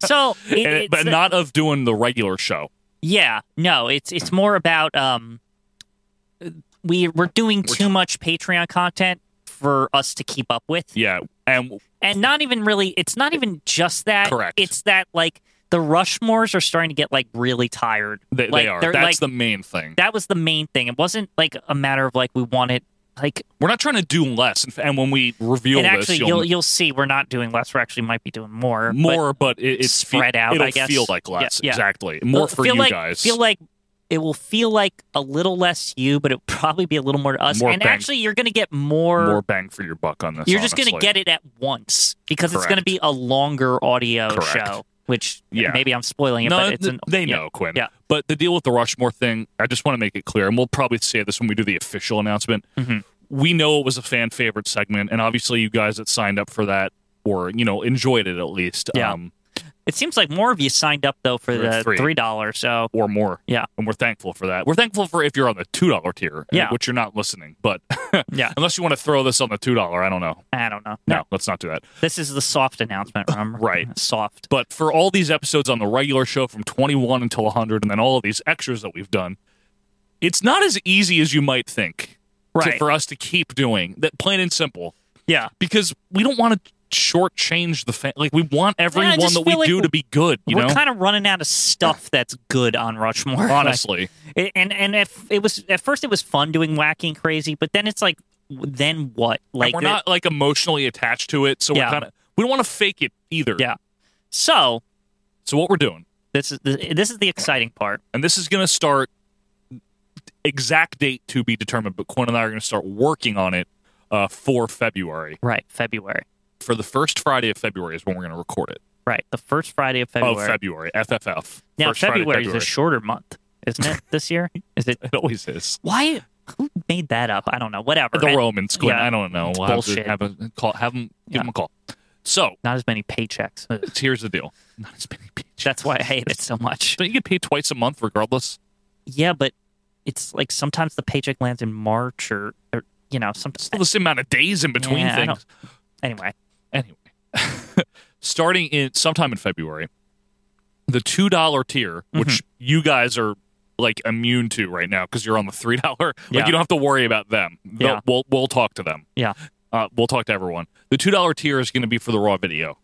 Speaker 2: so it,
Speaker 1: And-
Speaker 2: it's,
Speaker 1: but not of doing the regular show.
Speaker 2: Yeah, no, it's it's more about um, we we're doing too much Patreon content for us to keep up with,
Speaker 1: Yeah. And
Speaker 2: and not even really. It's not even just that.
Speaker 1: Correct.
Speaker 2: It's that like the Rushmores are starting to get like really tired.
Speaker 1: they,
Speaker 2: like,
Speaker 1: they are.
Speaker 2: they're,
Speaker 1: That's
Speaker 2: like,
Speaker 1: the main thing.
Speaker 2: that was the main thing. It wasn't like a matter of like we wanted like
Speaker 1: We're not trying to do less. And f- And when we reveal
Speaker 2: and
Speaker 1: this,
Speaker 2: actually you'll, you'll see we're not doing less. We are actually might be doing more. but-
Speaker 1: more, but, it, it's fe-
Speaker 2: spread out,
Speaker 1: It'll
Speaker 2: I guess.
Speaker 1: feel like
Speaker 2: Yeah,
Speaker 1: less,
Speaker 2: yeah.
Speaker 1: exactly. More
Speaker 2: Well,
Speaker 1: for
Speaker 2: feel
Speaker 1: you
Speaker 2: like,
Speaker 1: guys.
Speaker 2: Feel like it will feel like a little less you, but it'll probably be a little more to us.
Speaker 1: More
Speaker 2: and
Speaker 1: bang-
Speaker 2: actually, you're going to get more.
Speaker 1: more bang for your buck on this.
Speaker 2: you're just
Speaker 1: going
Speaker 2: to get it at once because it's going to
Speaker 1: Correct.
Speaker 2: be a longer audio
Speaker 1: Correct.
Speaker 2: show. Which
Speaker 1: Yeah.
Speaker 2: maybe I'm spoiling it,
Speaker 1: No,
Speaker 2: but it's
Speaker 1: th-
Speaker 2: an,
Speaker 1: they
Speaker 2: yeah.
Speaker 1: know, Quinn.
Speaker 2: Yeah.
Speaker 1: But the deal with the Rushmore thing, I just want to make it clear, and we'll probably say this when we do the official announcement.
Speaker 2: Mm-hmm.
Speaker 1: We know it was a fan favorite segment, and obviously you guys that signed up for that or you know enjoyed it at least,
Speaker 2: Yeah.
Speaker 1: um,
Speaker 2: It seems like more of you signed up though for
Speaker 1: For
Speaker 2: the
Speaker 1: three.
Speaker 2: three dollars. So
Speaker 1: or more.
Speaker 2: yeah,
Speaker 1: and we're thankful for that. We're thankful for if you're on the two dollar tier, uh,
Speaker 2: Yeah.
Speaker 1: which you're not listening. But
Speaker 2: Yeah.
Speaker 1: unless you want to throw this on the two dollar, I don't know.
Speaker 2: I don't know.
Speaker 1: No, let's not do that.
Speaker 2: this is the soft announcement. Remember?
Speaker 1: Right.
Speaker 2: soft.
Speaker 1: But for all these episodes on the regular show from 21 until 100, and then all of these extras that we've done, it's not as easy as you might think to-
Speaker 2: Right.
Speaker 1: for us to keep doing that, plain and simple,
Speaker 2: Yeah,
Speaker 1: because we don't want to shortchange the fan. Like, we want everyone
Speaker 2: just
Speaker 1: that we
Speaker 2: feel like
Speaker 1: do to be good, you
Speaker 2: we're
Speaker 1: know?
Speaker 2: kind of running out of stuff that's good on Rushmore. Like,
Speaker 1: Honestly.
Speaker 2: It- and and if it was at first it was fun doing wacky and crazy, but then it's like w- then what?
Speaker 1: And
Speaker 2: Like
Speaker 1: we're
Speaker 2: the-
Speaker 1: not, like, emotionally attached to it, so
Speaker 2: Yeah.
Speaker 1: we're kind of, we don't want to fake it either.
Speaker 2: yeah. So
Speaker 1: So, what we're doing,
Speaker 2: this is the, this is the exciting part.
Speaker 1: and this is going to start exact date to be determined, but Quinn and I are going to start working on it uh, for February.
Speaker 2: Right, February.
Speaker 1: for the first Friday of February is when we're going to record it.
Speaker 2: Right, the first Friday of February.
Speaker 1: Of February, FFF.
Speaker 2: now
Speaker 1: First Friday
Speaker 2: February,
Speaker 1: of
Speaker 2: is a shorter month, isn't it? This year is it?
Speaker 1: it always is.
Speaker 2: Why? Who made that up? I don't know. Whatever.
Speaker 1: The
Speaker 2: I-
Speaker 1: Romans, Glenn,
Speaker 2: yeah,
Speaker 1: I don't know.
Speaker 2: it's
Speaker 1: We'll
Speaker 2: bullshit.
Speaker 1: Have, to have a call. Have them give
Speaker 2: Yeah.
Speaker 1: them a call. So
Speaker 2: Not as many paychecks. Ugh.
Speaker 1: here's the deal. Not as many pages.
Speaker 2: That's why I hate it so much.
Speaker 1: Don't you get paid twice a month regardless?
Speaker 2: Yeah, but it's like sometimes the paycheck lands in March or, or you know, sometimes.
Speaker 1: Still the same amount of days in between
Speaker 2: Yeah, I don't-
Speaker 1: things.
Speaker 2: Anyway,
Speaker 1: Anyway, starting in sometime in February, the two dollar tier,
Speaker 2: Mm-hmm.
Speaker 1: which you guys are like immune to right now because you're on the three dollar.
Speaker 2: Yeah.
Speaker 1: Like you don't have to worry about them. They'll-
Speaker 2: Yeah.
Speaker 1: We'll we'll talk to them.
Speaker 2: yeah,
Speaker 1: Uh, we'll talk to everyone. The two dollar tier is going to be for the raw video,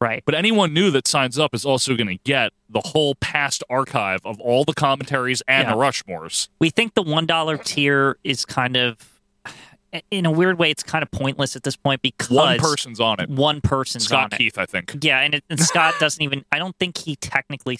Speaker 2: right.
Speaker 1: but anyone new that signs up is also going to get the whole past archive of all the commentaries and
Speaker 2: Yeah.
Speaker 1: the Rushmores.
Speaker 2: we think the one dollar tier is kind of in a weird way it's kind of pointless at this point because
Speaker 1: One person's on it,
Speaker 2: one person's
Speaker 1: Scott
Speaker 2: on
Speaker 1: Keith, I think.
Speaker 2: it. yeah and, it, and scott doesn't even i don't think he technically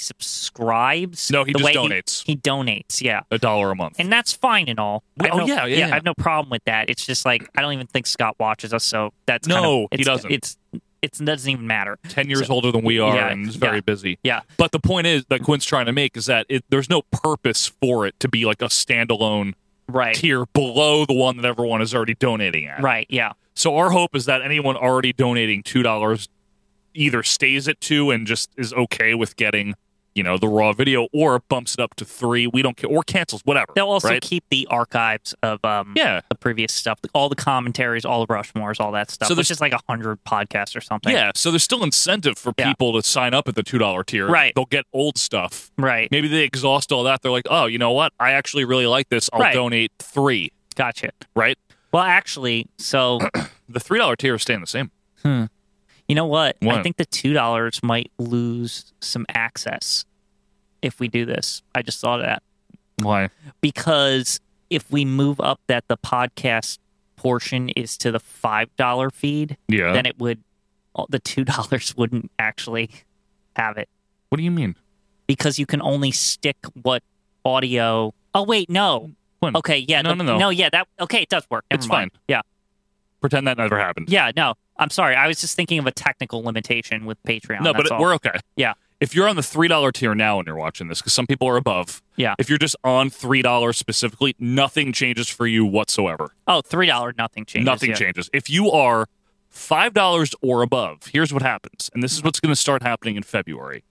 Speaker 2: subscribes
Speaker 1: No, he
Speaker 2: the
Speaker 1: just
Speaker 2: way
Speaker 1: donates.
Speaker 2: he, donates yeah
Speaker 1: A dollar a month.
Speaker 2: and that's fine and all I have
Speaker 1: Oh,
Speaker 2: no-
Speaker 1: yeah, yeah, yeah.
Speaker 2: i have no problem with that it's just like i don't even think scott watches us so that's kind
Speaker 1: No,
Speaker 2: of,
Speaker 1: he
Speaker 2: it's-
Speaker 1: doesn't.
Speaker 2: it's it's- it doesn't even matter
Speaker 1: Ten years older than we are,
Speaker 2: Yeah,
Speaker 1: and is very
Speaker 2: yeah.
Speaker 1: busy.
Speaker 2: yeah
Speaker 1: But the point is that Quinn's trying to make is that it, there's no purpose for it to be like a standalone
Speaker 2: right
Speaker 1: tier below the one that everyone is already donating at.
Speaker 2: right yeah
Speaker 1: So our hope is that anyone already donating two dollars either stays at two and just is okay with getting, you know, the raw video, or bumps it up to three. We don't care, or cancels whatever.
Speaker 2: they'll also
Speaker 1: right?
Speaker 2: keep the archives of um
Speaker 1: yeah,
Speaker 2: the previous stuff, all the commentaries, all the Rushmores, all that stuff.
Speaker 1: So
Speaker 2: So
Speaker 1: there's-
Speaker 2: there's just like a hundred podcasts or something.
Speaker 1: yeah. So there's still incentive for
Speaker 2: Yeah.
Speaker 1: people to sign up at the two dollar tier.
Speaker 2: Right.
Speaker 1: they'll get old stuff.
Speaker 2: right.
Speaker 1: Maybe they exhaust all that. They're like, oh, you know what? I actually really like this. I'll
Speaker 2: Right.
Speaker 1: donate three.
Speaker 2: Gotcha.
Speaker 1: Right.
Speaker 2: Well, actually, so
Speaker 1: The three dollar tier is staying the same.
Speaker 2: you know what?
Speaker 1: What?
Speaker 2: I think the two dollars might lose some access if we do this. I just thought of that.
Speaker 1: Why?
Speaker 2: because if we move up that the podcast portion is to the five dollar feed,
Speaker 1: Yeah.
Speaker 2: then it would all- the two dollars wouldn't actually have it
Speaker 1: What do you mean?
Speaker 2: because you can only stick what audio. Oh wait, no.
Speaker 1: When?
Speaker 2: Okay, yeah,
Speaker 1: No,
Speaker 2: the-
Speaker 1: no, no.
Speaker 2: no, yeah, that okay, it does work. Never
Speaker 1: It's
Speaker 2: mind.
Speaker 1: fine.
Speaker 2: Yeah,
Speaker 1: Pretend that never happened.
Speaker 2: yeah, no, I'm sorry, I was just thinking of a technical limitation with Patreon.
Speaker 1: no, but
Speaker 2: that's
Speaker 1: it-
Speaker 2: all.
Speaker 1: we're okay.
Speaker 2: yeah,
Speaker 1: If you're on the three dollar tier now and you're watching this, because some people are above.
Speaker 2: Yeah.
Speaker 1: If you're just on three dollars specifically, nothing changes for you whatsoever.
Speaker 2: oh, three dollar, nothing changes.
Speaker 1: nothing
Speaker 2: yeah.
Speaker 1: changes. If you are five dollars or above, here's what happens, and this is what's going to start happening in February.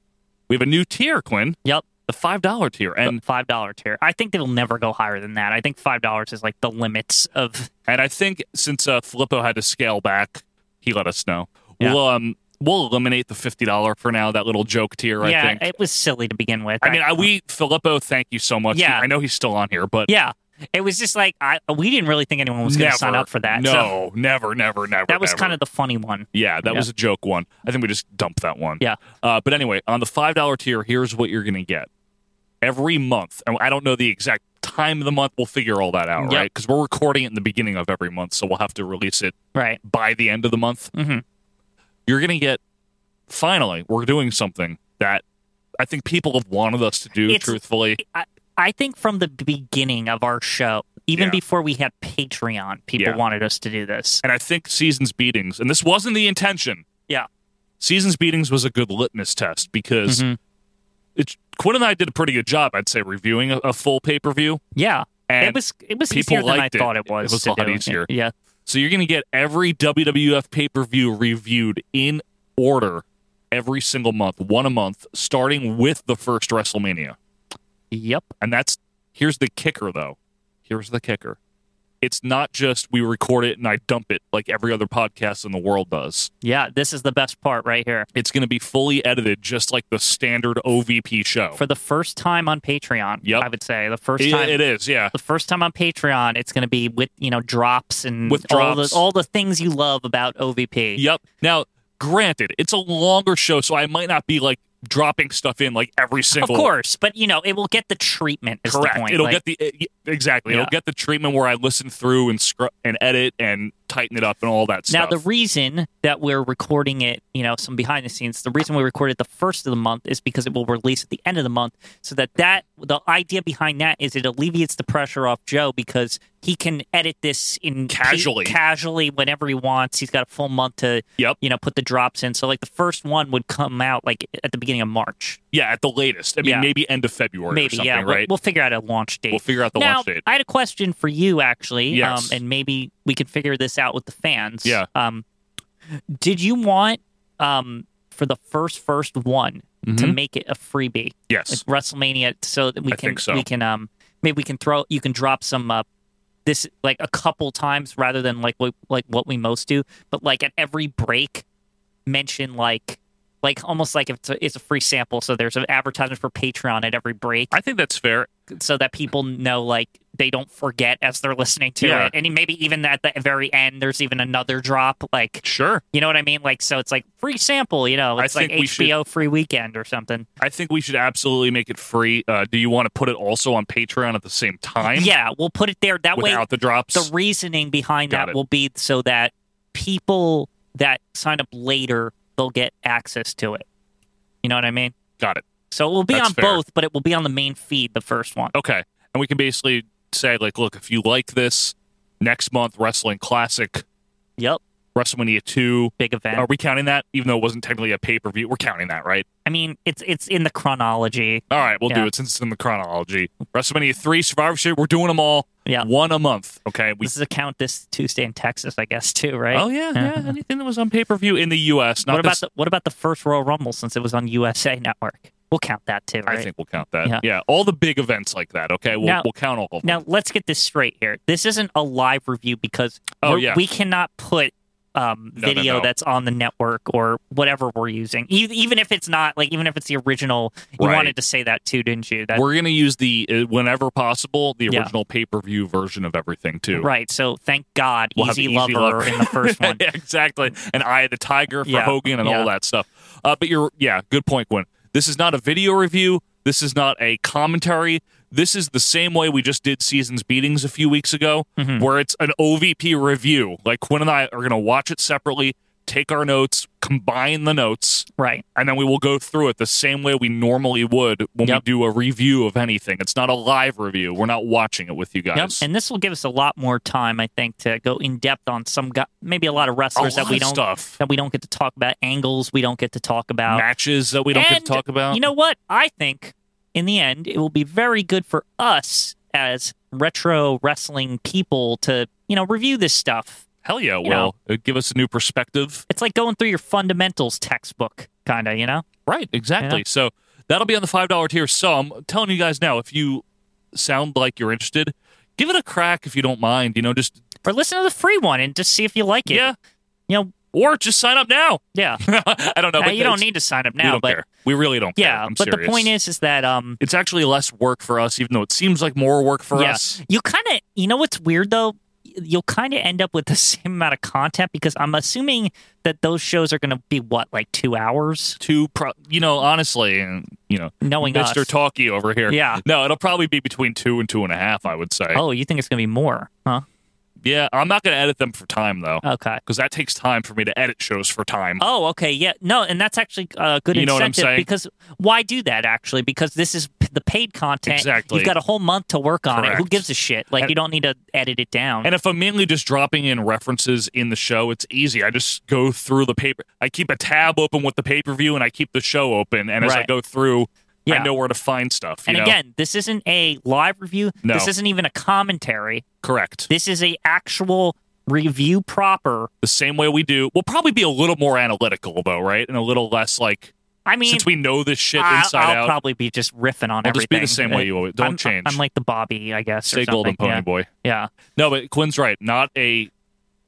Speaker 1: We have a new tier, Quinn,
Speaker 2: Yep,
Speaker 1: the five dollar tier, and
Speaker 2: and five dollar tier. I think they'll never go higher than that. I think five dollars is like the limits of
Speaker 1: and I think since uh, Filippo had to scale back, he let us know.
Speaker 2: Yeah.
Speaker 1: We'll um we'll eliminate the fifty dollar for now. That little joke tier, I
Speaker 2: yeah.
Speaker 1: think.
Speaker 2: It was silly to begin with.
Speaker 1: I mean, I, we Filippo, thank you so much.
Speaker 2: Yeah.
Speaker 1: I know he's still on here, but
Speaker 2: yeah, it was just like I we didn't really think anyone was going
Speaker 1: never
Speaker 2: to sign up for that. so
Speaker 1: No, never, never, never.
Speaker 2: that was
Speaker 1: never.
Speaker 2: kind of the funny one.
Speaker 1: Yeah, that
Speaker 2: Yeah.
Speaker 1: was a joke one. I think we just dumped that one.
Speaker 2: Yeah.
Speaker 1: Uh, but anyway, on the five dollar tier, here's what you're gonna get every month. And I don't know the exact time of the month. We'll figure all that out,
Speaker 2: Yeah.
Speaker 1: right? Because we're recording it in the beginning of every month, so we'll have to release it
Speaker 2: Right.
Speaker 1: by the end of the month.
Speaker 2: Mhm.
Speaker 1: You're gonna get. Finally, we're doing something that I think people have wanted us to do.
Speaker 2: It's-
Speaker 1: truthfully,
Speaker 2: I, I think from the beginning of our show, even
Speaker 1: Yeah.
Speaker 2: before we had Patreon, people
Speaker 1: Yeah.
Speaker 2: wanted us to do this.
Speaker 1: and I think seasons beatings, and this wasn't the intention.
Speaker 2: Yeah.
Speaker 1: Seasons beatings was a good litmus test because
Speaker 2: Mm-hmm.
Speaker 1: it's Quinn and I did a pretty good job, I'd say, reviewing a, a full pay per view.
Speaker 2: Yeah.
Speaker 1: And
Speaker 2: it was it was
Speaker 1: people
Speaker 2: easier than I
Speaker 1: liked it.
Speaker 2: thought it
Speaker 1: It
Speaker 2: was.
Speaker 1: was a
Speaker 2: to
Speaker 1: lot
Speaker 2: do.
Speaker 1: easier.
Speaker 2: Yeah.
Speaker 1: So you're going to get every WWF pay per view reviewed in order every single month, one a month, starting with the first WrestleMania.
Speaker 2: Yep.
Speaker 1: And that's here's the kicker, though. Here's the kicker. It's not just we record it and I dump it like every other podcast in the world does.
Speaker 2: Yeah. This is the best part right here.
Speaker 1: It's going to be fully edited, just like the standard OVP show.
Speaker 2: For the first time on Patreon,
Speaker 1: Yep.
Speaker 2: I would say the first
Speaker 1: It-
Speaker 2: time
Speaker 1: it is, yeah.
Speaker 2: the first time on Patreon, it's going to be with you know drops and
Speaker 1: With
Speaker 2: all
Speaker 1: drops.
Speaker 2: the all the things you love about OVP.
Speaker 1: Yep. Now, granted, it's a longer show, so I might not be like dropping stuff in like every
Speaker 2: Of
Speaker 1: single.
Speaker 2: course, but you know it will get the treatment. Is
Speaker 1: Correct.
Speaker 2: The point.
Speaker 1: It'll
Speaker 2: Like,
Speaker 1: get the it- y- exactly.
Speaker 2: Yeah.
Speaker 1: It'll get the treatment where I listen through and scr- and edit and tighten it up and all that
Speaker 2: now
Speaker 1: stuff.
Speaker 2: the reason that we're recording it, you know, some behind the scenes. The reason we record it the first of the month is because it will release at the end of the month, so that that the idea behind that is it alleviates the pressure off Joe because he can edit this in
Speaker 1: Casually.
Speaker 2: casually whenever he wants. He's got a full month to
Speaker 1: Yep.
Speaker 2: you know put the drops in. So like the first one would come out like at the beginning of March.
Speaker 1: yeah, at the latest. I mean,
Speaker 2: Yeah.
Speaker 1: maybe end of February or
Speaker 2: Maybe,
Speaker 1: something,
Speaker 2: yeah. We'll-
Speaker 1: right?
Speaker 2: We'll, figure out a launch date.
Speaker 1: We'll figure out the
Speaker 2: now,
Speaker 1: launch date.
Speaker 2: I had a question for you, actually.
Speaker 1: Yes.
Speaker 2: Um, and maybe we could figure this out with the fans.
Speaker 1: Yeah.
Speaker 2: Um, did you want um, for the first first one to make it a freebie, like
Speaker 1: yes.
Speaker 2: WrestleMania, so that we
Speaker 1: Mm-hmm. I
Speaker 2: can
Speaker 1: think so.
Speaker 2: we can um maybe we can throw you can drop some uh, this like a couple times rather than like what like what we most do, but like at every break, mention like. Like almost like if it's a, it's a free sample, so there's an advertisement for Patreon at every break
Speaker 1: I think that's fair.
Speaker 2: so that people know like they don't forget as they're listening to
Speaker 1: Yeah.
Speaker 2: it and maybe even at the very end there's even another drop like
Speaker 1: Sure.
Speaker 2: you know what i mean like so it's like free sample you know
Speaker 1: I
Speaker 2: it's like
Speaker 1: think we should-
Speaker 2: hbo free weekend or something
Speaker 1: I think we should absolutely make it free. Uh, do you want to put it also on Patreon at the same time?
Speaker 2: yeah we'll put it there that way
Speaker 1: without the drops.
Speaker 2: the reasoning behind
Speaker 1: Got
Speaker 2: that
Speaker 1: it.
Speaker 2: will be so that people that sign up later they'll get access to it you know what i mean
Speaker 1: Got it.
Speaker 2: so it will be
Speaker 1: That's
Speaker 2: on
Speaker 1: fair. Oh.
Speaker 2: both but it will be on the main feed the first one
Speaker 1: Okay. And we can basically say, like, look, if you like this, next month, Wrestling Classic,
Speaker 2: yep
Speaker 1: WrestleMania 2.
Speaker 2: big event
Speaker 1: Are we counting that? Even though it wasn't technically a pay per view, we're counting that, right?
Speaker 2: i mean it's it's in the chronology
Speaker 1: All right, we'll do
Speaker 2: Yeah.
Speaker 1: it since it's in the chronology. WrestleMania 3, Survivor Series, we're doing them all.
Speaker 2: Yeah.
Speaker 1: One a month. Okay. We,
Speaker 2: this is a count this Tuesday in Texas, I guess, too, right?
Speaker 1: oh, yeah, yeah. Anything that was on pay per view in the U.S. Not
Speaker 2: What about
Speaker 1: this-
Speaker 2: the what about the first Royal Rumble since it was on USA Network? We'll count that too, right?
Speaker 1: I think we'll count that.
Speaker 2: Yeah.
Speaker 1: Yeah. All the big events like that. Okay. We'll,
Speaker 2: Now-
Speaker 1: we'll count all of them.
Speaker 2: Now let's get this straight here. This isn't a live review because
Speaker 1: Oh,
Speaker 2: we're-
Speaker 1: yeah.
Speaker 2: we cannot put um,
Speaker 1: No, no,
Speaker 2: video
Speaker 1: no.
Speaker 2: that's on the network or whatever we're using, e- even if it's not like even if it's the original. You
Speaker 1: Right.
Speaker 2: wanted to say that too, didn't you? That,
Speaker 1: we're going to use the, uh, whenever possible, the
Speaker 2: Yeah.
Speaker 1: original pay per view version of everything, too.
Speaker 2: right. So thank God,
Speaker 1: We'll have
Speaker 2: Easy,
Speaker 1: the
Speaker 2: lover,
Speaker 1: Easy Lover.
Speaker 2: in the first one.
Speaker 1: Yeah, exactly. And Eye of the Tiger for
Speaker 2: Yeah,
Speaker 1: Hogan and
Speaker 2: yeah.
Speaker 1: all that stuff. Uh, but you're, yeah, good point, Gwen. This is not a video review. This is not a commentary. This is the same way we just did seasons beatings a few weeks ago,
Speaker 2: Mm-hmm.
Speaker 1: where it's an OVP review. Like Quinn and I are going to watch it separately, take our notes, combine the notes,
Speaker 2: Right.
Speaker 1: and then we will go through it the same way we normally would when
Speaker 2: Yep.
Speaker 1: we do a review of anything. It's not a live review. We're not watching it with you
Speaker 2: Yep.
Speaker 1: guys.
Speaker 2: And this will give us a lot more time, I think, to go in depth on some guy, maybe a lot of wrestlers
Speaker 1: A
Speaker 2: that
Speaker 1: lot
Speaker 2: we
Speaker 1: of
Speaker 2: don't
Speaker 1: stuff.
Speaker 2: that we don't get to talk about, angles we don't get to talk about.
Speaker 1: Matches that we don't get
Speaker 2: And
Speaker 1: to talk about.
Speaker 2: You know what? I think in the end, it will be very good for us as retro wrestling people to, you know, review this stuff.
Speaker 1: hell yeah,
Speaker 2: you
Speaker 1: Will.
Speaker 2: know.
Speaker 1: It'd give us a new perspective.
Speaker 2: It's like going through your fundamentals textbook, kind of, you know?
Speaker 1: Right, exactly.
Speaker 2: Yeah.
Speaker 1: So that'll be on the five dollar tier. So I'm telling you guys now, if you sound like you're interested, give it a crack if you don't mind. You know, just
Speaker 2: Or listen to the free one and just see if you like it.
Speaker 1: yeah,
Speaker 2: You know,
Speaker 1: or just sign up now.
Speaker 2: yeah.
Speaker 1: I don't know.
Speaker 2: Now,
Speaker 1: but
Speaker 2: you don't
Speaker 1: it's-
Speaker 2: need to sign up
Speaker 1: we
Speaker 2: now,
Speaker 1: don't
Speaker 2: but
Speaker 1: care. we really don't. care.
Speaker 2: yeah.
Speaker 1: I'm
Speaker 2: but
Speaker 1: serious.
Speaker 2: the point is, is that um,
Speaker 1: it's actually less work for us, even though it seems like more work for
Speaker 2: Yeah.
Speaker 1: us.
Speaker 2: You kind of, you know what's weird though? You'll kind of end up with the same amount of content because I'm assuming that those shows are going to be what, like two hours?
Speaker 1: To pro- you know, honestly, and you know,
Speaker 2: Knowing us.
Speaker 1: Mr. Talkie over here.
Speaker 2: Yeah.
Speaker 1: no, it'll probably be between two and two and a half. I would say.
Speaker 2: Oh, you think it's going to be more? Huh?
Speaker 1: yeah. I'm not going to edit them for time though, because
Speaker 2: Okay.
Speaker 1: that takes time for me to edit shows for time.
Speaker 2: Oh, okay. Yeah. No, and that's actually uh, a good
Speaker 1: You know what I'm
Speaker 2: incentive
Speaker 1: saying?
Speaker 2: because why do that actually? Because this is p- the paid content.
Speaker 1: Exactly.
Speaker 2: You've got a whole month to work on it. Who
Speaker 1: Correct.
Speaker 2: gives a shit? Like,
Speaker 1: And-
Speaker 2: you don't need to edit it down.
Speaker 1: And if I'm mainly just dropping in references in the show, it's easy. I just go through the paper. I keep a tab open with the pay per view, and I keep the show open. And as I
Speaker 2: Right.
Speaker 1: go through, I
Speaker 2: Yeah.
Speaker 1: know where to find stuff. you
Speaker 2: And
Speaker 1: know?
Speaker 2: again, this isn't a live review.
Speaker 1: No.
Speaker 2: This isn't even a commentary.
Speaker 1: correct.
Speaker 2: This is a actual review proper.
Speaker 1: the same way we do. We'll probably be a little more analytical though, right? And a little less like
Speaker 2: I mean,
Speaker 1: since we know this shit
Speaker 2: I,
Speaker 1: inside
Speaker 2: I'll
Speaker 1: out.
Speaker 2: probably be just riffing on
Speaker 1: I'll just be
Speaker 2: everything.
Speaker 1: the same way you always- don't
Speaker 2: I'm,
Speaker 1: change.
Speaker 2: I'm like the Bobby, I guess. or
Speaker 1: Stay
Speaker 2: something.
Speaker 1: golden pony
Speaker 2: yeah.
Speaker 1: boy.
Speaker 2: Yeah,
Speaker 1: No, but Quinn's right. Not a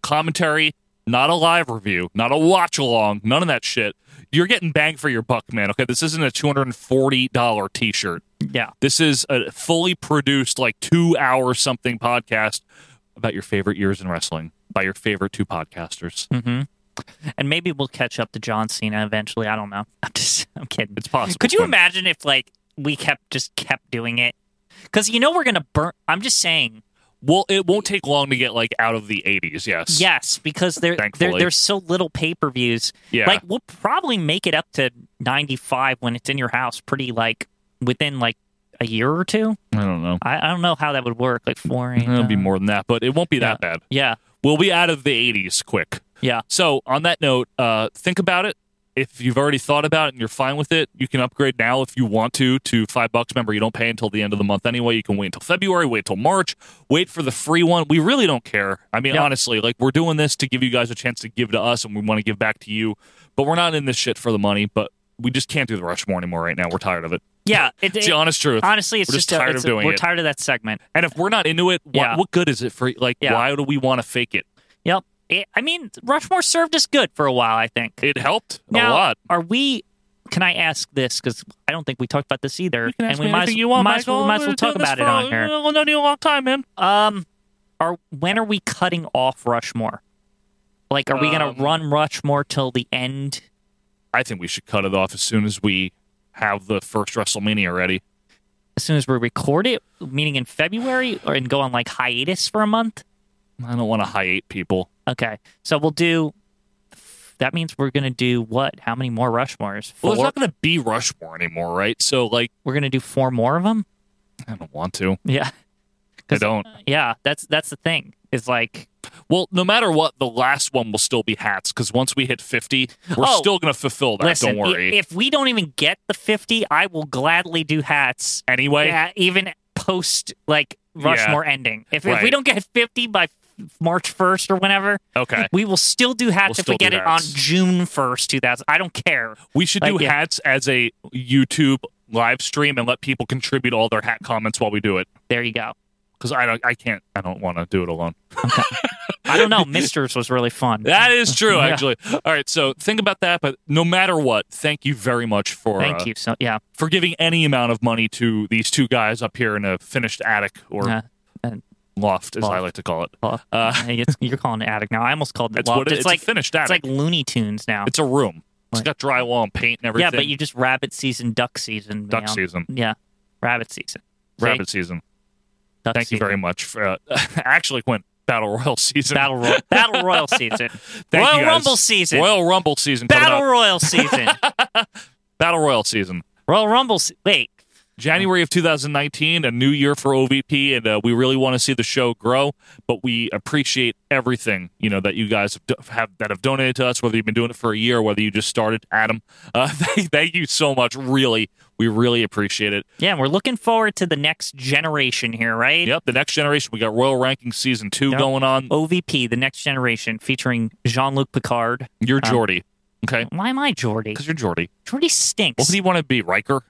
Speaker 1: commentary, not a live review, not a watch along, none of that shit. You're getting bang for your buck, man. Okay, this isn't a two hundred and forty dollar t shirt.
Speaker 2: yeah.
Speaker 1: This is a fully produced, like two hour something podcast about your favorite years in wrestling by your favorite two podcasters.
Speaker 2: Mm-hmm. And maybe we'll catch up to John Cena eventually. I don't know. I'm just, I'm kidding.
Speaker 1: It's possible,
Speaker 2: Could you
Speaker 1: Quinn.
Speaker 2: imagine if like we kept just kept doing it? Because you know we're gonna burn. I'm just saying
Speaker 1: Well, it won't take long to get like out of the eighties. Yes.
Speaker 2: yes because there, there
Speaker 1: Thankfully.
Speaker 2: there's so little pay per views.
Speaker 1: Yeah.
Speaker 2: like we'll probably make it up to 95 when it's in your house. Pretty like within like a year or two.
Speaker 1: I don't know.
Speaker 2: I, I don't know how that would work. Like four. ain't
Speaker 1: It'll be
Speaker 2: done.
Speaker 1: more than that, but it won't be
Speaker 2: Yeah.
Speaker 1: that bad.
Speaker 2: Yeah.
Speaker 1: We'll be out of the 80s quick.
Speaker 2: Yeah.
Speaker 1: So, on that note, uh, think about it. If you've already thought about it and you're fine with it, you can upgrade now if you want to to five bucks. Remember, you don't pay until the end of the month anyway. You can wait until February, wait till March, wait for the free one. We really don't care. I mean,
Speaker 2: Yeah.
Speaker 1: honestly, like we're doing this to give you guys a chance to give to us and we want to give back to you, but we're not in this shit for the money. But we just can't do the Rushmore anymore right now. We're tired of it.
Speaker 2: Yeah. It,
Speaker 1: It's
Speaker 2: it-
Speaker 1: the honest truth.
Speaker 2: Honestly, it's
Speaker 1: We're just
Speaker 2: a-
Speaker 1: tired
Speaker 2: it's
Speaker 1: of
Speaker 2: a-
Speaker 1: doing
Speaker 2: We're
Speaker 1: it.
Speaker 2: tired of that segment.
Speaker 1: And if we're not into it, why,
Speaker 2: Yeah.
Speaker 1: what good is it for? Like,
Speaker 2: Yeah.
Speaker 1: why do we want to fake it?
Speaker 2: Yep. It, I mean, Rushmore served us good for a while. I think
Speaker 1: It helped
Speaker 2: now,
Speaker 1: a lot.
Speaker 2: Are we? Can I ask this? Because I don't think we talked about this either,
Speaker 1: You can
Speaker 2: and
Speaker 1: ask
Speaker 2: we
Speaker 1: me
Speaker 2: might
Speaker 1: anything
Speaker 2: as,
Speaker 1: you want,
Speaker 2: might as
Speaker 1: Michael.
Speaker 2: well, we might as
Speaker 1: We've been
Speaker 2: well
Speaker 1: doing
Speaker 2: talk
Speaker 1: this
Speaker 2: about
Speaker 1: for uh,
Speaker 2: it on here.
Speaker 1: I've known you a long time, man.
Speaker 2: Um, are when are we cutting off Rushmore? Like, are we
Speaker 1: Um,
Speaker 2: going to run Rushmore till the end?
Speaker 1: I think we should cut it off as soon as we have the first WrestleMania ready.
Speaker 2: As soon as we record it, meaning in February, or and go on like hiatus for a month.
Speaker 1: I don't want to hiate people.
Speaker 2: Okay, so we'll do. That means we're going to do what? How many more Rushmores?
Speaker 1: Well,
Speaker 2: Four.
Speaker 1: there's not going to be Rushmore anymore, right? So, like,
Speaker 2: we're going to do four more of them.
Speaker 1: I don't want to.
Speaker 2: Yeah.
Speaker 1: I
Speaker 2: 'Cause-
Speaker 1: don't.
Speaker 2: Yeah, that's that's the thing. Is like
Speaker 1: Well, no matter what, the last one will still be hats because once we hit 50, we're
Speaker 2: Oh.
Speaker 1: still going to fulfill that.
Speaker 2: listen,
Speaker 1: don't worry.
Speaker 2: i- if we don't even get the 50, I will gladly do hats
Speaker 1: anyway,
Speaker 2: yeah, even post like Rushmore ending. If, if we
Speaker 1: Right.
Speaker 2: don't get 50 by f- March 1st or whenever,
Speaker 1: Okay.
Speaker 2: we will still do hats
Speaker 1: We'll
Speaker 2: if
Speaker 1: still
Speaker 2: we
Speaker 1: do
Speaker 2: get it on
Speaker 1: hats.
Speaker 2: June 1st, 2000. I don't care.
Speaker 1: we should
Speaker 2: like,
Speaker 1: do
Speaker 2: yeah.
Speaker 1: hats as a YouTube live stream and let people contribute all their hat comments while we do it.
Speaker 2: There you go.
Speaker 1: because I don't, I can't, I don't want to do it alone.
Speaker 2: I don't know. Misters was really fun.
Speaker 1: That is true,
Speaker 2: Yeah.
Speaker 1: actually. All right, so think about that. But no matter what, thank you very much for
Speaker 2: Thank
Speaker 1: uh,
Speaker 2: you. So yeah.
Speaker 1: for giving any amount of money to these two guys up here in a finished attic or
Speaker 2: Uh, and-
Speaker 1: loft, as I
Speaker 2: loft.
Speaker 1: like to call it.
Speaker 2: well, uh, it's- you're calling it attic now. I almost called it
Speaker 1: That's
Speaker 2: loft.
Speaker 1: what it-
Speaker 2: it's,
Speaker 1: it's a
Speaker 2: like
Speaker 1: finished
Speaker 2: It's like
Speaker 1: attic.
Speaker 2: Looney Tunes now.
Speaker 1: It's a room. It's
Speaker 2: Right.
Speaker 1: got drywall and paint and everything.
Speaker 2: Yeah, but you just rabbit season, duck season,
Speaker 1: duck
Speaker 2: man.
Speaker 1: season.
Speaker 2: Yeah, rabbit season. See?
Speaker 1: Rabbit season.
Speaker 2: Duck
Speaker 1: Thank you
Speaker 2: season.
Speaker 1: very much. For, uh, actually, Quinn, Battle Royal season.
Speaker 2: Battle Royal, Battle Royal season.
Speaker 1: Thank you
Speaker 2: Royal
Speaker 1: guys.
Speaker 2: Rumble season.
Speaker 1: Royal Rumble season. coming
Speaker 2: Battle
Speaker 1: up.
Speaker 2: Royal season.
Speaker 1: Battle Royal season.
Speaker 2: Royal Rumble. Se- Wait,
Speaker 1: January of 2019, a new year for OVP, and uh, we really want to see the show grow. But we appreciate everything you know that you guys have, do- have that have donated to us, whether you've been doing it for a year, or whether you just started. Adam, uh, thank, thank you so much. Really, we really appreciate it.
Speaker 2: yeah, we're looking forward to the next generation here, right?
Speaker 1: Yep, the next generation. We got Royal Ranking Season Two
Speaker 2: Yep.
Speaker 1: going on.
Speaker 2: OVP, the next generation, featuring Jean Luc Picard.
Speaker 1: You're
Speaker 2: Um,
Speaker 1: Jordy, okay?
Speaker 2: Why am I Jordy?
Speaker 1: Because you're Jordy.
Speaker 2: Jordy stinks.
Speaker 1: What do you want to be, Riker?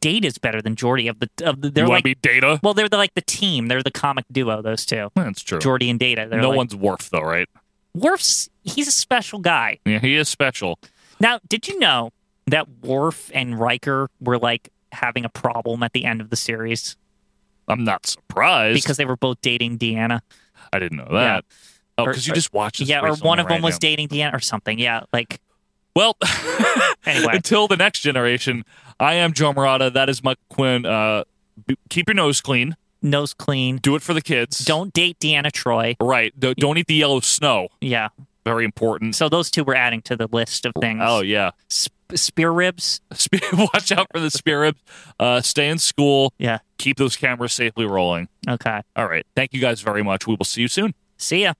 Speaker 2: Data's better than Jordy of the of the. They're
Speaker 1: you want
Speaker 2: like
Speaker 1: to be Data?
Speaker 2: well, they're the, like the team. They're the comic duo. Those two,
Speaker 1: That's true.
Speaker 2: Jordy and Data. They're
Speaker 1: no
Speaker 2: like,
Speaker 1: one's Worf though, right?
Speaker 2: Worf's he's a special guy.
Speaker 1: Yeah, he is special.
Speaker 2: Now, did you know that Worf and Riker were like having a problem at the end of the series
Speaker 1: I'm not surprised
Speaker 2: because they were both dating Deanna?
Speaker 1: I didn't know that. Oh,
Speaker 2: Or-
Speaker 1: because
Speaker 2: or-
Speaker 1: you just watched. This
Speaker 2: yeah, or
Speaker 1: recently,
Speaker 2: one of them
Speaker 1: right?
Speaker 2: was
Speaker 1: Yeah.
Speaker 2: dating Deanna or something. Yeah, like
Speaker 1: Well,
Speaker 2: Anyway.
Speaker 1: until the next generation, I am Joe Morata. That is Mike Quinn. Uh, b- keep your nose clean.
Speaker 2: nose clean.
Speaker 1: Do it for the kids.
Speaker 2: Don't date Deanna Troy.
Speaker 1: Right. Do, don't eat the yellow snow.
Speaker 2: Yeah.
Speaker 1: Very important.
Speaker 2: So those two were adding to the list of things.
Speaker 1: Oh yeah.
Speaker 2: Sp- spear ribs.
Speaker 1: Spe- Watch out for the spirits. Uh, stay in school.
Speaker 2: Yeah.
Speaker 1: Keep those cameras safely rolling.
Speaker 2: Okay.
Speaker 1: All right. Thank you guys very much. We will see you soon.
Speaker 2: See ya.